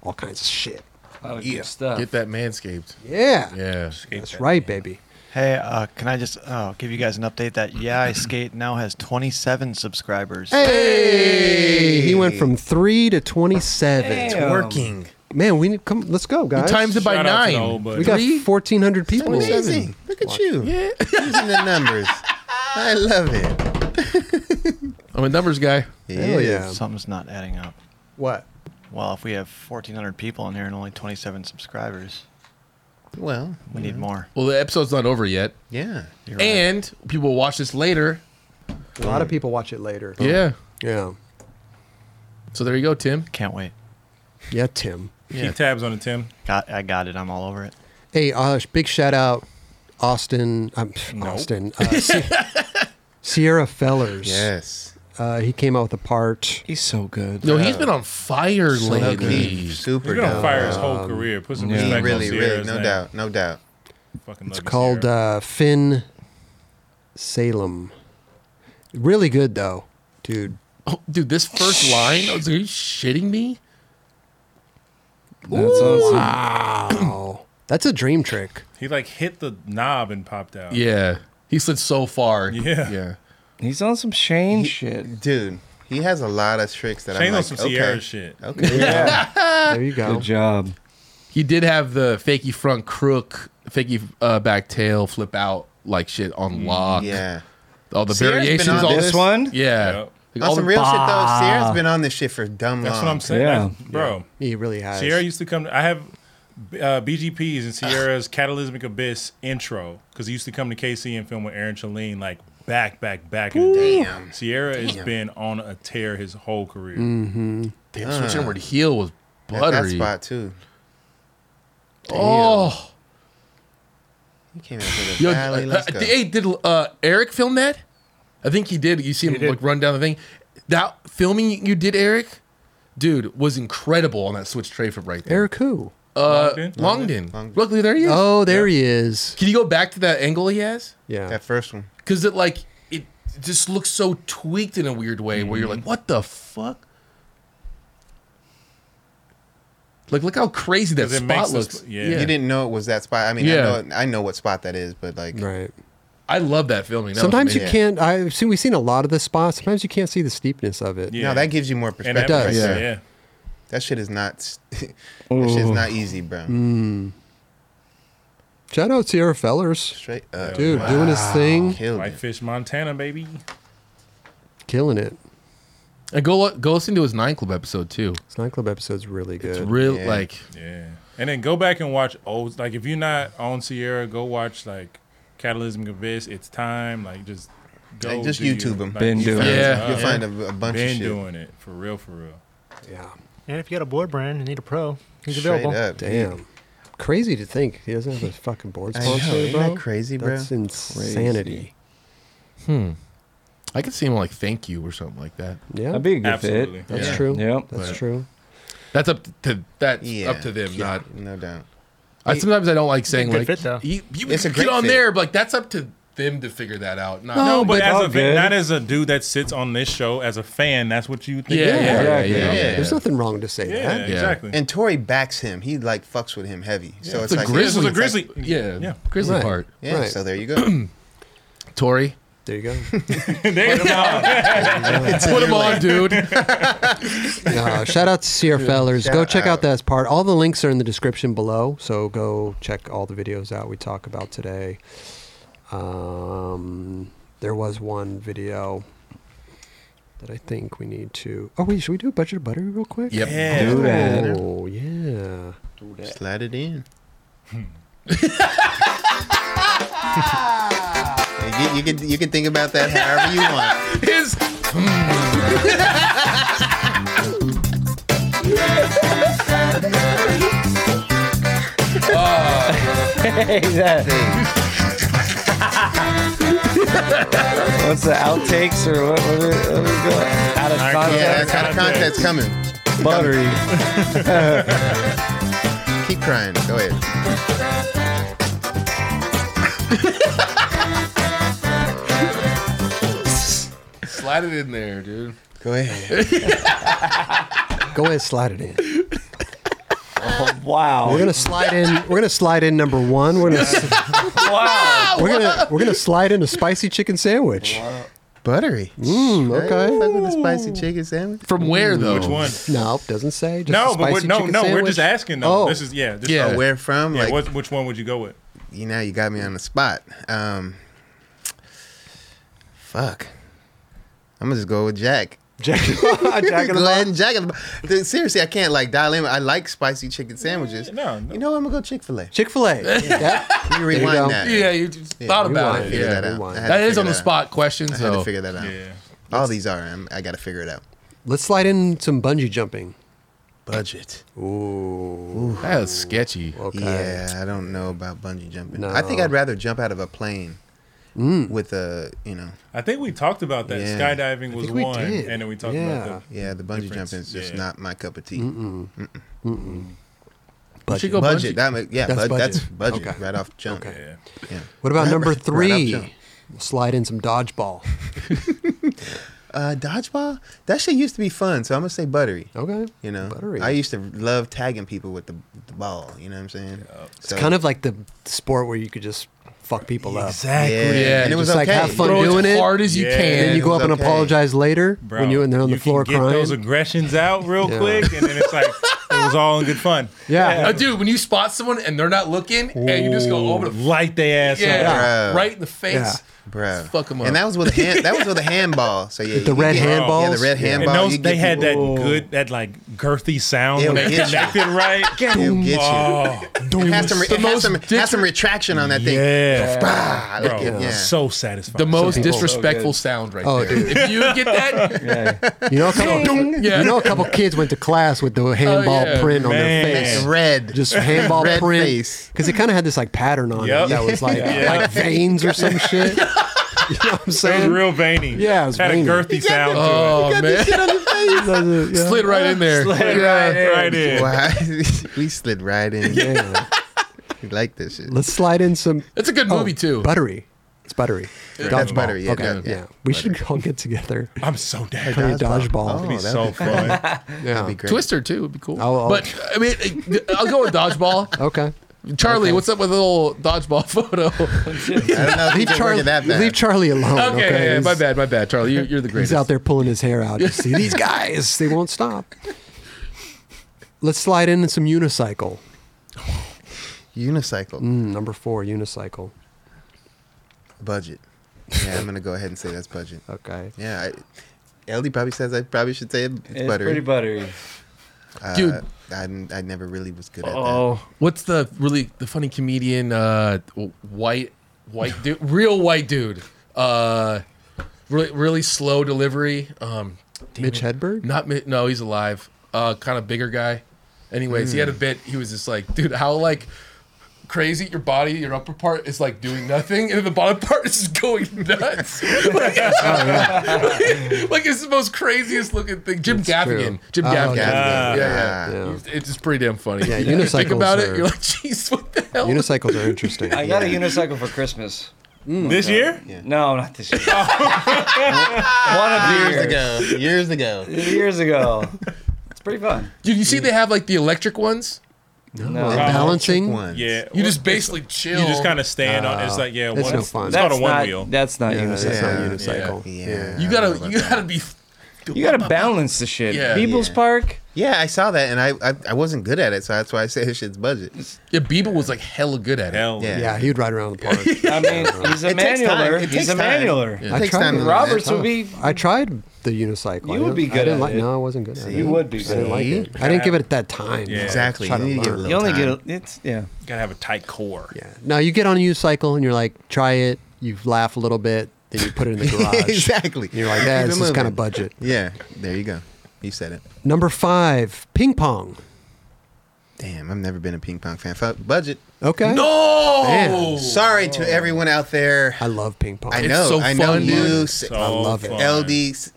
A: all kinds of shit.
F: Oh, yeah. good stuff.
C: Get that manscaped.
A: Yeah.
C: Yeah.
A: That's right, baby.
G: Hey, uh, can I just uh, give you guys an update that Yeah I Skate now has 27 subscribers.
A: Hey, he went from three to twenty-seven.
G: It's
A: Um,
G: working.
A: man. We need come. Let's go, guys.
C: times it by Shout out to the nine. old buddy.
A: We got
C: Three?
A: fourteen hundred people.
D: Amazing. Look at you. Yeah. Using the numbers. I love it.
C: I'm a numbers guy.
A: Hell yeah.
G: Something's not adding up.
A: What?
G: Well, if we have 1,400 people in here and only 27 subscribers,
D: Well,
G: we need more.
C: Well, the episode's not over yet.
D: Yeah.
G: You're right.
C: And people will watch this later.
A: A lot of people watch it later.
C: Yeah.
A: Yeah.
C: So there you go, Tim.
G: Can't wait.
A: Yeah, Tim.
E: Keep tabs on it, Tim.
G: Got, I got it. I'm all over it.
A: Hey, uh, big shout out, Austin. Um, pff, Austin.
E: *laughs*
A: Uh, Si- Sierra Fellers.
D: Yes.
A: Uh, he came out with a part.
F: He's so good.
C: No, he's been on fire lately.
D: Super
E: He's been on
D: dope.
E: fire his whole career. Put some respect on
D: really, really,
E: Sierra's
D: no
E: name.
D: doubt, no doubt.
E: Fucking
A: It's
E: love you,
A: called
E: Sierra.
A: uh, Finn Salem. Really good though, dude.
C: Oh, dude, this first line. I was like, Are you shitting me?
A: That's awesome. Wow. Oh, That's a dream trick.
E: He like hit the knob and popped out.
C: Yeah. He slid so far.
E: Yeah.
C: Yeah.
F: He's on some Shane shit.
D: Dude, he has a lot of tricks that
E: Shane
D: I'm
E: on
D: like,
E: some
D: okay.
E: Sierra shit.
D: Okay.
C: Ah.
A: There you go.
F: Good job.
C: He did have the fakey front crook, fakey uh, back tail flip out like shit on lock.
D: Yeah.
C: All the
D: Sierra's been
C: variations.
D: on
C: all
D: this
F: one?
C: Yeah.
E: Yep.
C: Like,
D: On
C: all
D: some
C: the-
D: real shit though,
F: Bah.
D: Sierra's been on this shit for dumb
E: That's
D: long.
E: what I'm saying,
F: Yeah.
E: Like, bro.
A: He really has.
E: Sierra used to come. I have uh, BGPs
D: *sighs*
E: and Sierra's Catalysmic Abyss intro because he used to come to KC and film with Aaron Chalene like back, back, back in the day. Sierra has been on a tear his whole career.
D: Mm.
C: Damn, switching over to heel was
D: Uh. At that
C: buttery.
D: spot too.
C: oh,
D: He came out with a
C: yo,
D: valley.
C: uh,
D: Let's
C: uh,
D: go.
C: hey, did uh, Eric film that? I think he did. You see him
H: did.
C: like run down the thing. That filming you did, Eric, dude, was incredible on that switch tray flip right there.
A: Eric who?
C: uh,
E: Longden?
C: Longden. Luckily, there he is.
A: Oh, there he is.
C: Can you go back to that angle he has?
A: Yeah.
D: That first one.
C: Because it like it just looks so tweaked in a weird way where
D: Mm-hmm.
C: you're like, what the fuck? Like, look how crazy that
E: 'Cause it
C: spot
E: makes the
C: looks.
E: sp- yeah.
D: You didn't know it was that spot. I mean,
C: Yeah.
D: I know I know what spot that is, but like
A: Right.
C: I love that filming. That was
A: Sometimes you
C: amazing.
A: can't. I've seen. We've seen a lot of the spots. Sometimes you can't see the steepness of it.
E: Yeah.
D: no, that gives you more
E: And
D: perspective.
E: that was-
A: does.
D: Right
E: Yeah.
D: there.
E: yeah.
D: That shit is not *laughs* that shit's not easy, bro.
A: Shout out Sierra Fellers,
D: Straight up.
A: dude, doing his thing,
D: Killed it.
E: Whitefish, Montana, baby.
A: killing it.
C: And go lo- go listen to his Nine Club episode too.
A: This nightclub episode's really good.
C: It's real
D: Yeah.
C: like
E: Yeah. And then go back and watch old. Like if you're not on Sierra, go watch like Catalysmic Abyss. It's time. Like just go.
D: Like, just
E: do your-
D: YouTube 'em.
E: you
F: Been doing
E: find
C: it.
E: some-
C: Yeah.
D: You'll
E: uh,
D: find a, a bunch
E: been
D: of shit.
E: doing it for real, for real.
A: yeah.
H: And if you got a board brand and need a pro, he's
D: Straight
H: available.
D: up.
A: Damn. Crazy to think he doesn't have a fucking board
D: I know,
A: sponsor,
D: ain't
A: bro.
D: that crazy, bro?
A: That's insanity.
C: I could see him like thank you or something like that.
A: Yeah,
F: That'd be a good
E: Absolutely.
F: fit.
A: that's
C: Yeah.
A: true.
F: Yep.
A: that's
C: But-
A: true.
C: That's up to that's
D: Yeah.
C: up to them.
D: Yeah,
C: Not
D: no doubt.
C: I, sometimes I don't like saying
H: a good
C: like
H: fit, though.
C: You, you
D: It's a
C: get
D: great
C: on
D: fit.
C: there, but like that's up to them to figure that out. Not,
E: No, but,
F: but
E: as
F: all
E: a fan,
F: good.
E: not as a dude that sits on this show as a fan. That's what you think.
C: Yeah, yeah, yeah, yeah,
F: exactly.
C: yeah, yeah.
A: There's nothing wrong to say
E: Yeah,
A: that.
E: exactly. *laughs*
D: And Tori backs him. He like fucks with him heavy. So it's,
C: It's a
D: like
C: grizzly.
E: This was a
C: it's like- yeah,
E: Yeah.
C: grizzly
A: Right.
C: part.
D: Yeah,
A: Right.
D: so there you go.
C: Tori,
A: There you go.
E: There you go.
C: put him on, dude.
A: Uh, shout out to Sierra Fellers. Go
D: shout
A: check out
D: out.
A: that part. All the links are in the description below. So go check all the videos out we talk about today. Um, there was one video that I think we need to. Oh wait, should we do budget of butter real quick?
C: Yep.
E: Yeah.
F: Do that.
A: Oh yeah.
D: Slide it in. you, can, you can you can think about that however you
C: *laughs*
D: want.
C: His
F: Hey, that. *laughs* What's the outtakes or what? What are, what are we going? Out of context.
D: Yeah, out of context coming.
F: Buttery.
D: Keep crying. Go ahead.
C: Slide it in there, dude.
D: Go ahead.
A: Go ahead, slide it in.
F: wow.
A: We're gonna slide in. We're gonna slide in number one. We're gonna.
F: wow.
A: *laughs* We're gonna we're gonna slide in a spicy chicken sandwich.
D: Buttery.
A: Mmm. Okay.
D: Fuck with the spicy chicken sandwich.
C: From where though?
E: *laughs* Which one?
A: No, doesn't say. Just
E: no,
A: a
E: but we're,
A: spicy
E: no,
A: chicken
E: no. We're
A: sandwich?
E: just asking though.
A: Oh.
E: This is yeah. Just,
D: Yeah, where from?
E: Yeah,
D: Like-
E: what, which one would you go with?
D: You know, you got me on the spot. Um, fuck. I'm gonna just go with Jack.
G: Jack,
A: *laughs*
D: Jack and Glenn, Jack and the Dude, Seriously, I can't like dial in. I like spicy chicken sandwiches.
E: No, no.
D: You know, what? I'm gonna go Chick Fil A.
A: Chick Fil A.
D: You rewind that.
C: Yeah, you just thought about it.
D: Figure
C: Yeah.
D: that out. I had to
C: that is
D: figure
C: on the
D: that out.
C: spot question.
D: I
C: So
D: had to figure that out. All these are. I'm, I got to figure it out.
A: Let's slide in some bungee jumping.
D: Budget.
A: Ooh.
C: That was sketchy.
A: Okay.
D: Yeah, I don't know about bungee jumping.
A: No.
D: I think I'd rather jump out of a plane with a, you know.
E: I think we talked about that.
D: Yeah.
E: Skydiving
D: I
E: was
D: think we
E: one,
D: did.
E: and then we talked about the
D: yeah, the bungee
E: difference.
D: jumping is just
E: Yeah.
D: not my cup of tea.
A: Mm-mm. Mm-mm.
D: You
A: Budget.
D: should go budget. That ma- yeah,
A: That's
D: bud-
A: budget.
D: that's budget
A: Okay.
D: right off jump.
A: Okay.
D: Yeah.
A: What about
D: Right-
A: number
D: right off
A: three?
D: jump.
A: We'll slide in some dodgeball.
D: Uh, dodgeball? That shit used to be fun, so I'm gonna say buttery.
A: Okay.
D: You know,
A: Buttery.
D: I used to love tagging people with the, the ball. You know what I'm saying?
A: It's kind of like the sport where you could just fuck people up.
E: Exactly.
D: Yeah.
C: Yeah,
D: And it was
A: just like
D: okay.
A: have fun
C: Throw as
A: doing it
C: hard as you
E: Yeah.
C: can.
A: And then you go
D: It
A: up
D: was
A: and
D: okay.
A: apologize later
E: Bro,
A: when you and they're on the
E: you
A: floor
E: can get
A: crying.
E: those aggressions out real
A: Yeah.
E: quick, and then it's like it was all in good fun.
A: yeah.
C: Uh, dude, when you spot someone and they're not looking, and you just go over the
E: light they ass
C: yeah,
E: up.
D: Yeah.
C: right in the face.
A: Yeah.
D: Bro,
C: Fuck 'em up.
D: and that was with a hand. That
A: *laughs*
D: was with a handball. So yeah,
A: The
D: you
A: red
D: get- Yeah,
A: handballs?
D: the red
A: Yeah.
E: And
D: handball.
E: those,
D: you
E: they
D: get
E: had that
D: people-
E: good, that like girthy sound
D: It'll
E: when they
D: get you.
E: connected right.
D: *laughs* It'll get you.
E: Oh,
D: It had some, it had some, it had some retraction on that thing.
E: yeah,
D: Bah,
E: bro,
D: like it- yeah.
E: so satisfying.
C: The most
A: people-
C: disrespectful sound right
A: Oh,
C: there.
A: dude.
C: If you get that,
A: *laughs* You know, a couple, *laughs*
C: Yeah.
A: you know, a couple kids went to class with the handball
C: yeah.
A: print on
E: Man.
A: their face.
D: It's red.
A: Just handball
D: Red
A: print
D: face.
A: because it kind of had this like pattern on
E: Yep.
A: it that was like
E: Yeah.
A: like veins or some shit. *laughs* You know what I'm
E: That was
A: saying?
E: real veiny.
A: Yeah, it was
E: had
A: veiny.
E: a girthy sound to it.
C: oh
A: *laughs*
C: man,
A: Yeah.
C: slid right in there.
E: Yeah, right in.
D: *laughs* Why? *laughs* we slid right in.
A: Yeah.
D: We like this shit.
A: Let's slide in some
C: It's a good
A: oh,
C: movie too.
A: Buttery. It's buttery. Dodgeball.
D: buttery, yeah,
A: okay. Yeah.
D: yeah, yeah.
A: We should all get together.
E: I'm so down.
A: Play dodgeball.
E: It'd be
D: Oh, that'd
E: so
D: be
E: fun.
A: Yeah.
D: be great.
C: Twister too would be cool.
A: I'll- I'll-
C: but I mean, I'll go with dodgeball.
A: Okay.
C: Charlie, what's up with the little dodgeball *laughs* photo?
D: I don't know if you
A: Leave
D: can work
A: Charlie,
D: it that bad.
A: leave Charlie alone.
C: okay,
A: Okay.
C: yeah, yeah,
A: He's-
C: my bad, my bad, Charlie. You, you're the
A: He's
C: greatest.
A: out there pulling his hair out. You see these guys, they won't stop. Let's slide in some unicycle.
D: Unicycle
A: Mm, number four, unicycle.
D: budget. Yeah, I'm gonna go ahead and say that's budget.
A: Okay.
D: Yeah, I, LD probably says I probably should say it's,
F: It's
D: buttery.
F: pretty buttery.
D: uh,
C: Dude.
D: I, I never really was good at that.
C: Oh, what's the really the funny comedian? Uh, white, white dude, real white dude. Uh, really, really slow delivery. Um, damn
A: Mitch
C: it.
A: Hedberg?
C: Not Mi- no, he's alive. Uh, kind of bigger guy. Anyways, he had a
A: Hmm.
C: bit. He was just like, dude, how like crazy your body, your upper part is like doing nothing, and then the bottom *laughs* part is just going
A: *laughs*
C: nuts.
A: Oh,
C: like, *laughs* like, it's the most craziest looking thing. Jim
A: It's
C: Gaffigan.
A: true.
C: Jim
A: Oh,
C: Gaffigan. Yeah,
E: yeah.
C: yeah.
A: Yeah.
C: It's just pretty damn funny.
A: Yeah,
C: *laughs* You think
A: unicycles
C: about
A: are-
C: it, you're like, jeez, what the hell?
A: Unicycles are interesting.
F: I got a unicycle for Christmas.
E: This year?
F: No, not this year. One of the years ago.
D: Years ago,
F: Years ago. It's pretty fun.
C: Dude, you see they have like the electric ones?
F: No.
A: And balancing.
D: one.
E: Yeah.
C: You just basically chill.
E: you just kind of stand on. It's like yeah,
A: That's
E: one,
A: no fun.
E: it's called a one
F: not,
E: wheel.
F: That's not
A: Yeah,
F: unicycle.
A: that's not
D: Yeah.
A: unicycle.
D: Yeah.
C: You
D: I don't know
C: gotta,
D: about
C: you
D: that.
C: gotta be.
F: You gotta balance the shit.
C: Yeah.
F: People's
D: Yeah.
F: Park.
D: Yeah, I saw that, and I, I I wasn't good at it, so that's why I say this shit's budget.
C: Yeah, Bieber was like hella good at it.
E: Hell
D: Yeah.
A: Yeah, he would ride around the park.
F: I mean, he's a
D: It takes time.
F: manualer.
D: It
F: He's
D: takes
F: a
D: time.
F: manualer.
D: It
A: I
D: takes
A: tried-
D: time. to learn
F: Roberts
D: that.
F: would be.
A: I tried the unicycle.
F: You
A: I
F: would
A: didn't-
F: be
A: I
F: good
A: didn't
F: at
A: like-
F: it.
A: No, I wasn't good at it.
F: You would be
A: I didn't
F: good.
A: like it. I didn't give it at that time.
E: Yeah.
D: *laughs* Exactly.
A: Try to
D: You need to give
A: learn.
D: it a
F: You only
D: time.
F: get a, it's yeah.
E: gotta have a tight core.
A: Yeah. No, you get on a unicycle and you're like, try it. You laugh a little bit, then you put it in the
D: *laughs*
A: garage.
D: exactly.
A: You're like,
D: Keep
A: yeah,
D: it
A: this is kind
D: moving.
A: of budget.
D: Yeah, there you go. You said it.
A: Number five, ping pong.
D: Damn, I've never been a ping pong fan. Fuck, budget.
A: Okay. Oh.
D: No. Sorry to everyone out there.
A: I love ping pong.
D: I know. I know you.
A: So I love it.
D: LD. s-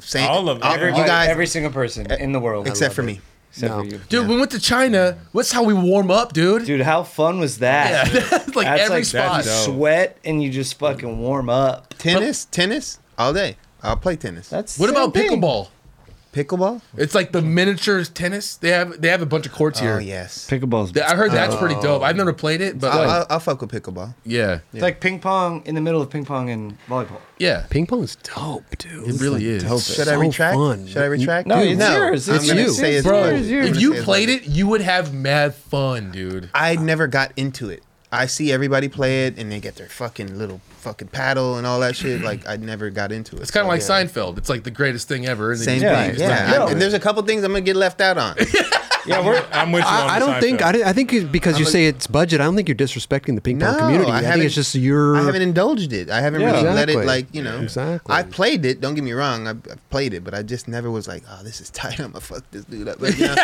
D: Saint,
A: All of it.
D: Everybody, you
A: Everybody-
D: guys,
F: every single person in the world.
D: except for me.
F: Except for
D: No.
F: you.
C: Dude, we went to China. What's how we warm up, dude?
F: Dude, how fun was that?
C: Yeah, that's like every spot.
F: You sweat and you just fucking warm up.
D: Tennis, tennis, all day. I'll play tennis.
F: That's
C: What about pickleball?
D: Pickleball?
C: It's like the miniature tennis. They have they have a bunch of courts here.
D: Oh, yes.
F: Pickleball's.
C: I heard that's pretty
D: Oh.
C: dope. I've never played it, but
D: I'll,
C: like,
D: I'll, I'll fuck with pickleball.
C: yeah,
F: It's like ping pong in the middle of ping pong and volleyball.
C: yeah.
A: Ping pong is dope, dude.
C: It really is.
D: Should I retract? Should I retract?
F: No, it's yours.
D: I'm
F: It's
D: gonna
F: you.
D: say it's
F: Bro,
D: mine.
F: it's yours.
C: If
D: I'm gonna
C: you
D: say it's
C: played
D: mine.
C: it, you would have mad fun, dude.
D: I never got into it. I see everybody play it and they get their fucking little fucking paddle and all that shit. Like I never got into it.
C: It's kind of like
D: Oh, Yeah.
C: Seinfeld. It's like the greatest thing ever. and then
D: Same
C: you just-
D: thing.
C: it's
D: Yeah.
C: not
D: I-
C: good.
D: and there's a couple things I'm gonna get left out on.
E: yeah, we're, I'm with you. on
A: I, I
E: the
A: don't think
E: Seinfeld.
A: I, di- I think it- because you say it's budget. I don't think you're disrespecting the ping pong
D: No,
A: community.
D: I
A: I, think it's
D: haven't-
A: just your.
D: I haven't indulged it. I haven't
A: Yeah.
D: really let it
A: Exactly.
D: like you know.
A: Exactly.
D: I played it. Don't get me wrong. I, I played it, but I just never was like, oh, this is *laughs* tight. I'm gonna fuck this dude up. Like, you know,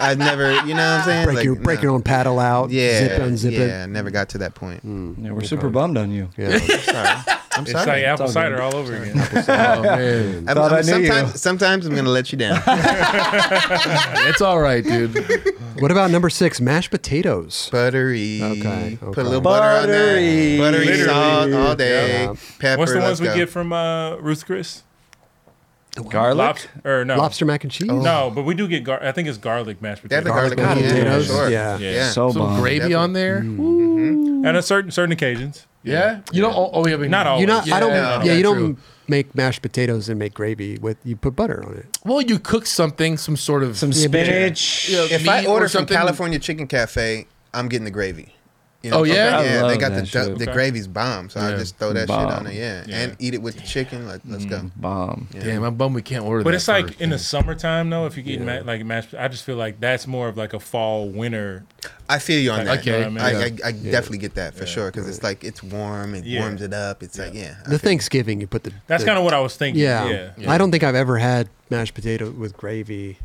D: I never, you know what I'm saying?
A: break
D: like,
A: your break your own paddle out.
D: Yeah,
A: zip unzip
D: yeah. I
A: it. Hmm.
D: never got to that point.
A: Yeah,
F: we're super bummed on you.
A: Yeah.
D: Sorry. I'm
E: It's
D: sorry.
E: like apple
D: It's all
E: cider
D: good.
E: all over again.
C: Oh man,
D: I'm-
F: Thought
D: I'm-
F: I knew you.
D: sometimes, sometimes I'm gonna let you down.
A: *laughs*
C: it's all right, dude.
A: what about number six? Mashed potatoes.
D: Buttery.
A: Okay.
D: Put a little butter on
F: Buttery.
D: there. Buttery salt all day.
A: Yeah.
D: Pepper.
E: What's the
D: let's
E: ones we
D: go.
E: get from uh, Ruth Chris?
F: Garlic.
E: Lobster, or no?
A: Lobster mac and
D: Oh.
A: cheese.
E: Oh. No, but we do get gar- I think it's garlic mashed
D: They
E: potatoes.
D: have the garlic
A: mashed
D: on it,
A: potatoes.
D: sure.
A: Yeah.
E: Yeah.
F: So
C: Some
F: bomb.
C: gravy on there.
E: And on certain certain occasions.
C: Yeah, you don't. Oh, oh, yeah, but
E: Not always.
A: You not. I don't.
C: Yeah,
A: Yeah,
C: yeah,
A: you don't
C: true.
A: make mashed potatoes and make gravy with. You put butter on it.
C: Well, you cook something, some sort of
F: Some spinach.
C: Yeah,
D: If
C: meat
D: I
C: or
D: order from
C: something-
D: California Chicken Cafe, I'm getting the gravy. You
C: Oh, yeah?
D: yeah.
F: I
D: They
F: love
D: got the
F: that
D: du-
F: shit.
D: the
E: Okay.
D: gravy's bomb, so I
C: Yeah.
D: just throw that shit on
F: Bomb.
D: it. Yeah.
E: Yeah.
D: and eat it with the chicken. Like, let's go.
F: Bomb.
C: damn, I'm bummed we can't order.
E: But
C: that
E: it's like
C: for-
E: in the summertime though, if you get ma- like mashed, I just feel like that's more of like a fall winter.
D: I feel you on that.
E: Okay.
D: I, I, I, definitely get that for sure because it's like it's warm. It
E: Yeah.
D: warms it up. It's like yeah.
A: The Thanksgiving, you put the.
E: That's
A: the-
E: kind of what I was thinking. Yeah.
A: Yeah. I don't think I've ever had mashed potato with gravy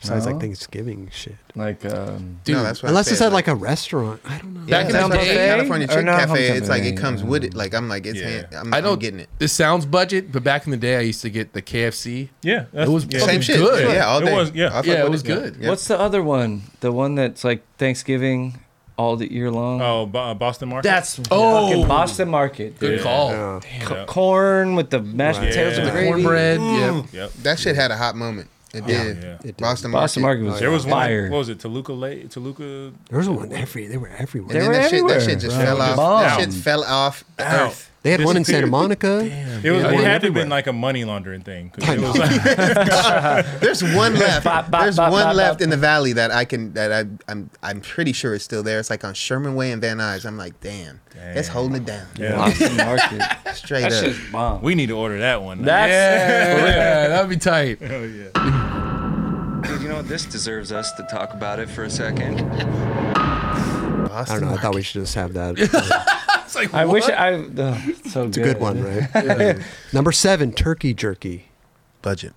A: besides
F: No?
A: like Thanksgiving shit.
F: Like um,
C: dude.
D: no, that's what I
A: Unless it's
D: said,
A: at like a restaurant. I don't know.
C: Back in
D: that's
C: the
D: what I'm
C: day,
D: saying. California
F: or
D: Chicken
F: not
D: Cafe,
F: homecoming,
D: it's like it
F: yeah.
D: comes with it. Like I'm like it's hand, I'm,
C: I
D: I
C: know
D: am getting it.
C: This sounds budget, but back in the day, I used to get the KFC.
E: Yeah.
C: It was
E: yeah.
C: fucking
D: Same shit.
C: good.
D: Yeah, all
E: It
D: day.
E: was- yeah.
D: I fuck
C: Yeah, it
D: with
C: was good.
D: Yeah.
F: What's the other one? The one that's like Thanksgiving all the year long.
E: Oh, Bo- uh, Boston market.
F: That's
C: Oh.
F: fucking Boston Market.
C: Good
F: Dude.
C: call.
F: C- corn with the mashed
E: Right.
F: potatoes
E: Yeah.
F: and the
C: The
F: gravy.
C: cornbread.
D: Mm.
C: Yeah.
E: Yep.
D: That shit had a hot moment. It did.
E: yeah. It
A: did.
D: Boston Market.
F: Boston Market was
E: There was
F: fire.
E: one. What was it? Toluca Lake. Toluca.
A: There was one every. They were everywhere.
D: And then
F: were
D: that shit, that
F: everywhere,
D: shit just
F: bro.
D: fell off. That
F: Bomb.
D: shit fell off the
E: Out.
D: earth.
A: They had one in Santa Monica.
E: It was.
A: Yeah.
E: It
A: One
E: had to have
A: everywhere.
E: been like a money laundering thing. 'cause it was like,
D: There's
F: *laughs*
D: one left.
F: Bop, bop,
D: There's
F: bop,
D: one
F: bop,
D: left
F: bop.
D: in the valley that I can that I I'm I'm pretty sure it's still there. It's like on Sherman Way and Van Nuys. I'm like, damn, it's holding it down.
E: yeah.
F: Boston Market.
D: Straight
F: That
D: up.
F: shit's bomb.
E: We need to order that one.
F: That's
C: Yeah, *laughs* that'd be tight.
N: Dude, you know what? This deserves us to talk about it for a second.
A: I don't know. I thought we should just have
D: *laughs*
A: that.
C: It's like
F: I wish
C: what?
F: I. Uh, so
A: It's a good one, right? Number seven, turkey jerky.
D: budget.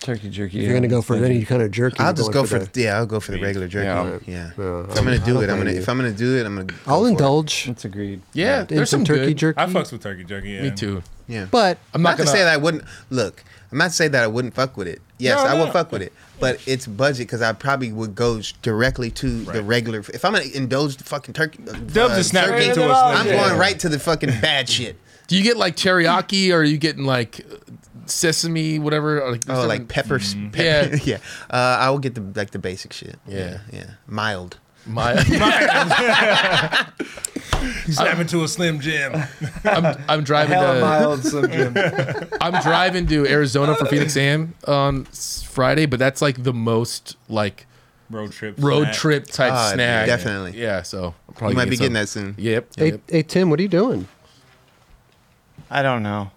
F: Turkey jerky.
A: If you're gonna go for any kind of jerky,
D: I'll
A: you're
D: just
A: going
D: go for the, yeah. I'll go for the regular jerky. Yeah.
F: Yeah.
D: If I'm gonna do it, I'm gonna
A: Yeah.
D: if I'm gonna do it, I'm gonna. go
A: I'll
D: for it.
A: indulge.
F: That's agreed.
C: Yeah,
A: in
C: there's some
A: turkey
C: good.
A: jerky.
E: I fucks with turkey jerky. Yeah.
C: Me too.
D: Yeah.
A: But
C: I'm
D: not,
C: not,
D: to
C: gonna
D: say that I wouldn't look. I'm not to say that I wouldn't fuck with it. Yes,
E: No,
D: I would
E: no.
D: fuck with it, but it's budget because I probably would go s- directly to the regular. If I'm gonna indulge the fucking turkey, uh,
E: Dubs is snapping
D: turkey,
E: into us.
D: I'm
E: now.
D: going right to the fucking bad shit.
C: Do you get like teriyaki or are you getting like sesame, whatever? Or, like,
D: Oh,
C: something-
D: like pepper. s-
C: Yeah.
D: pepper *laughs* yeah. Uh, I will get the like the basic shit.
C: Yeah.
D: yeah. Mild.
C: my. *laughs*
E: Snap into a slim jim.
C: I'm,
D: *laughs*
C: I'm driving
F: Hella
C: to.
F: mild Slim Jim.
C: *laughs* I'm driving to Arizona for
D: *laughs*
C: Phoenix Am on s- Friday, but that's like the most like
E: Road trip.
C: road
E: snack.
C: trip type
D: Ah,
C: snack.
D: definitely.
C: Yeah, so I'm
D: You
C: probably
D: might be
C: some.
D: getting that soon.
C: Yep.
A: Hey,
C: yep.
A: hey, Tim, what are you doing?
G: I don't know.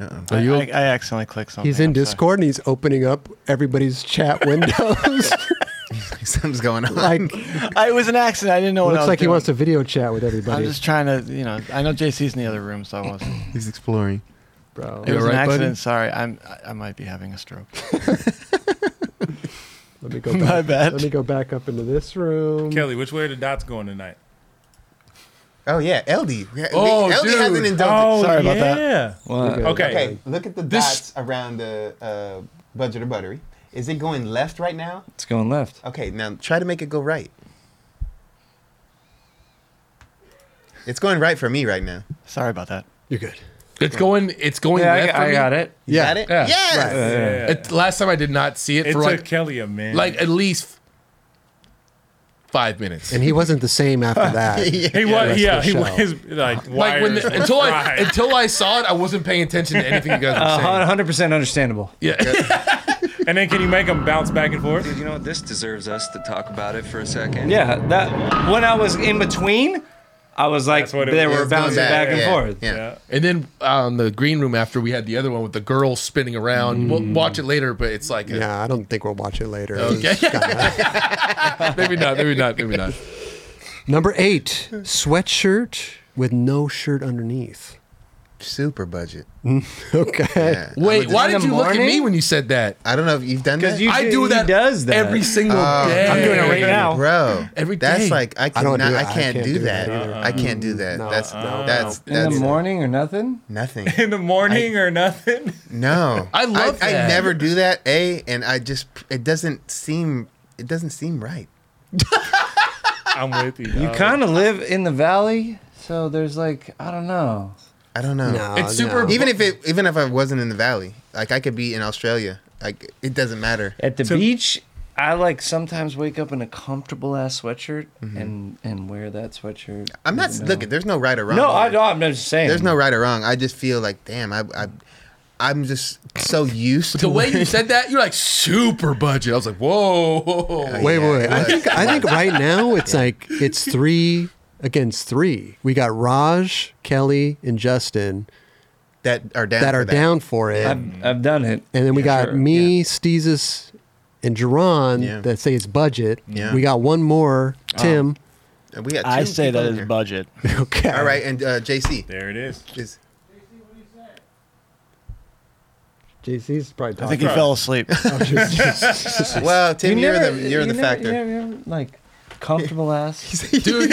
D: Uh-uh.
C: Are
G: I,
C: you
G: I,
C: okay?
G: I accidentally clicked something.
A: He's in
G: I'm sorry.
A: Discord and he's opening up everybody's chat windows. *laughs*
D: Something's going on.
A: like, it
G: I, it was an accident. I didn't know what I
A: looks
G: was
A: like he
G: doing.
A: wants to video chat with
G: I'm
A: everybody.
G: just trying to, you know. I know JC's in the other room, so I
A: *clears throat*
G: wasn't.
D: He's exploring.
A: bro.
G: It was
C: all right, buddy?
G: an accident. Sorry, I'm. I- I might be having a stroke.
A: Let me go. Back, Let me go back up into this room.
E: Kelly, which way are the dots going tonight?
D: Oh yeah, LD. Yeah,
E: Oh,
D: LD
E: dude.
D: hasn't
E: Oh,
D: indulged. Sorry about
E: yeah.
D: that.
E: Wow. Okay.
D: Okay. Look at the
E: This-
D: dots around the uh, budget or buttery. Is it going left right now?
F: It's going left.
D: Okay. Now try to make it go right. It's going right for me right now.
G: Sorry about that.
A: You're good.
C: It's going. It's going.
D: Yeah, I-
C: left for
D: I
C: me.
D: got it. You got it?
C: Yeah.
D: Yes! Right. Yeah, yeah, yeah.
C: It- last time I did not see it,
E: It
C: for
E: took
C: like
E: Kelly a minute.
C: like at least five minutes.
A: And he wasn't the same after that.
E: he was. Yeah, he was like,
C: Like when the,
E: wires
C: until I *laughs*
E: fried.
C: until I saw it, I wasn't paying attention to anything you guys were saying.
F: Hundred percent understandable.
C: Yeah. *laughs*
E: and then can you make them bounce back and
D: *laughs*
E: forth?
F: Dude, you know what? This deserves us to talk about it for a second.
O: Yeah, that when I was in between, I was like, they were bouncing back and forth.
C: And then on the green room after we had the other one with the girl spinning around. We'll watch it later, but it's like a-
A: Yeah, I don't think we'll watch it later.
C: *laughs* Okay. *laughs* maybe not. Maybe not. Maybe not.
A: Number eight, sweatshirt with no shirt underneath.
D: Super budget.
A: okay.
C: Wait, why did you look at me when you said that?
D: I don't know if you've done that. Oh,
C: I do, that. every single day. *laughs*
D: bro.
C: Every
D: that's
C: day.
D: like I
C: I don't
D: cannot.
C: do
D: I,
C: that.
D: can't, do, that. I can't do that. that's that's
F: In
D: that's
F: the morning or nothing?
D: nothing.
F: *laughs*
E: in the morning or nothing.
D: No,
E: I love
D: I,
E: that.
D: never do that. A and I just it doesn't seem it doesn't seem right.
E: I'm with you.
D: Oh.
F: You kind of live in the valley, so there's like I don't know.
D: I don't know.
F: No, It's super- no.
D: Even if it even if I wasn't in the valley, like I could be in Australia. Like it doesn't matter.
F: At the beach, I like sometimes wake up in a comfortable ass sweatshirt and and wear that sweatshirt.
D: Mm-hmm. I'm not
F: you know?
D: looking. There's no right or wrong.
F: No,
D: here.
F: I, no, I'm just saying.
D: There's no right or wrong. I just feel like, damn, I, I I'm just so used to
C: The way you
D: wearing-
C: said that, you're like super budget. I was like, whoa.
A: Wait, wait, wait. I think I think right now it's like it's three against three. We got Raj, Kelly, and Justin
D: *laughs* that are down
A: that
D: for
A: are
D: that.
A: down for it.
F: I've, I've done it.
A: and then we
F: for
A: got
F: sure.
A: me, Steezus, and Jerron
F: Yeah.
A: that say it's budget.
D: Yeah.
A: We got one more, Tim.
D: We got two
G: I say
D: people
G: that
D: in
G: is
D: here.
G: budget.
A: *laughs* Okay.
D: All right, and uh, JC.
E: There it is.
D: Is,
A: JC's probably.
G: I think he fell *laughs* asleep.
D: well, Tim, you are
F: never-
D: the you're
F: you
D: the
F: never-
D: factor.
F: you never- you never, like
D: *laughs*
F: comfortable ass.
C: Dude,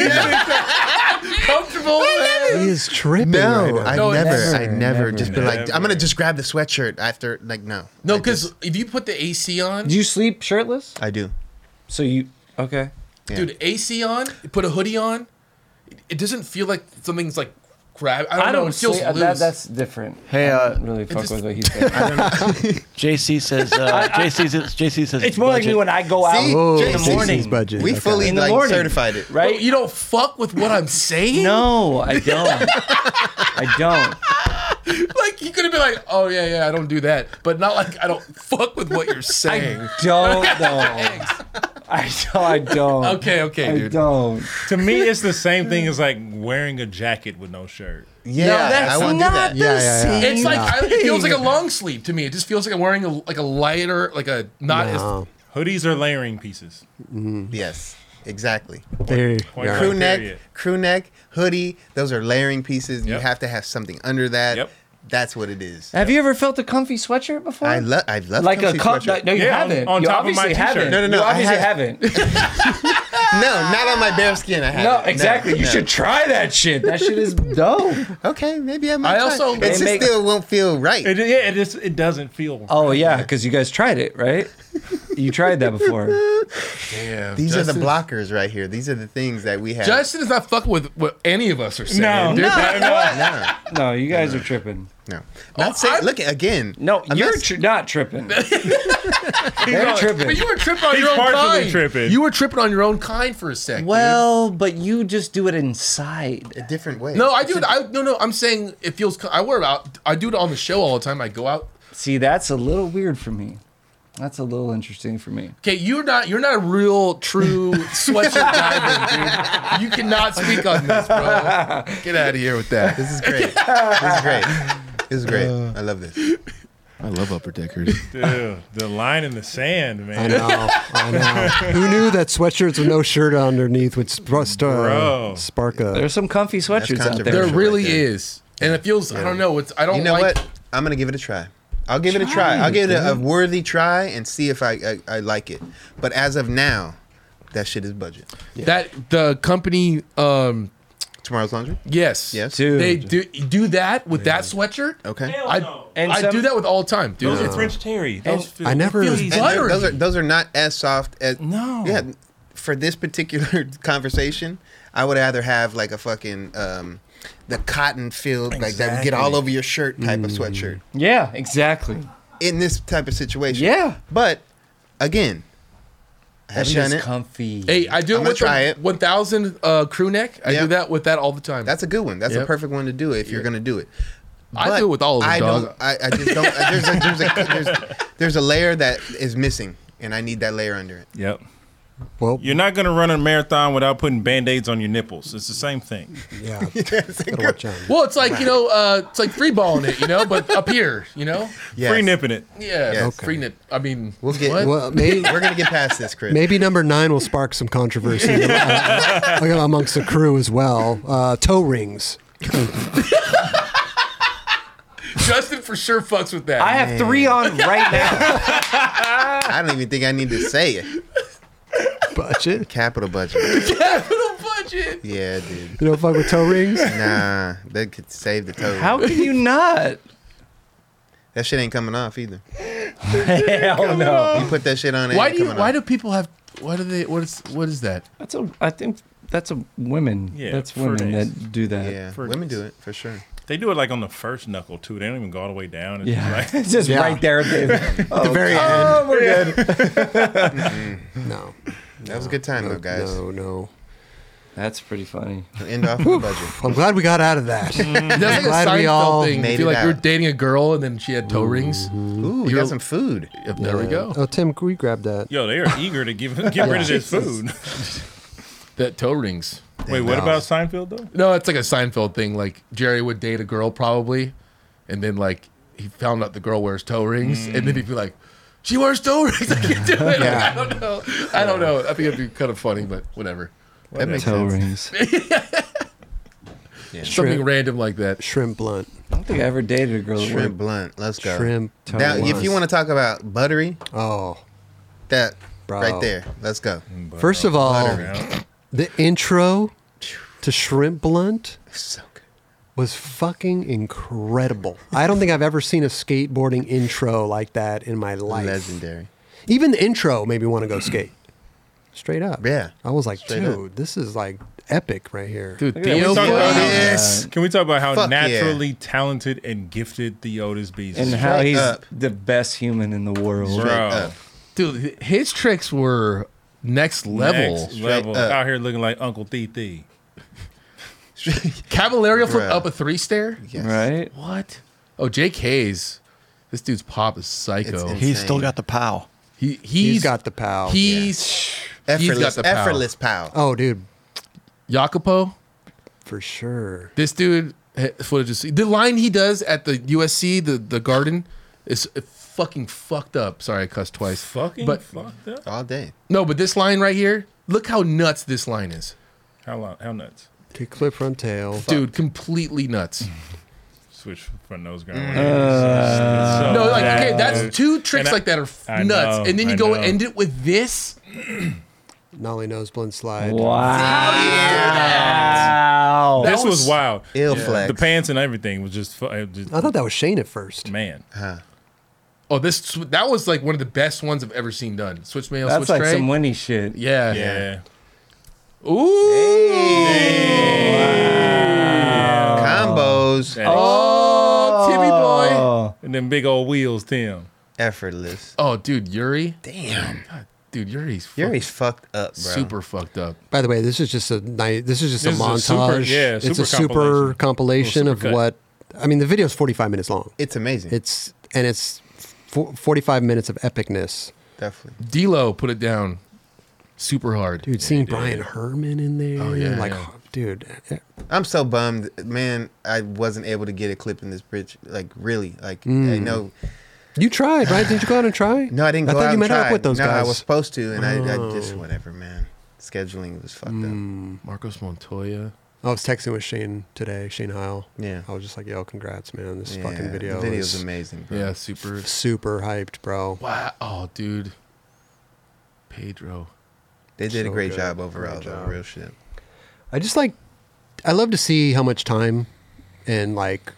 C: comfortable.
A: He is tripping.
D: No,
A: right now.
D: I
C: No,
D: never,
C: never,
D: I never,
F: never,
D: just be like,
E: never.
D: I'm gonna just grab the sweatshirt after, like, no,
C: No, because if you put the AC on,
F: Do you sleep shirtless?
D: I do.
F: So you okay?
D: Yeah.
C: dude, AC on, put a hoodie on, it doesn't feel like something's like grab. I
F: I
C: don't, uh, know.
F: don't
C: It feels
F: sleep- that-
C: loose.
F: that's different.
G: Hey,
F: I
G: uh,
F: don't really fuck
C: just-
F: with what he *laughs* said.
G: JC says. *laughs* Uh, JC says. JC says.
O: It's more like me
G: budget.
O: when I go out
D: See,
O: in the
D: JC's
O: morning.
A: budget.
D: we
A: Okay.
D: fully
O: In the
D: like
O: morning.
D: certified it.
C: Bro,
O: Right?
C: you don't fuck with what I'm saying.
F: no, I don't. I don't.
C: *laughs* Like you could have been like, oh yeah, yeah, I don't do that, but not like I don't fuck with what
F: *laughs*
C: you're saying.
F: Don't though. I don't. I don't.
C: okay, okay,
F: I
C: dude.
F: don't.
E: to me, it's the same thing as like wearing a jacket with no shirt.
D: Yeah,
F: that's
D: I won't do that.
A: Yeah, yeah, yeah.
C: It's like I, it feels like a
F: thing.
C: long sleeve to me. It just feels like I'm wearing a, like a lighter, like a not
A: No.
E: Hoodies are layering pieces.
D: Yes, exactly.
A: There.
E: Point
A: yeah.
E: blank,
D: Crew neck,
E: period.
D: crew neck, hoodie. Those are layering pieces. You
E: Yep.
D: have to have something under that.
E: Yep.
D: That's what it
F: *laughs*
D: is.
F: Have you ever felt a comfy sweatshirt before?
D: I love, I love
F: like a
D: comfy
F: com-
D: sweatshirt.
F: no, you
E: Yeah, on-
F: haven't.
E: on
F: you
E: top of
F: obviously
E: my t-shirt.
F: haven't.
D: No, no, no,
F: You
D: I
F: obviously
D: have-
F: haven't.
D: no, not on my bare skin. I have *laughs*
F: No, exactly. You should try that shit. That shit is dope.
D: Okay, maybe I
C: I
D: might. try.
C: also-
D: it
C: They
D: just
F: make-
D: still won't feel right.
E: It, yeah, it just it doesn't feel.
F: Oh yeah, because you guys tried it, right? You tried that before.
C: Damn,
D: These are the
C: Justin-
D: blockers right here. These are the things that we have.
C: Justin is not fucking with what any of us are saying.
E: No,
C: dude.
E: no, no.
D: no,
F: No, you guys are tripping.
D: no. Not say, look again.
F: oh, No,
D: I'm
F: you're
D: not-
F: tri- not tripping. *laughs* They're
E: not-
F: tripping.
C: But you were tripping on
E: He's
C: your own
E: partially
C: kind.
E: tripping.
C: You were tripping on your own kind for a sec. dude.
F: Well, but you just do it inside.
D: a different way.
C: no, I do it. I no, no. I'm saying it feels. co- I wear it out. I do it on the show all the time. I go out.
F: See, that's a little weird for me. That's a little interesting for me.
C: Okay, you're not. You're not a real true
D: *laughs*
C: sweatshirt guy, then, dude. You cannot speak on this,
D: *laughs*
C: bro. Get out of here with that.
D: This is great. this is great. This is great. I love this.
P: I love upper deckers.
E: Dude, the line in the sand,
A: I
E: man.
A: know. I know. Who knew that sweatshirts with no shirt underneath would sp- st-
E: Bro.
A: uh, spark a?
F: There's some comfy sweatshirts out
D: controversial.
F: there.
C: There
D: Right
C: really
D: there.
C: is, and it feels. I don't know. It's. I don't
D: You know
C: like.
D: what? I'm gonna give it a try. I'll give it a try.
G: Try
D: I'll give it a, a
G: dude.
D: worthy try and see if I, I I like it. But as of now, that shit is budget.
C: That the company um
D: Tomorrow's Laundry?
C: Yes.
D: Yes.
C: They do do that with that sweatshirt?
D: Okay.
C: I,
D: And
C: I
D: some-
C: do that with all the time, dude.
D: Those are French
E: terry.
D: And-
C: It
D: And
C: feels
D: they're-
C: buttery.
D: Those are those are not as soft as
E: no.
D: Yeah, for this particular *laughs* conversation, I would rather have like a fucking um, the cotton filled like that would get all
N: Exactly. Mm.
D: over your shirt type of sweatshirt.
N: Yeah, exactly.
D: In this type of situation,
N: Yeah.
D: But again,
N: That
D: I haven't
N: shit's
D: done it.
N: comfy.
C: Hey, I do it
D: I'm gonna
C: with
D: try
C: the
D: it.
C: 1000 uh, crew neck. I do that with that all the time.
D: That's a good one. That's a
C: Yep.
D: perfect one to do if you're
C: Yeah.
D: going to do it.
C: I do it with all of them,
D: I
C: dog.
D: don't. I, I just don't. I- there's, a, there's, a, there's, there's a layer that is missing, and I need that layer under it.
E: Yep.
A: Well,
E: you're not gonna run a marathon without putting band-aids on your nipples. It's the same thing.
A: Yeah.
C: Well, it's like, you know, uh, it's like free balling it, you know, but up here, you know?
A: Yes. Free nipping
E: it.
C: Yeah,
A: Yes.
C: free nip. I mean,
A: We'll get-
C: what?
A: well, maybe- We're
D: gonna get past this, Chris.
A: Maybe number nine will spark some controversy *laughs* among- amongst the crew as well. Uh, toe rings.
C: *laughs* Justin for sure fucks with that.
D: I have three
N: on right
F: *laughs*
N: now.
D: I don't even think I need to say it.
A: Budget.
D: Capital budget.
C: Capital budget.
D: Yeah, dude.
A: You don't fuck with toe rings.
D: Nah, that could save the toe.
N: How can you not?
D: That shit ain't coming off either.
N: Hell no.
D: You put that shit on. it
C: Why
D: ain't
C: do you,
D: coming
C: why
D: off.
C: do people have why do they what is what is that?
N: That's a I think that's a women. that's women that do that.
D: women do it for sure.
E: They do it like on the first knuckle too. They don't even go all the way down. It's
N: Yeah.
F: *laughs*
E: just, like,
N: It's just Yeah. right there at the-
E: Oh,
N: the very
E: God.
N: end. Oh, we're
E: Yeah.
A: no.
D: That was a good time, though, guys.
A: No, no.
N: *laughs* That's pretty funny.
D: End off with a budget.
A: I'm glad we got out of that.
D: Mm. Mm-hmm.
A: I'm
C: That's like
A: glad
C: a
A: we
C: Seinfeld
A: all
C: thing. You
A: made
C: feel
A: it
C: like
A: out.
C: you're dating a girl and then she had toe rings.
D: Ooh, you got some food.
C: there we
A: Yeah.
C: go.
A: Oh, Tim, can we grab that?
E: Yo, they are eager to give get rid of this food.
C: that toe rings.
E: *laughs* Wait, what about Seinfeld though?
C: No, it's like a Seinfeld thing. Like Jerry would date a girl probably, and then like he found out the girl wears toe rings, and then he'd be like, "She wears toe rings. I can't do it. *laughs*
N: Yeah.
C: I don't know. I don't know. I think it'd be kind of funny, but whatever.
N: That makes Toe sense.
C: Something random like that.
A: Shrimp blunt.
N: I don't think I ever dated a girl. that
D: Shrimp
N: worked-
D: blunt. Let's go.
N: Shrimp
D: Now, if
N: blunt.
D: you want to talk about buttery,
A: oh,
D: that
A: Bro. Mm.
D: right there. Let's go.
A: First of all,
D: Buttery.
A: the intro to Shrimp Blunt was fucking incredible. I don't think I've ever seen a skateboarding intro like that in my life.
D: Legendary.
A: Even the intro made me want to go skate. Straight up.
D: Yeah.
A: I was like,
E: Straight up.
A: dude, this is like epic right here.
C: Dude,
E: Look at that. Can we talk about how- Can we talk about how
A: Fuck yeah.
E: naturally talented and gifted Theotis Beast
N: And
E: is?
N: how he's the best human in the world.
E: Straight Bro. up.
C: Dude, his tricks were next level.
E: Next level. Out here looking like Uncle Thee Thee.
C: Cavalario from
E: Bruh.
C: up a three stair?
E: Yes. Right.
C: What? Oh, Jake Hayes. This dude's pop is psycho.
G: It's He's still insane. got the pow.
C: He he's,
A: He's got the pow.
C: He's he's got
D: Effortless-
C: the pow.
D: effortless pow.
A: Oh, dude.
C: Jacopo?
A: For sure.
C: This dude eh, footage is the line he does at the USC, the the garden, is fucking fucked up. Sorry I cussed twice.
E: Fucking
C: but
E: fucked up.
D: all day.
C: no, but this line right here, look how nuts this line is.
E: How long? How nuts?
A: Kick clip front tail.
C: Dude, completely
E: *laughs*
C: nuts.
E: Switch from nose ground.
C: Uh, no, like okay, that's two tricks like that are f-
E: I
C: nuts,
E: know,
C: and then you
E: I
C: go
E: know.
C: end it with this.
A: Nollie nose blunt slide.
N: Wow.
A: That
E: This was,
A: was
E: wild.
A: ill
E: Yeah.
A: flex.
E: The pants and everything was just, fu- uh, just
A: I thought that was Shane at first.
E: man.
C: Oh, this that was like one of the best ones I've ever seen done. Switch mail,
N: That's
C: switch
N: like
C: tray.
N: some Winnie shit.
C: Yeah.
E: Yeah.
C: Ooh.
A: Oh.
D: Combos.
C: Oh, Timmy boy.
E: And then big old wheels, Tim.
D: Effortless.
C: Oh, dude, Yuri. Damn. God, dude, Yuri's
D: Yuri's fucked up, bro.
C: super fucked up.
A: By the way, this is just a night. This is just
C: This
A: a
C: is a super-
A: montage.
C: yeah,
A: it's a
C: super
A: super compilation,
C: Little
A: of
C: supercut.
A: what. I mean, the video's forty-five minutes long.
D: It's amazing.
A: It's and it's fo- forty-five minutes of epicness.
D: Definitely.
C: D'Lo put it down, super hard.
A: Dude, seeing Brian Herman in there,
D: Oh, yeah,
A: like,
D: yeah.
A: dude, eh,
D: I'm so bummed, man. I wasn't able to get a clip in this bridge. Like really, like I
A: Mm.
D: know.
A: you tried, right? Didn't you go out and try?
D: No, I didn't
A: I
D: go
A: thought
D: out
A: you
D: and
A: met
D: try.
A: up with those
D: no,
A: guys.
D: I was supposed to, and I, I
A: Oh. Mm,
D: just whatever, man. Scheduling was fucked up.
C: Marcos Montoya.
A: I was texting with Shane today, Shane Heil.
D: Yeah.
A: I was just like, yo, congrats, man. This
D: Yeah,
A: fucking
D: the
A: video.
D: video's
A: is
D: amazing, bro.
C: Yeah, super-
A: super hyped, bro.
C: Wow. Oh, dude. Pedro.
D: They did a
A: So
D: great
A: good.
D: job overall,
A: Great
D: though.
A: job.
D: Real shit.
A: I just like, I love to see how much time and like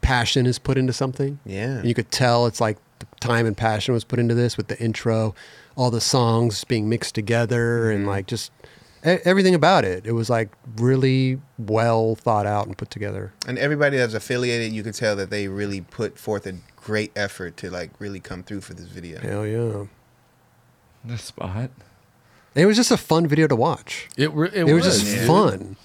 A: passion is put into something.
D: Yeah.
A: And you could tell it's like the time and passion was put into this with the intro, all the songs being mixed together, and
D: Mm-hmm.
A: like just e- everything about it. It was like really well thought out and put together.
D: And everybody that's affiliated, you could tell that they really put forth a great effort to like really come through for this video.
A: Hell yeah.
N: The spot.
A: And it was just a fun video to watch.
C: It, re- it,
A: was, just
C: dude.
A: fun.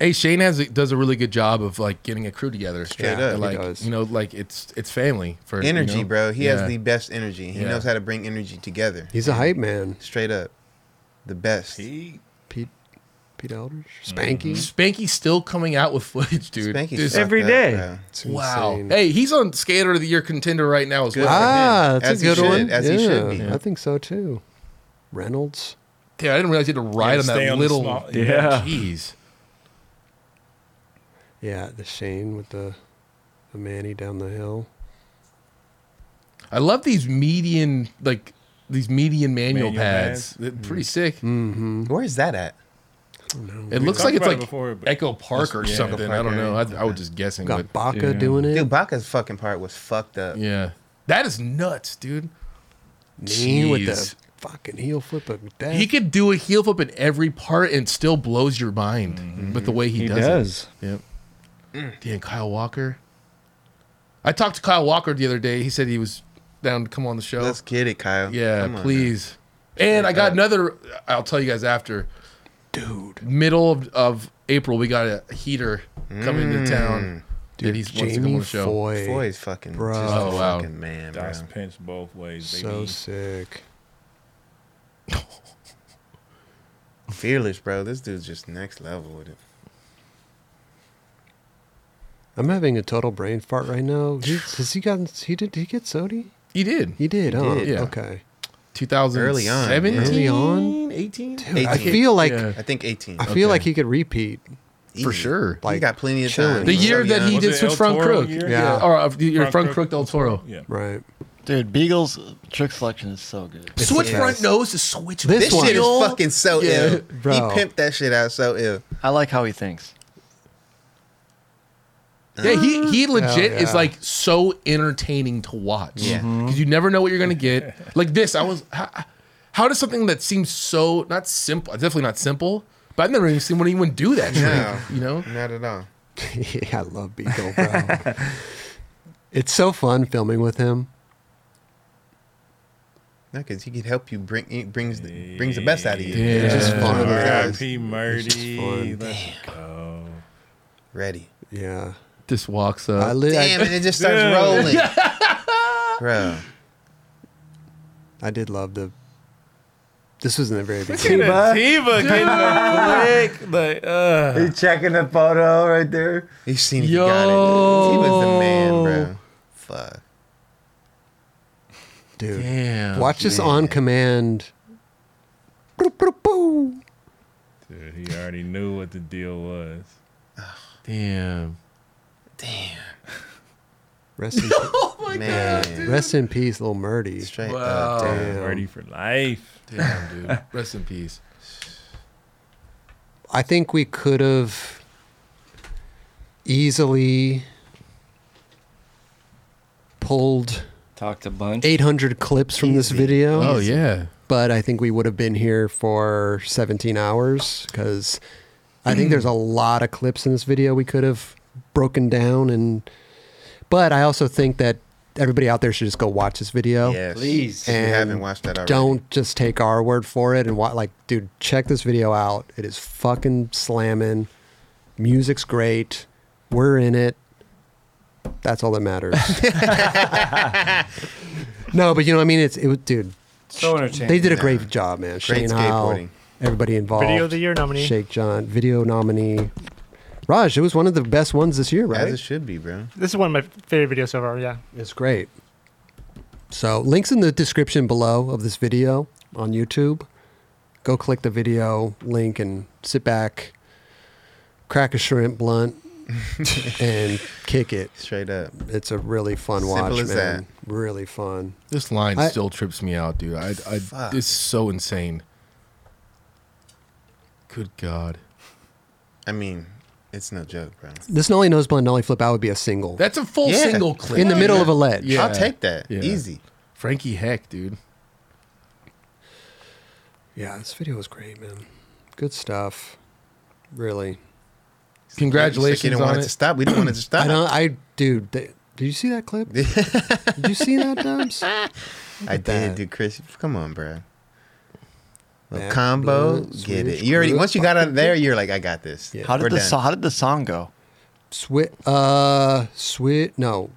C: Hey, Shane has does a really good job of like getting a crew together.
D: Straight
C: Yeah,
D: up. He
C: like
D: does.
C: you know, like it's it's family for you
D: energy,
C: know?
D: bro. He
C: Yeah.
D: has the best energy. He
C: Yeah.
D: knows how to bring energy together.
A: He's a hype man.
D: Straight up, the best.
A: Pete, Pete Eldridge, Spanky.
C: Spanky's still coming out with *laughs* footage, dude.
D: Spanky's
C: Dude,
D: fucked Every up, day. bro. It's
C: Wow.
D: insane.
C: Hey, he's on Skater of the Year contender right now as well.
A: Ah, that's
D: As
A: a
D: he
A: good
D: should-
A: one.
D: as he should
A: Yeah,
D: be.
A: I think so too. Reynolds.
C: Dude, I didn't realize he had to ride
A: Yeah,
C: on
A: stay
C: that
A: on the
C: little.
A: small- Yeah.
C: Jeez.
A: Yeah, the Shane with the the Manny down the hill.
C: I love these median like these median manual,
A: Manual
C: pads.
A: pads.
C: They're Pretty sick.
A: Mm-hmm.
D: Where is that at?
C: It
D: We
C: looks
D: talked
C: like it's
D: about it
C: like
D: before, but-
C: Echo Park or
D: Yeah.
C: something.
D: Echo
C: I
D: Park
C: don't know. I,
D: area.
C: I was just guessing. but, yeah.
D: Dude, Baca's fucking part was fucked up.
C: Yeah. That is nuts, dude.
A: Knee with
C: Jeez.
A: the fucking heel flip of death.
C: He could do a heel flip in every part and still blows your mind
D: Mm-hmm.
C: with the way he,
A: He
C: does,
F: *laughs*
C: it. Yep. Damn, Kyle Walker. I talked to Kyle Walker the other day. He said he was down to come on the show.
D: Let's get it, Kyle.
C: Yeah,
D: Come on,
C: please. and I got another. I'll tell you guys after. Dude, middle of, of April, we got a heater coming to town.
A: Dude,
C: Mm. Dude, he's wants to come on
A: Jamie
C: the show.
A: Foy.
D: Foy is fucking
A: Bro.
D: just a
A: Oh,
C: wow.
D: fucking man, bro.
E: Dice pinch both ways, baby.
A: So sick.
D: Fearless, bro. This dude's just next level with it.
A: I'm having a total brain fart right now. He, has he gotten? He did. Did he get Sodi?
C: He did.
A: He did.
C: He
A: huh?
C: did. Yeah.
A: Okay.
C: 2017,
A: Early on.
C: 18.
A: Dude, I feel like
D: I think 18.
A: I feel like he could repeat
C: for sure.
A: Like,
D: he got plenty of
A: chilling.
D: time.
C: The
D: He's
C: year
D: so
C: that he
D: young.
C: did switch Frank Crook.
A: year?
C: Yeah.
A: Yeah.
C: Or uh, your
A: Frank
C: Frank
A: Crook
C: Crook del Toro.
E: Yeah.
A: Right.
G: Dude, Beagle's trick selection is so good.
C: Switch front nose to switch
D: This,
C: back
D: shit is
C: heel?
D: fucking so
C: Yeah.
D: ill. He
G: Bro.
D: pimped that shit out so ill.
G: I like how he thinks.
C: Yeah, he,
A: Mm.
C: he
D: Hell
C: legit is
D: yeah.
C: like so entertaining to watch.
D: Yeah.
A: Mm-hmm.
D: Mhm.
C: Because you never know what you're going to get.
A: *laughs*
C: Like this, I was. How, how does something that seems so not simple, definitely not simple, but I've never even seen anyone do that. trick,
D: No.
C: you know?
D: Not at all.
A: *laughs* yeah, I love Beagle, bro. it's so fun filming with him.
D: No, because he could help you bring he brings the, brings the best out of you.
A: Yeah. It's just
D: One
A: fun.
D: of those guys.
E: R.I.P. Murdy.
A: fun.
E: Let's go.
D: Ready.
A: Yeah.
C: Just walks up.
A: I li- I-
D: Damn, and it just starts
E: Dude.
D: rolling. *laughs* Bro.
A: I did love the. This was in the very beginning.
E: Tiba. Tiba getting the flick. Like, uh.
N: He's checking the photo right there.
D: He's seen if you got it. He was the man, bro. Fuck.
A: Dude,
C: Damn,
A: watch this
D: man.
A: on command.
E: Dude, he already knew what the deal was.
C: Damn.
A: Rest in,
C: oh my
D: Man.
A: rest in peace, little Murdy.
D: Straight
C: Wow.
D: up. Damn.
E: Murdy for life.
A: *laughs*
C: Damn, dude. Rest in peace.
A: I think we could have easily pulled
N: Talked a bunch.
A: 800 clips from this video.
C: Oh, yeah.
A: But I think we would have been here for 17 hours because I think there's a lot of clips in this video we could have broken down. And but I also think that everybody out there should just go watch this video.
D: Yes. Please. If you
A: And
D: haven't watched that already.
A: Don't just take our word for it and watch. Like, dude, check this video out. It is fucking slamming. Music's great. We're in it. That's all that matters. *laughs* no, but you know, what I mean, it's it was, dude.
N: So entertaining.
A: They did a
N: Yeah.
A: great job, man. Shane
N: Great
A: Howell,
N: skateboarding.
A: everybody involved.
H: Video of the year nominee.
A: Shake John, video nominee. Raj, it was one of the best ones this year, right?
D: As it should be, bro.
H: This is one of my favorite videos so far. Yeah.
A: It's great. So, links in the description below of this video on YouTube. go click the video link and sit back, crack a shrimp blunt, and kick it
D: straight up.
A: It's a really fun
C: Simple
A: watch,
C: as
A: man. Really fun.
C: This line
A: I-
C: still trips me out, dude. I, I
A: Fuck.
C: it's so insane. Good God.
D: I mean, it's no joke, bro.
A: This Nolly Nose Blunt Nolly Flip Out would be a single.
C: That's a full
D: Yeah.
C: single clip
A: In the middle of a ledge.
D: I'll take that. Easy.
C: Frankie Heck, dude.
A: Yeah, this video was great, man. Good stuff. Really.
D: Congratulations You didn't want on it to it. stop. We didn't want it to stop.
C: Uh-huh.
A: I don't. I dude. They, did you see that
C: *laughs*
A: clip? did you see that, Dubs?
D: I
A: at
D: did,
A: that.
D: dude. Chris, come on, bro. Little
A: Bad
D: combo,
A: blood,
D: get it.
A: Swedish
D: You already
A: root,
D: once you got out of there, you're like, I got this.
A: Yeah.
G: How did
D: We're
G: the
D: done.
G: so- how did the song go?
A: Switch. Uh, switch. No.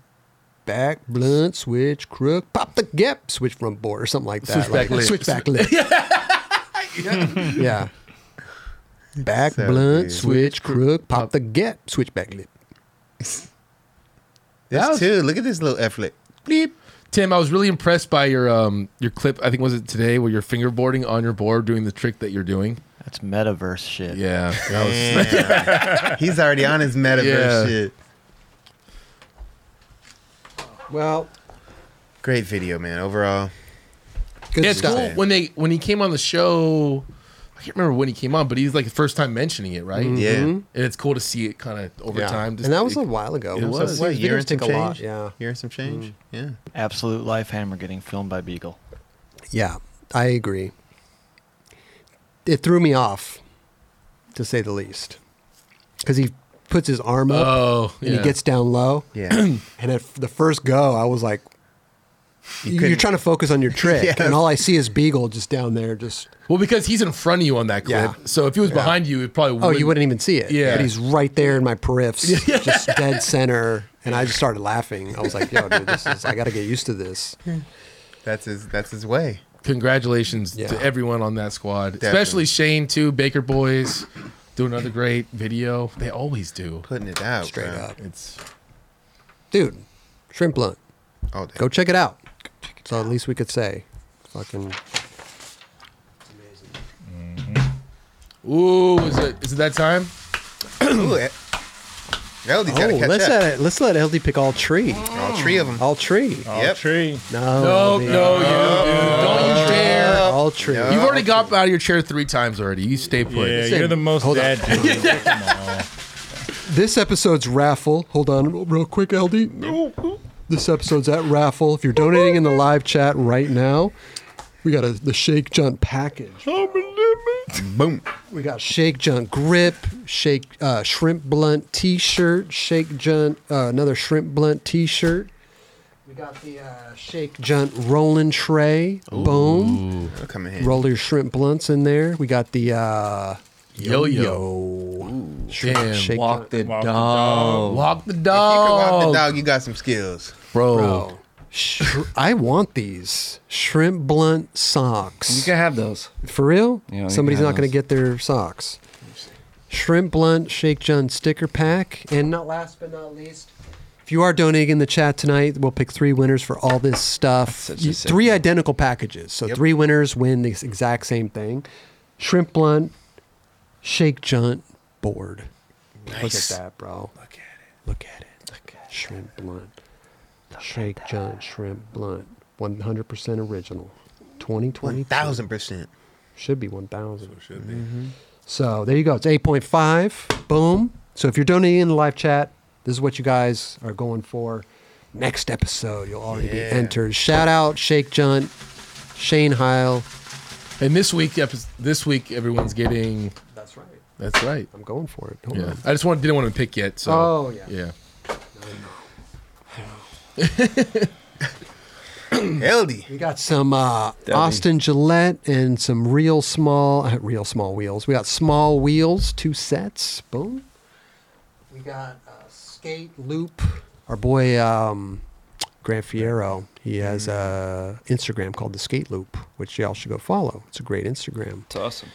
A: Back blunt switch crook pop the gap switch front board or something like that.
C: Switchback
A: like,
C: lip.
A: Switchback lip.
C: *laughs*
A: *laughs* yeah. Back
C: So
A: blunt
C: good.
A: switch crook pop the gap switch back lip.
D: This too. Look at this little effort.
C: Bleep. Tim, I was really impressed by your um your clip. I think was it today where you're fingerboarding on your board doing the trick that you're doing.
G: That's metaverse
A: *laughs*
G: shit.
C: Yeah,
D: Damn. He's already on his metaverse
C: Yeah.
D: shit.
A: Well,
D: great video, man. Overall,
A: Good
C: yeah, it's
D: stuff.
C: cool when they when he came on the show. I can't remember when he came on, but he's like the first time mentioning it, right?
D: Yeah.
C: and it's cool to see it kind of
A: Mm-hmm.
C: over
A: Yeah.
C: time.
A: And that was a while ago.
C: It
A: It was
C: was.
A: like-
D: what,
A: These
D: year
A: videos
D: and some
A: take a lot,
D: change?
A: yeah. Mm.
D: Year and some change? Yeah.
G: Absolute Life Hammer getting filmed by Beagle.
A: Yeah, I agree. It threw me off, to say the least, because he puts his arm up
C: Oh,
A: and
C: yeah.
A: he gets down low.
D: Yeah.
A: and at f- the first go, I was like, you are trying to focus on your trick,
C: *laughs* Yes.
A: and all I see is Beagle just down there, just
C: well because he's in front of you on that clip.
A: Yeah.
C: So if he was
A: Yeah.
C: behind you, it probably
A: oh, you wouldn't even see it.
C: Yeah.
A: but he's right there in my
C: *laughs*
A: periffs, just dead center, and I just started laughing. I was like, yo, dude, this is I got to get used to this.
D: That's his. That's his way.
C: Congratulations
A: Yeah.
C: to everyone on that squad,
D: Definitely.
C: especially Shane too. Baker boys do another great video. They always do.
D: Putting it out
A: Straight
D: bro.
A: up.
C: It's
A: dude, shrimp blunt.
D: All day.
A: Go check it out. So at least we could say, fucking
C: ooh, is it is it that time?
D: Ooh, eh. Melody's gotta catch
A: let's
D: up.
A: uh, let's let LD pick all tree.
D: All three of them.
A: All tree.
D: Yep.
E: Tree.
A: No.
C: No,
A: LD.
C: no, you dude. Don't you dare.
A: All tree.
C: You've already got out of your chair three times already. You stay put.
E: Yeah, you're the most dad dude. Come on.
A: This episode's raffle. Hold on, real- real quick, LD. No. This episode's at raffle. If you're donating in the live chat right now, we got a, the Shake Junk package.
D: Boom.
A: We got Shake Junk grip, Shake uh, Shrimp Blunt T-shirt, Shake Junk uh, another Shrimp Blunt T-shirt. We got the uh, Shake Junt rolling tray. Boom.
D: That'll come in handy.
A: Roll your shrimp blunts in there. We got the uh,
C: Yo yo.
A: yo.
C: Damn.
A: Shake
N: Walk the
E: Walk the
N: dog.
C: Oh. Walk the
D: You
C: dog.
D: can walk the dog. You got some skills.
C: Bro.
A: Bro. Sh- I want these shrimp blunt socks.
N: You can have those.
A: For real?
N: Yeah, you
A: Somebody's
N: can
A: not
N: have
A: going to
N: those.
A: get their socks. Shrimp blunt shake jun sticker pack, and not last but not least, if you are donating in the chat tonight, we'll pick three winners for all this stuff.
N: such a
A: You-
N: sick
A: three identical packages, so
D: Yep.
A: three winners win the exact same thing: shrimp blunt, shake junt board. Look at that, bro. Look at it. Look at it. Look at shrimp blunt. Shake Junt Shrimp Blunt. 100% original. 2020.
D: One thousand percent.
A: Should be 1,000.
E: Should be.
C: Mm-hmm.
A: So there you go. It's 8.5. Boom. So if you're donating in the live chat, this is what you guys are going for. Next episode, you'll already be
D: Yeah.
A: entered. Shout out Shake Junt, Shane Heil.
C: And this week, epi- this week, everyone's getting.
A: That's right.
C: That's right.
A: I'm going for it. Hold
C: Yeah.
A: on.
C: I just want, didn't want to pick yet. So.
A: Oh, yeah.
C: Yeah.
D: LD.
A: We got some uh,
N: That'd be-
A: Austin Gillette and some real small, uh, real small wheels. We got small wheels, two sets. Boom. We got uh, skate loop. Our boy um, Grant Fierro. He has a Instagram called the Skate Loop, which y'all should go follow. It's a great Instagram.
N: It's awesome.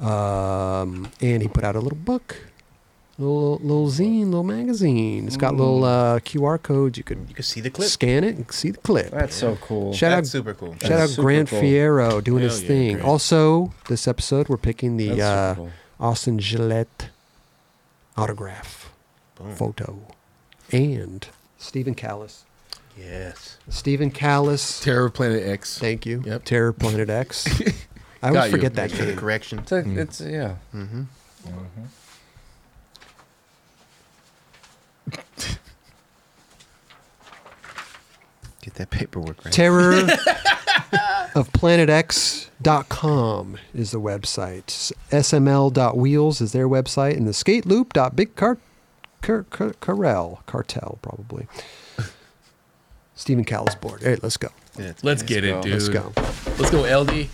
A: Um, and he put out a little book little little zine, little magazine. It's got little uh, QR codes. You could you
D: can see the Mm. clip.
A: Scan it and see the clip.
D: That's so cool.
A: Shout
D: That's
A: out,
D: super cool.
A: Shout
D: That's
A: out
D: super
A: Grant
D: cool.
A: Fierro doing
D: Hell
A: his
D: yeah,
A: thing.
D: Grant.
A: Also, this episode we're picking the
D: That's super
A: uh, Austin Gillette autograph photo and Stephen Callis.
C: Yes.
A: Stephen Callis.
C: Terror Planet X.
A: Thank you. Yep. Terror Planet X.
D: *laughs*
A: I
C: Got
A: always
C: you.
A: forget that
C: Thanks for the
A: game.
D: correction.
F: It's,
C: Mm.
F: a, it's yeah.
D: Mm-hmm. Get that paperwork right.
A: Terror of planetx.com is the website. SML.wheels is their website, and the skate loop.big car, car, car, carrel, cartel, probably. *laughs* Stephen Callis board. All right, let's go.
C: Let's, get it, dude.
A: Let's go.
C: Let's go, LD.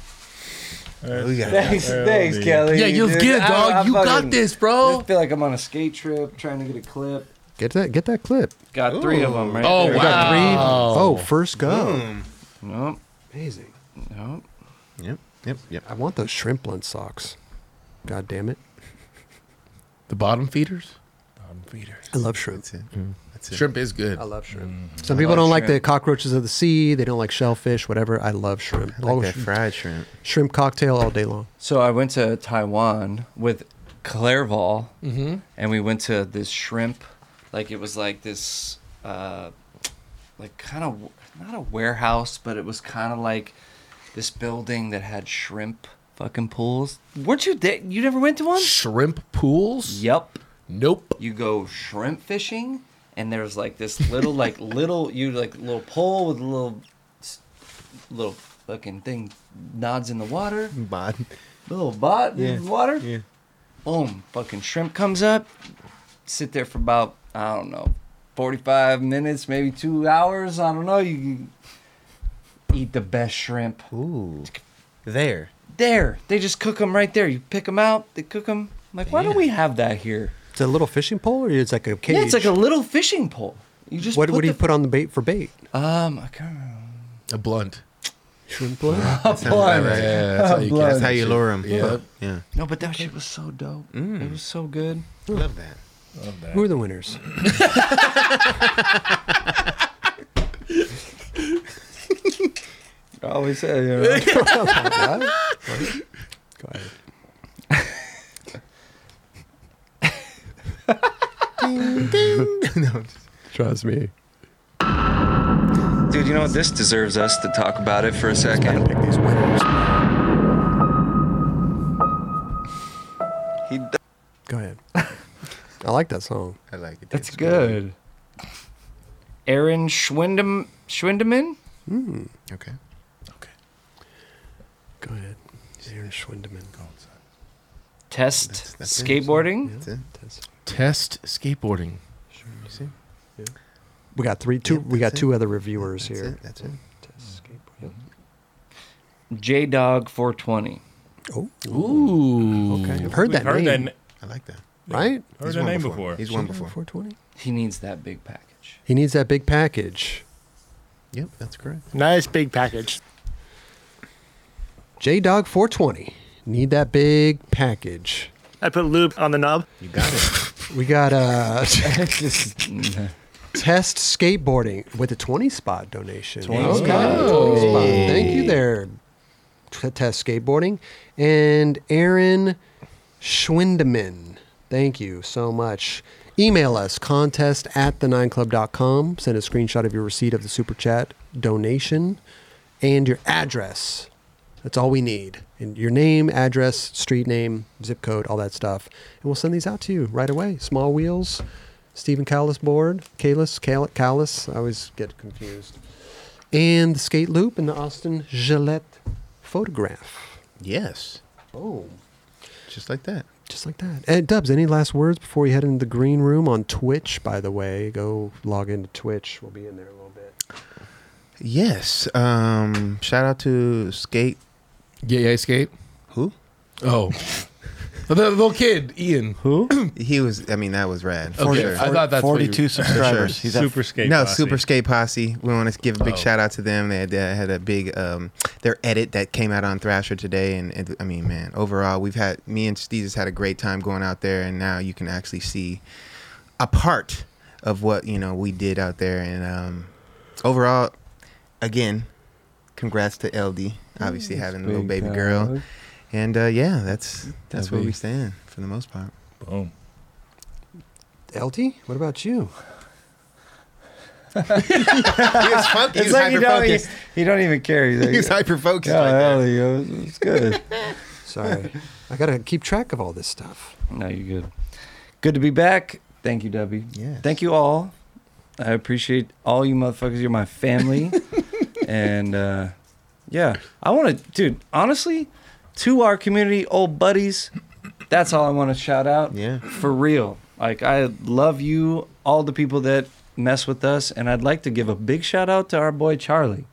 F: Thanks, thanks, Kelly.
C: Yeah, you
F: dude.
C: get it,
F: I-
C: dog.
F: I
C: you
F: fucking-
C: got this, bro.
F: I feel like I'm on a skate trip trying to get a clip.
A: Get that get that clip.
F: Got three of them right
C: Oh,
F: there.
A: We got three. Oh, first go.
F: Boom. Nope.
A: Amazing.
F: Nope.
D: Yep. Yep. Yep.
A: I want those shrimp lunch socks. God damn it.
C: The bottom feeders.
E: Bottom feeders.
A: I love shrimp.
C: That's it. Shrimp is good. I
A: love shrimp. Some people don't like the cockroaches of the sea. They don't like shellfish, whatever. I love shrimp. I
D: that fried shrimp.
A: Shrimp cocktail all day long.
F: So I went to Taiwan with Clairval,
A: Mhm.
F: and we went to this shrimp, like it was like this, uh, like kind of not a warehouse, but it was kind of like this building that had shrimp fucking pools. Weren't you there? You never went to one?
C: Shrimp pools?
F: Yep.
C: Nope.
F: You go shrimp fishing, and there's like this little, like little, you like little pole with a little, s- little fucking thing nods in the water.
D: Bod.
F: Little bot in
D: Yeah,
F: the water. Yeah. Boom. Fucking shrimp comes up. Sit there for about, I don't know, 45 minutes, maybe two hours. I don't know. You can eat the best shrimp.
D: Ooh. There.
F: There. They just cook them right there. You pick them out, they cook them. Like, why don't we have that here?
A: It's a little fishing pole, or it's like a cage.
F: Yeah, it's like a little fishing pole. You just
A: what
F: put
A: what do
F: the-
A: you put on the bait for bait?
F: Um, I can't remember.
C: A blunt.
A: Shrimp *laughs* blunt.
D: That sounds about right.
C: that's how you catch
D: That's how you
C: shit.
D: lure them.
C: Yeah.
D: Yeah.
F: No, but that shit was so dope. It was so good.
D: Love that.
E: Love that.
A: Who are the *laughs* winners?
F: I always say, you know.
A: Go ahead. *laughs* Trust me.
F: Dude, you know what? This deserves us to talk about it for a second. He d-
A: Go ahead. I like that song.
D: I like
F: *laughs*
D: it.
F: That's good. Aaron Schwindem Schwindeman?
A: Mm.
D: Okay.
A: Go ahead. Aaron Schwindeman.
F: Test
D: that's it.
F: skateboarding?
D: That's it.
C: Test skateboarding.
D: You see?
A: We got three, two.
D: Yep,
A: we got
D: that's
A: two
D: it.
A: other reviewers
D: That's
A: here.
D: it. That's it.
F: J Dog 420.
A: Oh.
F: Ooh.
A: Okay. I've heard that Heard that name. na-
D: I like that.
A: Right?
E: Heard that name before.
D: He's won before.
A: 420.
F: He needs that big package.
A: He needs that big package.
D: Yep, that's correct.
Q: Nice big package.
A: J Dog 420. Need that big package.
Q: I put lube on the knob.
D: You got it.
A: We got uh, test skateboarding with a 20 spot donation.
F: 20
A: Okay.
F: spot.
A: 20 spot. Thank you there, T- test skateboarding. And Aaron Schwindeman. Thank you so much. Email us contest at the nineclub.com. Send a screenshot of your receipt of the super chat donation and your address. That's all we need. And your name, address, street name, zip code, all that stuff. And we'll send these out to you right away. Small Wheels, Stephen Callis board, Callis, Cal- Callis. I always get confused. And the skate loop and the Austin Gillette photograph.
D: Yes.
A: Boom.
D: Just like that.
A: Just like that. Ed Dubs, any last words before you head into the green room on Twitch, by the way? Go log into Twitch. We'll be in there a little bit.
D: Yes. Um, shout out to Skate.
C: Yeah, yeah, Skate. *laughs*
D: Who?
C: Oh. The little kid, Ian.
D: Who? he was. I mean, that was rad. for
C: Okay,
D: sure.
C: I thought that's what you-
G: 42 subscribers. He's at- Super Skate
D: No,
G: Posse.
D: Super Skate Posse. We want to give a big
G: Oh.
D: shout out to them. They had, they had a big um, their edit that came out on Thrasher today, and, and I mean, man, overall, we've had me and Steve has had a great time going out there, and now you can actually see a part of what you know we did out there, and um, overall, again, congrats to LD, obviously
G: Thanks,
D: having a little
G: big
D: baby girl,
G: dog.
D: and uh, yeah, that's that's where
G: Happy.
D: we stand for the most part.
E: Boom.
A: LT, what about you?
F: it's like you don't, you, you don't even care.
D: *laughs*
F: He's, like,
A: He's hyper-focused
F: Yeah,
A: right
F: hell, he goes, it's good.
C: *laughs*
A: Sorry. I got to keep track of all this stuff.
F: No, you're good. Good to be back. Thank you, Debbie.
D: Yes.
F: Thank you all. I appreciate all you motherfuckers. You're my
D: *laughs*
F: family. and uh, yeah, I want to, dude, honestly, to our community, old buddies, that's all I want to shout out.
D: Yeah.
F: For real. Like, I love you, all the people that mess with us. And I'd like to give a big shout out to our boy, Charlie.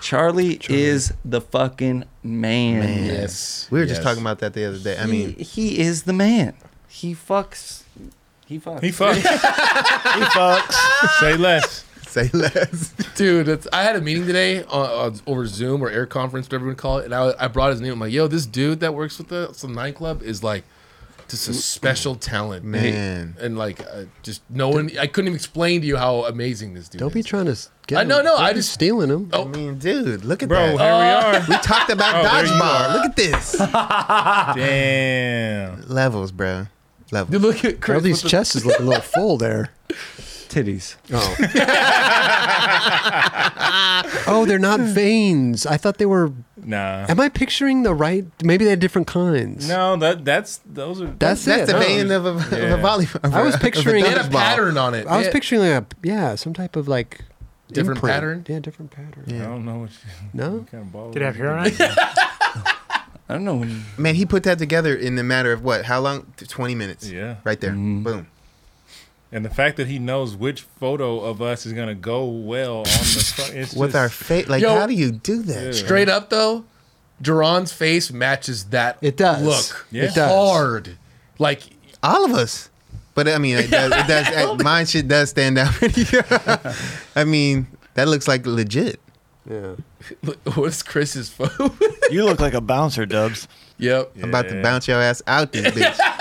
F: Charlie, is the fucking man.
D: Man. We were just talking about that the other day. I
F: He-
D: mean,
F: he is the man. He fucks. He fucks.
E: He fucks.
F: he fucks.
E: Say less.
D: Say less.
C: Dude, it's, I had a meeting today uh, uh, over Zoom or air conference, whatever you want to call it, and I, I brought his name. I'm like, yo, this dude that works with the some nightclub is like just
A: Mm-hmm.
C: a special talent,
D: Man.
C: And like, uh, just no one, I couldn't even explain to you how amazing this dude
A: Don't be trying to s- get
C: I-
A: him.
C: no, no,
A: Don't
C: I
A: be
C: just-
A: stealing them.
D: I mean, dude, look at
A: Bro,
D: that.
A: here we are.
D: we talked about
A: Oh, there you
D: dodgeball.
A: are.
D: Look at
A: *laughs*
D: this.
E: Damn.
D: Levels, bro. Levels.
C: Dude, look at
A: All these chests look a little full there.
F: Titties.
A: Oh. oh, they're not veins. I thought they were.
E: Nah.
A: Am I picturing the right? Maybe they had different kinds.
E: No, that that's those are
A: That's it.
D: the
A: No.
D: vein of a, of a volleyball.
A: I was picturing
D: of dodgeball.
A: I was picturing like a yeah, some type of like
C: Different
A: imprint.
C: pattern?
A: Yeah, different pattern.
E: I don't know what.
A: No.
E: kind of ball
H: Did it have hair on
E: it?
F: I don't know when.
D: *laughs* Man, he put that together in the matter of what? How long? Twenty minutes.
E: Yeah.
D: Right there.
A: Mm-hmm.
D: Boom.
E: *laughs* And the fact that he knows which photo of us is gonna go well on the sto- it's
D: With
E: just-
D: our face, like,
C: Yo.
D: how do you do that?
E: Yeah.
C: Straight up though, Duran's face matches that. It
A: does.
C: Look,
D: Yeah. It
C: it's
D: does.
C: hard. Like
D: all of us. But I mean,
A: *laughs*
D: it does, it does, it- mine shit does stand out. *laughs* pretty I mean, that looks like legit.
A: Yeah.
C: *laughs* What's Chris's phone?
G: you look like a bouncer, Dubs.
C: *laughs* Yep.
D: I'm about to
G: Yeah.
D: bounce your ass out this bitch.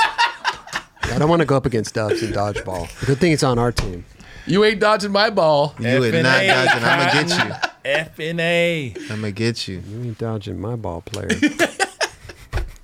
A: I don't want to go up against Dubs in dodgeball. Good thing it's on our team.
C: you ain't dodging my ball.
D: You ain't not dodging. I'm gonna get you.
E: FNA.
D: I'm gonna get you.
A: You ain't dodging my ball player.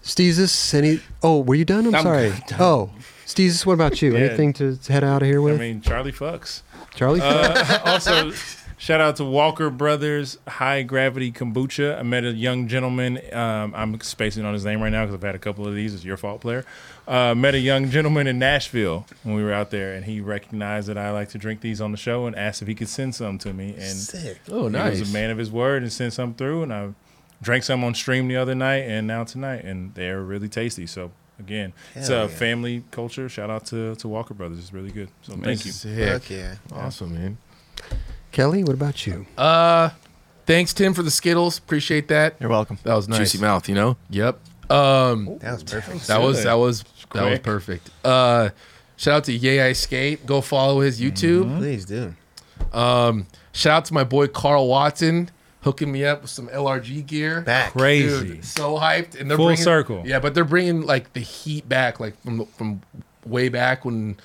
A: Steezus, any? Oh, were you done? I'm,
E: I'm
A: sorry. Oh, Steezus, what about you?
E: Yeah.
A: Anything to head out of here with?
E: I mean, Charlie fucks.
A: Charlie
E: Uh, also, shout out to Walker Brothers High Gravity Kombucha. I met a young gentleman. Um, I'm spacing on his name right now because I've had a couple of these. It's your fault, player. Uh, met a young gentleman in Nashville when we were out there, and he recognized that I like to drink these on the show and asked if he could send some to me. And
C: Sick. Oh,
E: He
C: nice.
E: was a man of his word and sent some through, and I drank some on stream the other night and now tonight, and they're really tasty. So. Again, it's a
C: Hell yeah.
E: family culture. Shout out to, to Walker Brothers. It's really good. So thank you.
C: Sick.
D: Fuck yeah.
C: Awesome, man.
A: Kelly, what about you?
C: Uh, thanks Tim for the Skittles. Appreciate that.
G: You're welcome.
C: That was nice.
R: Juicy mouth, you know?
C: Yep. Um,
D: that was perfect.
C: That was
R: Good.
C: that was that was
R: Quick.
C: perfect. Uh, shout out to Yay I Skate. Go follow his YouTube.
E: Mm-hmm.
D: Please do.
C: Um, shout out to my boy Carl Watson hooking me up with some LRG gear.
D: Back.
E: Crazy.
C: so hyped, and they're
E: Full
C: bringing,
E: circle.
C: Yeah, but they're bringing like the heat back, like from the- from way back when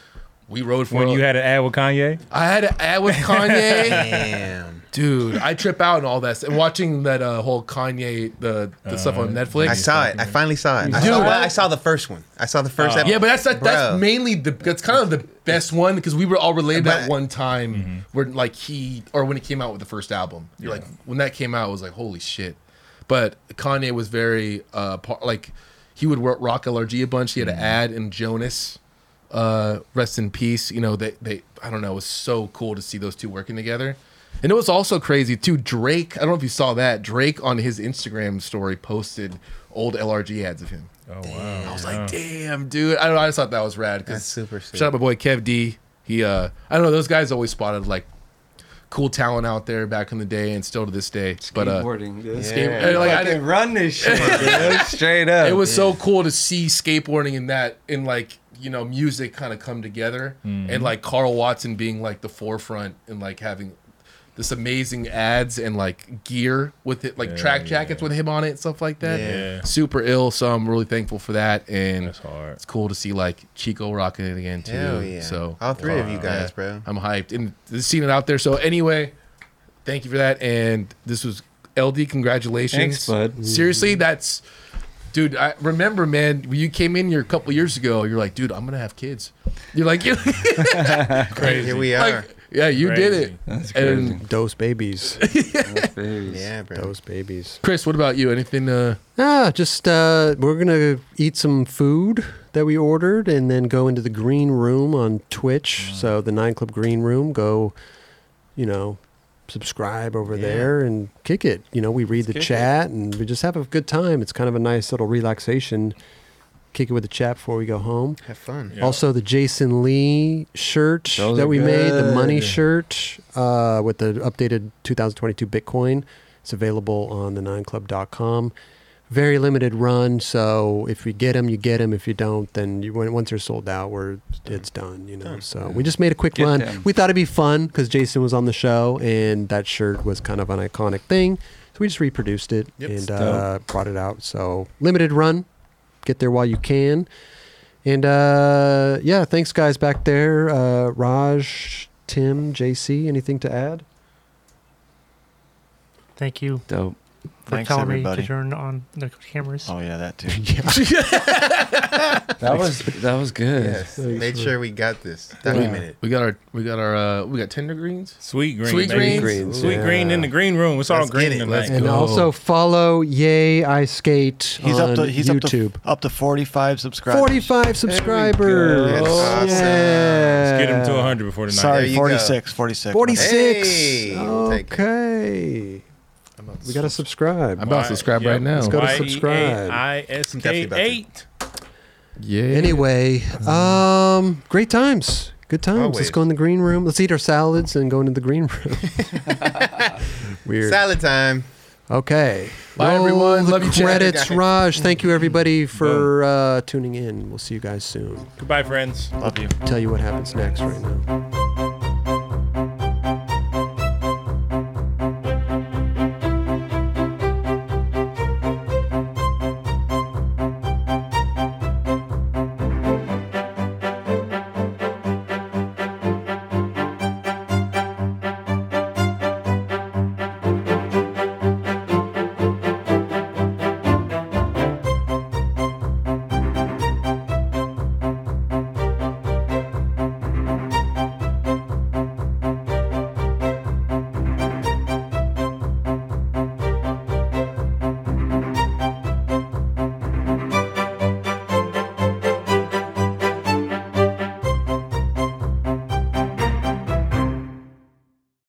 C: we rode for
E: When you had an ad with Kanye?
C: I had an ad with Kanye.
E: *laughs*
D: Damn.
C: Dude, I trip out and all that, and watching that uh, whole Kanye the, the stuff on
E: Uh,
C: Netflix.
D: *laughs* I saw it. I finally saw it. I
C: You
D: saw,
C: saw
D: well,
C: it?
D: I saw the first one. I saw the first episode.
C: yeah, but that's that, that's
D: Bro.
C: mainly the that's kind of the best one because we were all related at one time where like he or when it came out with the first album. You're like when that came out, it was like holy shit. But Kanye was very uh par- like he would ro- rock LRG a bunch. He had an ad in Jonas, uh, rest in peace. You know they they I don't know. It was so cool to see those two working together. And it was also crazy too. Drake, I don't know if you saw that. Drake on his Instagram story posted old LRG ads of him.
E: Oh wow!
C: I was like, damn, dude. I don't know. I just thought that was rad. 'cause
D: That's super sick.
C: Shout out my boy Kev D. He, uh, I don't know. Those guys always spotted like cool talent out there back in the day and still to this day. But uh,
N: Skateboarding, dude.
C: skate-
N: Yeah.
C: uh, like, I
N: Fucking
C: didn't-
N: run this shit, dude. Straight up.
C: It was
N: Yeah.
C: so cool to see skateboarding and that and like you know music kind of come together
B: Mhm.
C: and like Carl Watson being like the forefront and like having this amazing ads and like gear with it like
B: Yeah,
C: track jackets with him on it and stuff like that
B: Yeah.
C: super ill so i'm really thankful for that and it's cool to see like chico rocking it again too
D: Hell yeah.
C: so
D: All three of you guys, bro.
C: i'm hyped and seeing it out there so anyway thank you for that and this was ld congratulations
N: Thanks, bud.
C: seriously that's dude i remember man when you came in here a couple years ago you're like dude i'm gonna have kids you're like *laughs* you
D: Crazy. Here we
C: *laughs* Like,
D: are.
C: yeah you did
D: Crazy.
C: it
D: That's
C: And
A: Those babies.
D: Yeah, bro.
A: Those babies.
C: Chris, what about you? Anything? Uh,
A: Ah, just uh, we're gonna eat some food that we ordered, and then go into the green room on Twitch.
B: Mm.
A: So the Nine Club Green Room. Go, you know, subscribe over there and kick it. You know, we read the
B: kick it.
A: chat and we just have a good time. It's kind of a nice little relaxation. Kick it with the chat before we go home.
D: Have fun.
B: Yeah.
A: Also, the Jason Lee shirt
B: Those
A: that
B: are
A: we made, the money
B: good.
A: shirt uh, with the updated 2022 Bitcoin. It's available on the nineclub.com. Very limited run, so if you get them, you get them. If you don't, then you, when, once they're sold out, we're it's done. You know, so we just made a quick
B: Get
A: run.
B: them.
A: We thought it'd be fun because Jason was on the show, and that shirt was kind of an iconic thing. So we just reproduced it
B: Yep.
A: and
B: Dope.
A: uh, brought it out. So limited run, get there while you can. And uh, yeah, thanks guys back there. Uh, Raj, Tim, JC, anything to add?
H: Thank you
N: Dope.
H: for
G: Thanks,
H: telling me
G: everybody.
H: to turn on the cameras.
G: Oh yeah, that too.
N: That was that was good.
D: Yes. Made sure we got this. Documented.
C: We got our we got our uh, we got tender greens,
E: sweet greens,
C: sweet
E: baby.
C: greens,
E: sweet green in the green room. It's all
C: Let's
E: green
C: get it.
E: tonight.
C: Let's
A: and
C: go.
A: also follow Yay I Skate
G: He's
A: on
G: up to he's
A: YouTube.
G: up to up to 45 subscribers.
A: 45 subscribers.
G: That's awesome.
A: Yeah.
G: Let's get him to 100 before the night. Sorry,
A: There you go.
G: 46, 46.
A: 46.
G: Hey, we'll take
A: okay. We got to subscribe.
C: I'm about to subscribe right now.
A: Let's go to
C: Y E A
A: subscribe.
E: I S K eight.
C: Yeah.
A: Anyway, um, great times. Good times. Let's
D: Always.
A: go in the green room. Let's eat our salads and go into the green room.
D: *laughs*
A: Weird.
D: Salad time.
A: Okay.
D: Bye, everyone.
A: The
D: Love you, Chad.
A: credits,
D: Guys.
A: Raj. Thank you, everybody, for uh, tuning in. We'll see you guys soon.
E: Goodbye, friends.
G: Love you.
A: Tell you what happens next right now.